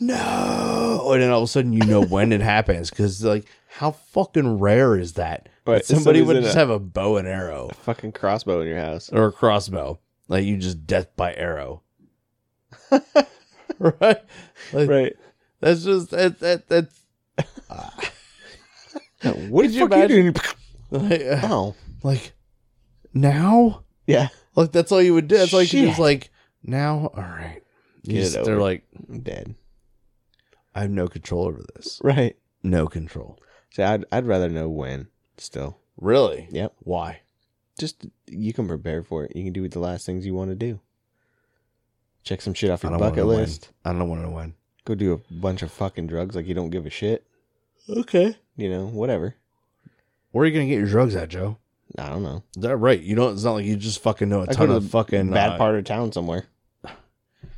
Speaker 2: no. And then all of a sudden, you know when it happens because, like, how fucking rare is that?
Speaker 4: Right,
Speaker 2: that somebody
Speaker 4: somebody's
Speaker 2: would
Speaker 4: in
Speaker 2: just
Speaker 4: a-
Speaker 2: have a bow and arrow
Speaker 4: Fucking crossbow in your house.
Speaker 2: or a crossbow. Like, you just death by arrow. right? Like,
Speaker 4: Right.
Speaker 2: That's just that that that's
Speaker 4: What did you
Speaker 2: fuck you
Speaker 4: imagine?
Speaker 2: like, uh,
Speaker 4: Oh.
Speaker 2: like now.
Speaker 4: Yeah.
Speaker 2: Like that's all you would do. That's all you could do. Is
Speaker 4: Shit.
Speaker 2: like now. All right. You
Speaker 4: Get it
Speaker 2: just-
Speaker 4: over.
Speaker 2: they're like,
Speaker 4: I'm dead.
Speaker 2: I have no control over this.
Speaker 4: Right.
Speaker 2: No control.
Speaker 4: So I'd I'd rather know when still.
Speaker 2: Really?
Speaker 4: Yep.
Speaker 2: Why?
Speaker 4: Just you can prepare for it. You can do the last things you want to do. Check some shit off
Speaker 2: I
Speaker 4: your
Speaker 2: don't wanna
Speaker 4: bucket
Speaker 2: win.
Speaker 4: list.
Speaker 2: I don't want to win.
Speaker 4: Go do a bunch of fucking drugs like you don't give a shit.
Speaker 2: Okay.
Speaker 4: You know, whatever.
Speaker 2: Where are you gonna get your drugs at, Joe?
Speaker 4: I don't know.
Speaker 2: Is that right? You don't. It's not like you just fucking know a
Speaker 4: I go
Speaker 2: ton
Speaker 4: to
Speaker 2: of
Speaker 4: the
Speaker 2: fucking
Speaker 4: Bad
Speaker 2: uh,
Speaker 4: part of town somewhere.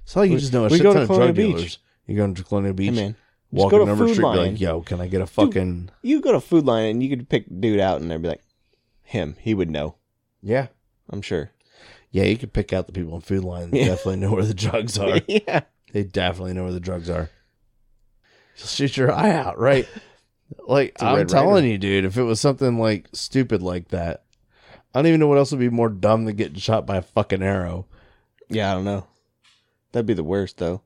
Speaker 2: It's not like you
Speaker 4: We-
Speaker 2: just know a
Speaker 4: we
Speaker 2: shit
Speaker 4: go to
Speaker 2: ton of
Speaker 4: Colonial
Speaker 2: drug
Speaker 4: Beach.
Speaker 2: dealers. You go to Colonial Beach,
Speaker 4: Hey man, just
Speaker 2: walking
Speaker 4: go to
Speaker 2: down the
Speaker 4: Food
Speaker 2: street, be
Speaker 4: Lion.
Speaker 2: like, "Yo, can I get a fucking
Speaker 4: you go to Food Line and you could pick dude out and they'd be like, him. He would know.
Speaker 2: yeah,
Speaker 4: I'm sure.
Speaker 2: yeah"? You could pick out the people in food line. They
Speaker 4: Yeah.
Speaker 2: definitely know where the drugs are.
Speaker 4: yeah.
Speaker 2: they definitely know where the drugs are. You'll shoot your eye out, right? Like
Speaker 4: a
Speaker 2: I'm
Speaker 4: Red
Speaker 2: telling you, dude. If it was something like stupid like that, I don't even know what else would be more dumb than getting shot by a fucking arrow.
Speaker 4: Yeah, I don't know. That'd be the worst though.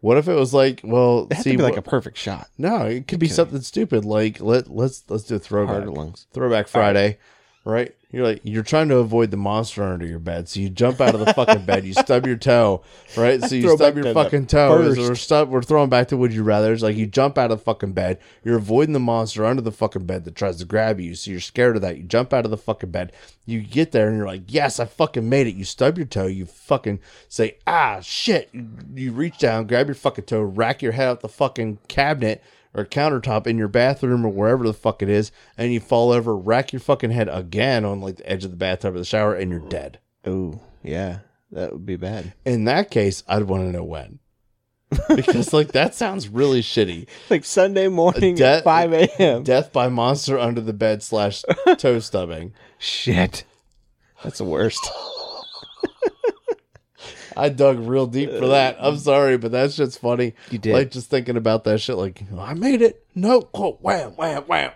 Speaker 2: What if it was like, well,
Speaker 4: That'd
Speaker 2: see,
Speaker 4: be like
Speaker 2: what-
Speaker 4: a perfect shot.
Speaker 2: no, it could be
Speaker 4: Okay.
Speaker 2: something stupid. Like let let's let's do a throwback.
Speaker 4: Hard lungs.
Speaker 2: Throwback Friday, right? You're like you're trying to avoid the monster under your bed, so you jump out of the fucking bed, you stub your toe, right? So you
Speaker 4: Throw
Speaker 2: stub
Speaker 4: back
Speaker 2: your
Speaker 4: to the
Speaker 2: fucking toe.
Speaker 4: first.
Speaker 2: We're, stub, we're throwing back to would you rather. It's like you jump out of the fucking bed, you're avoiding the monster under the fucking bed that tries to grab you, so you're scared of that. You jump out of the fucking bed, you get there, and you're like, yes, I fucking made it. You stub your toe, you fucking say, ah, shit. You, you reach down, grab your fucking toe, rack your head out the fucking cabinet or countertop in your bathroom or wherever the fuck it is, and you fall over, rack your fucking head again on like the edge of the bathtub or the shower, and you're dead.
Speaker 4: Oh, yeah. That would be bad.
Speaker 2: In that case, I'd want to know when. Because like that sounds really shitty.
Speaker 4: Like Sunday morning
Speaker 2: death-
Speaker 4: at five AM.
Speaker 2: Death by monster under the bed slash toe stubbing.
Speaker 4: Shit. That's the worst.
Speaker 2: I dug real deep for that. I'm sorry, but that shit's funny.
Speaker 4: You did.
Speaker 2: Like just thinking about that shit. Like I made it. No, oh, wham, wham, wham,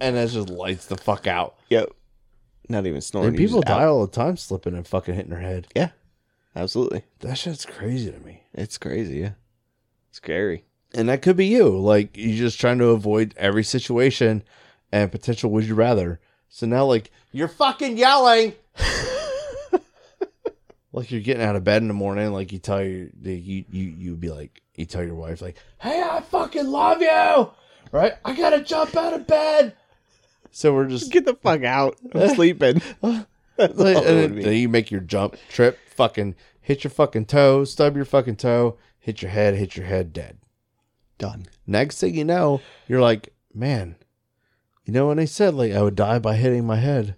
Speaker 2: and that just lights the fuck out.
Speaker 4: Yep. Not even snoring.
Speaker 2: And
Speaker 4: you
Speaker 2: people
Speaker 4: just out.
Speaker 2: die all the time, slipping and fucking hitting their head.
Speaker 4: Absolutely.
Speaker 2: That shit's crazy to me.
Speaker 4: It's crazy, yeah. Scary.
Speaker 2: And that could be you. Like you're just trying to avoid every situation and potential would you rather. So now like you're fucking yelling. like you're getting out of bed in the morning, like you tell your you you you'd be like you tell your wife like, Hey, I fucking love you Right? I gotta jump out of bed. So we're just
Speaker 4: Get the fuck out. I'm sleeping. uh, That's all
Speaker 2: like,
Speaker 4: it would
Speaker 2: and
Speaker 4: be.
Speaker 2: then you make your jump, trip, fucking hit your fucking toe, stub your fucking toe, hit your head, hit your head dead.
Speaker 4: Done.
Speaker 2: next thing you know, you're like, man, you know when they said like I would die by hitting my head,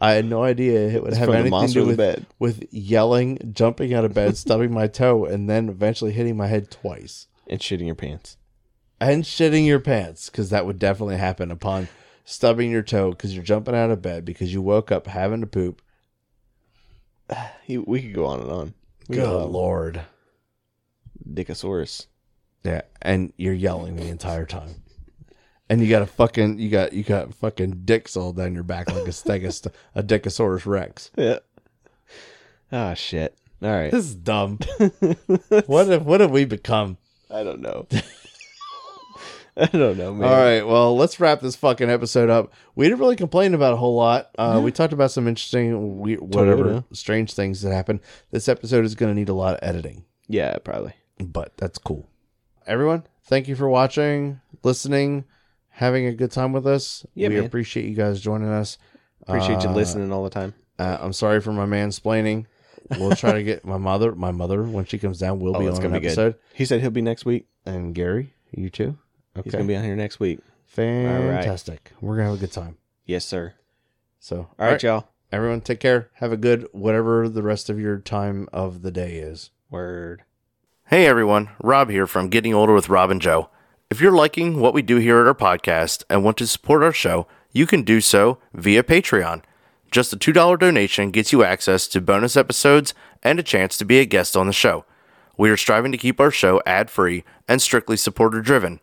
Speaker 2: I had no idea it would
Speaker 4: It's
Speaker 2: have
Speaker 4: from the
Speaker 2: anything to
Speaker 4: monster
Speaker 2: do
Speaker 4: of the
Speaker 2: with
Speaker 4: bed.
Speaker 2: with yelling, jumping out of bed, stubbing my toe, and then eventually hitting my head twice
Speaker 4: And shitting your pants.
Speaker 2: and shitting your pants because that would definitely happen upon stubbing your toe because you're jumping out of bed because you woke up having to poop.
Speaker 4: He, we could go on and on. We
Speaker 2: Good
Speaker 4: got
Speaker 2: lord,
Speaker 4: Dickosaurus.
Speaker 2: yeah, and you're yelling the entire time. And you got a fucking you got you got fucking dicks all down your back like a stegos a Dickosaurus Rex.
Speaker 4: Yeah. Ah, shit. All right.
Speaker 2: This is dumb. what have what have we become?
Speaker 4: I don't know. I don't know, man.
Speaker 2: All right, well, let's wrap this fucking episode up. We didn't really complain about a whole lot. Uh, We talked about some interesting, we, whatever, strange things that happened. This episode is going to need a lot of editing,
Speaker 4: Yeah, probably.
Speaker 2: but that's cool. Everyone, thank you for watching, listening, having a good time with us.
Speaker 4: Yeah,
Speaker 2: we
Speaker 4: man.
Speaker 2: appreciate you guys joining us.
Speaker 4: Appreciate you
Speaker 2: Uh,
Speaker 4: listening all the time.
Speaker 2: Uh, I'm sorry for my mansplaining. We'll try to get my mother. My mother, when she comes down, will
Speaker 4: Oh,
Speaker 2: be
Speaker 4: that's
Speaker 2: on an
Speaker 4: gonna be good.
Speaker 2: episode.
Speaker 4: He said he'll be next week.
Speaker 2: And Gary, you too. Okay.
Speaker 4: He's gonna be on here next week.
Speaker 2: Fantastic. We're gonna have a good time.
Speaker 4: Yes, sir.
Speaker 2: So, all
Speaker 4: All right, y'all.
Speaker 2: everyone, take care. Have a good whatever the rest of your time of the day is.
Speaker 4: Word.
Speaker 5: Hey everyone, Rob here from Getting Older with Rob and Joe. If you're liking what we do here at our podcast and want to support our show, you can do so via Patreon. Just a $2 donation gets you access to bonus episodes and a chance to be a guest on the show. We are striving to keep our show ad free and strictly supporter driven.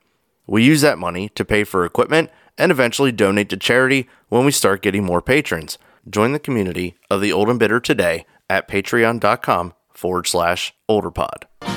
Speaker 5: We use that money to pay for equipment and eventually donate to charity when we start getting more patrons. Join the community of the Old and Bitter today at patreon.com forward slash olderpod.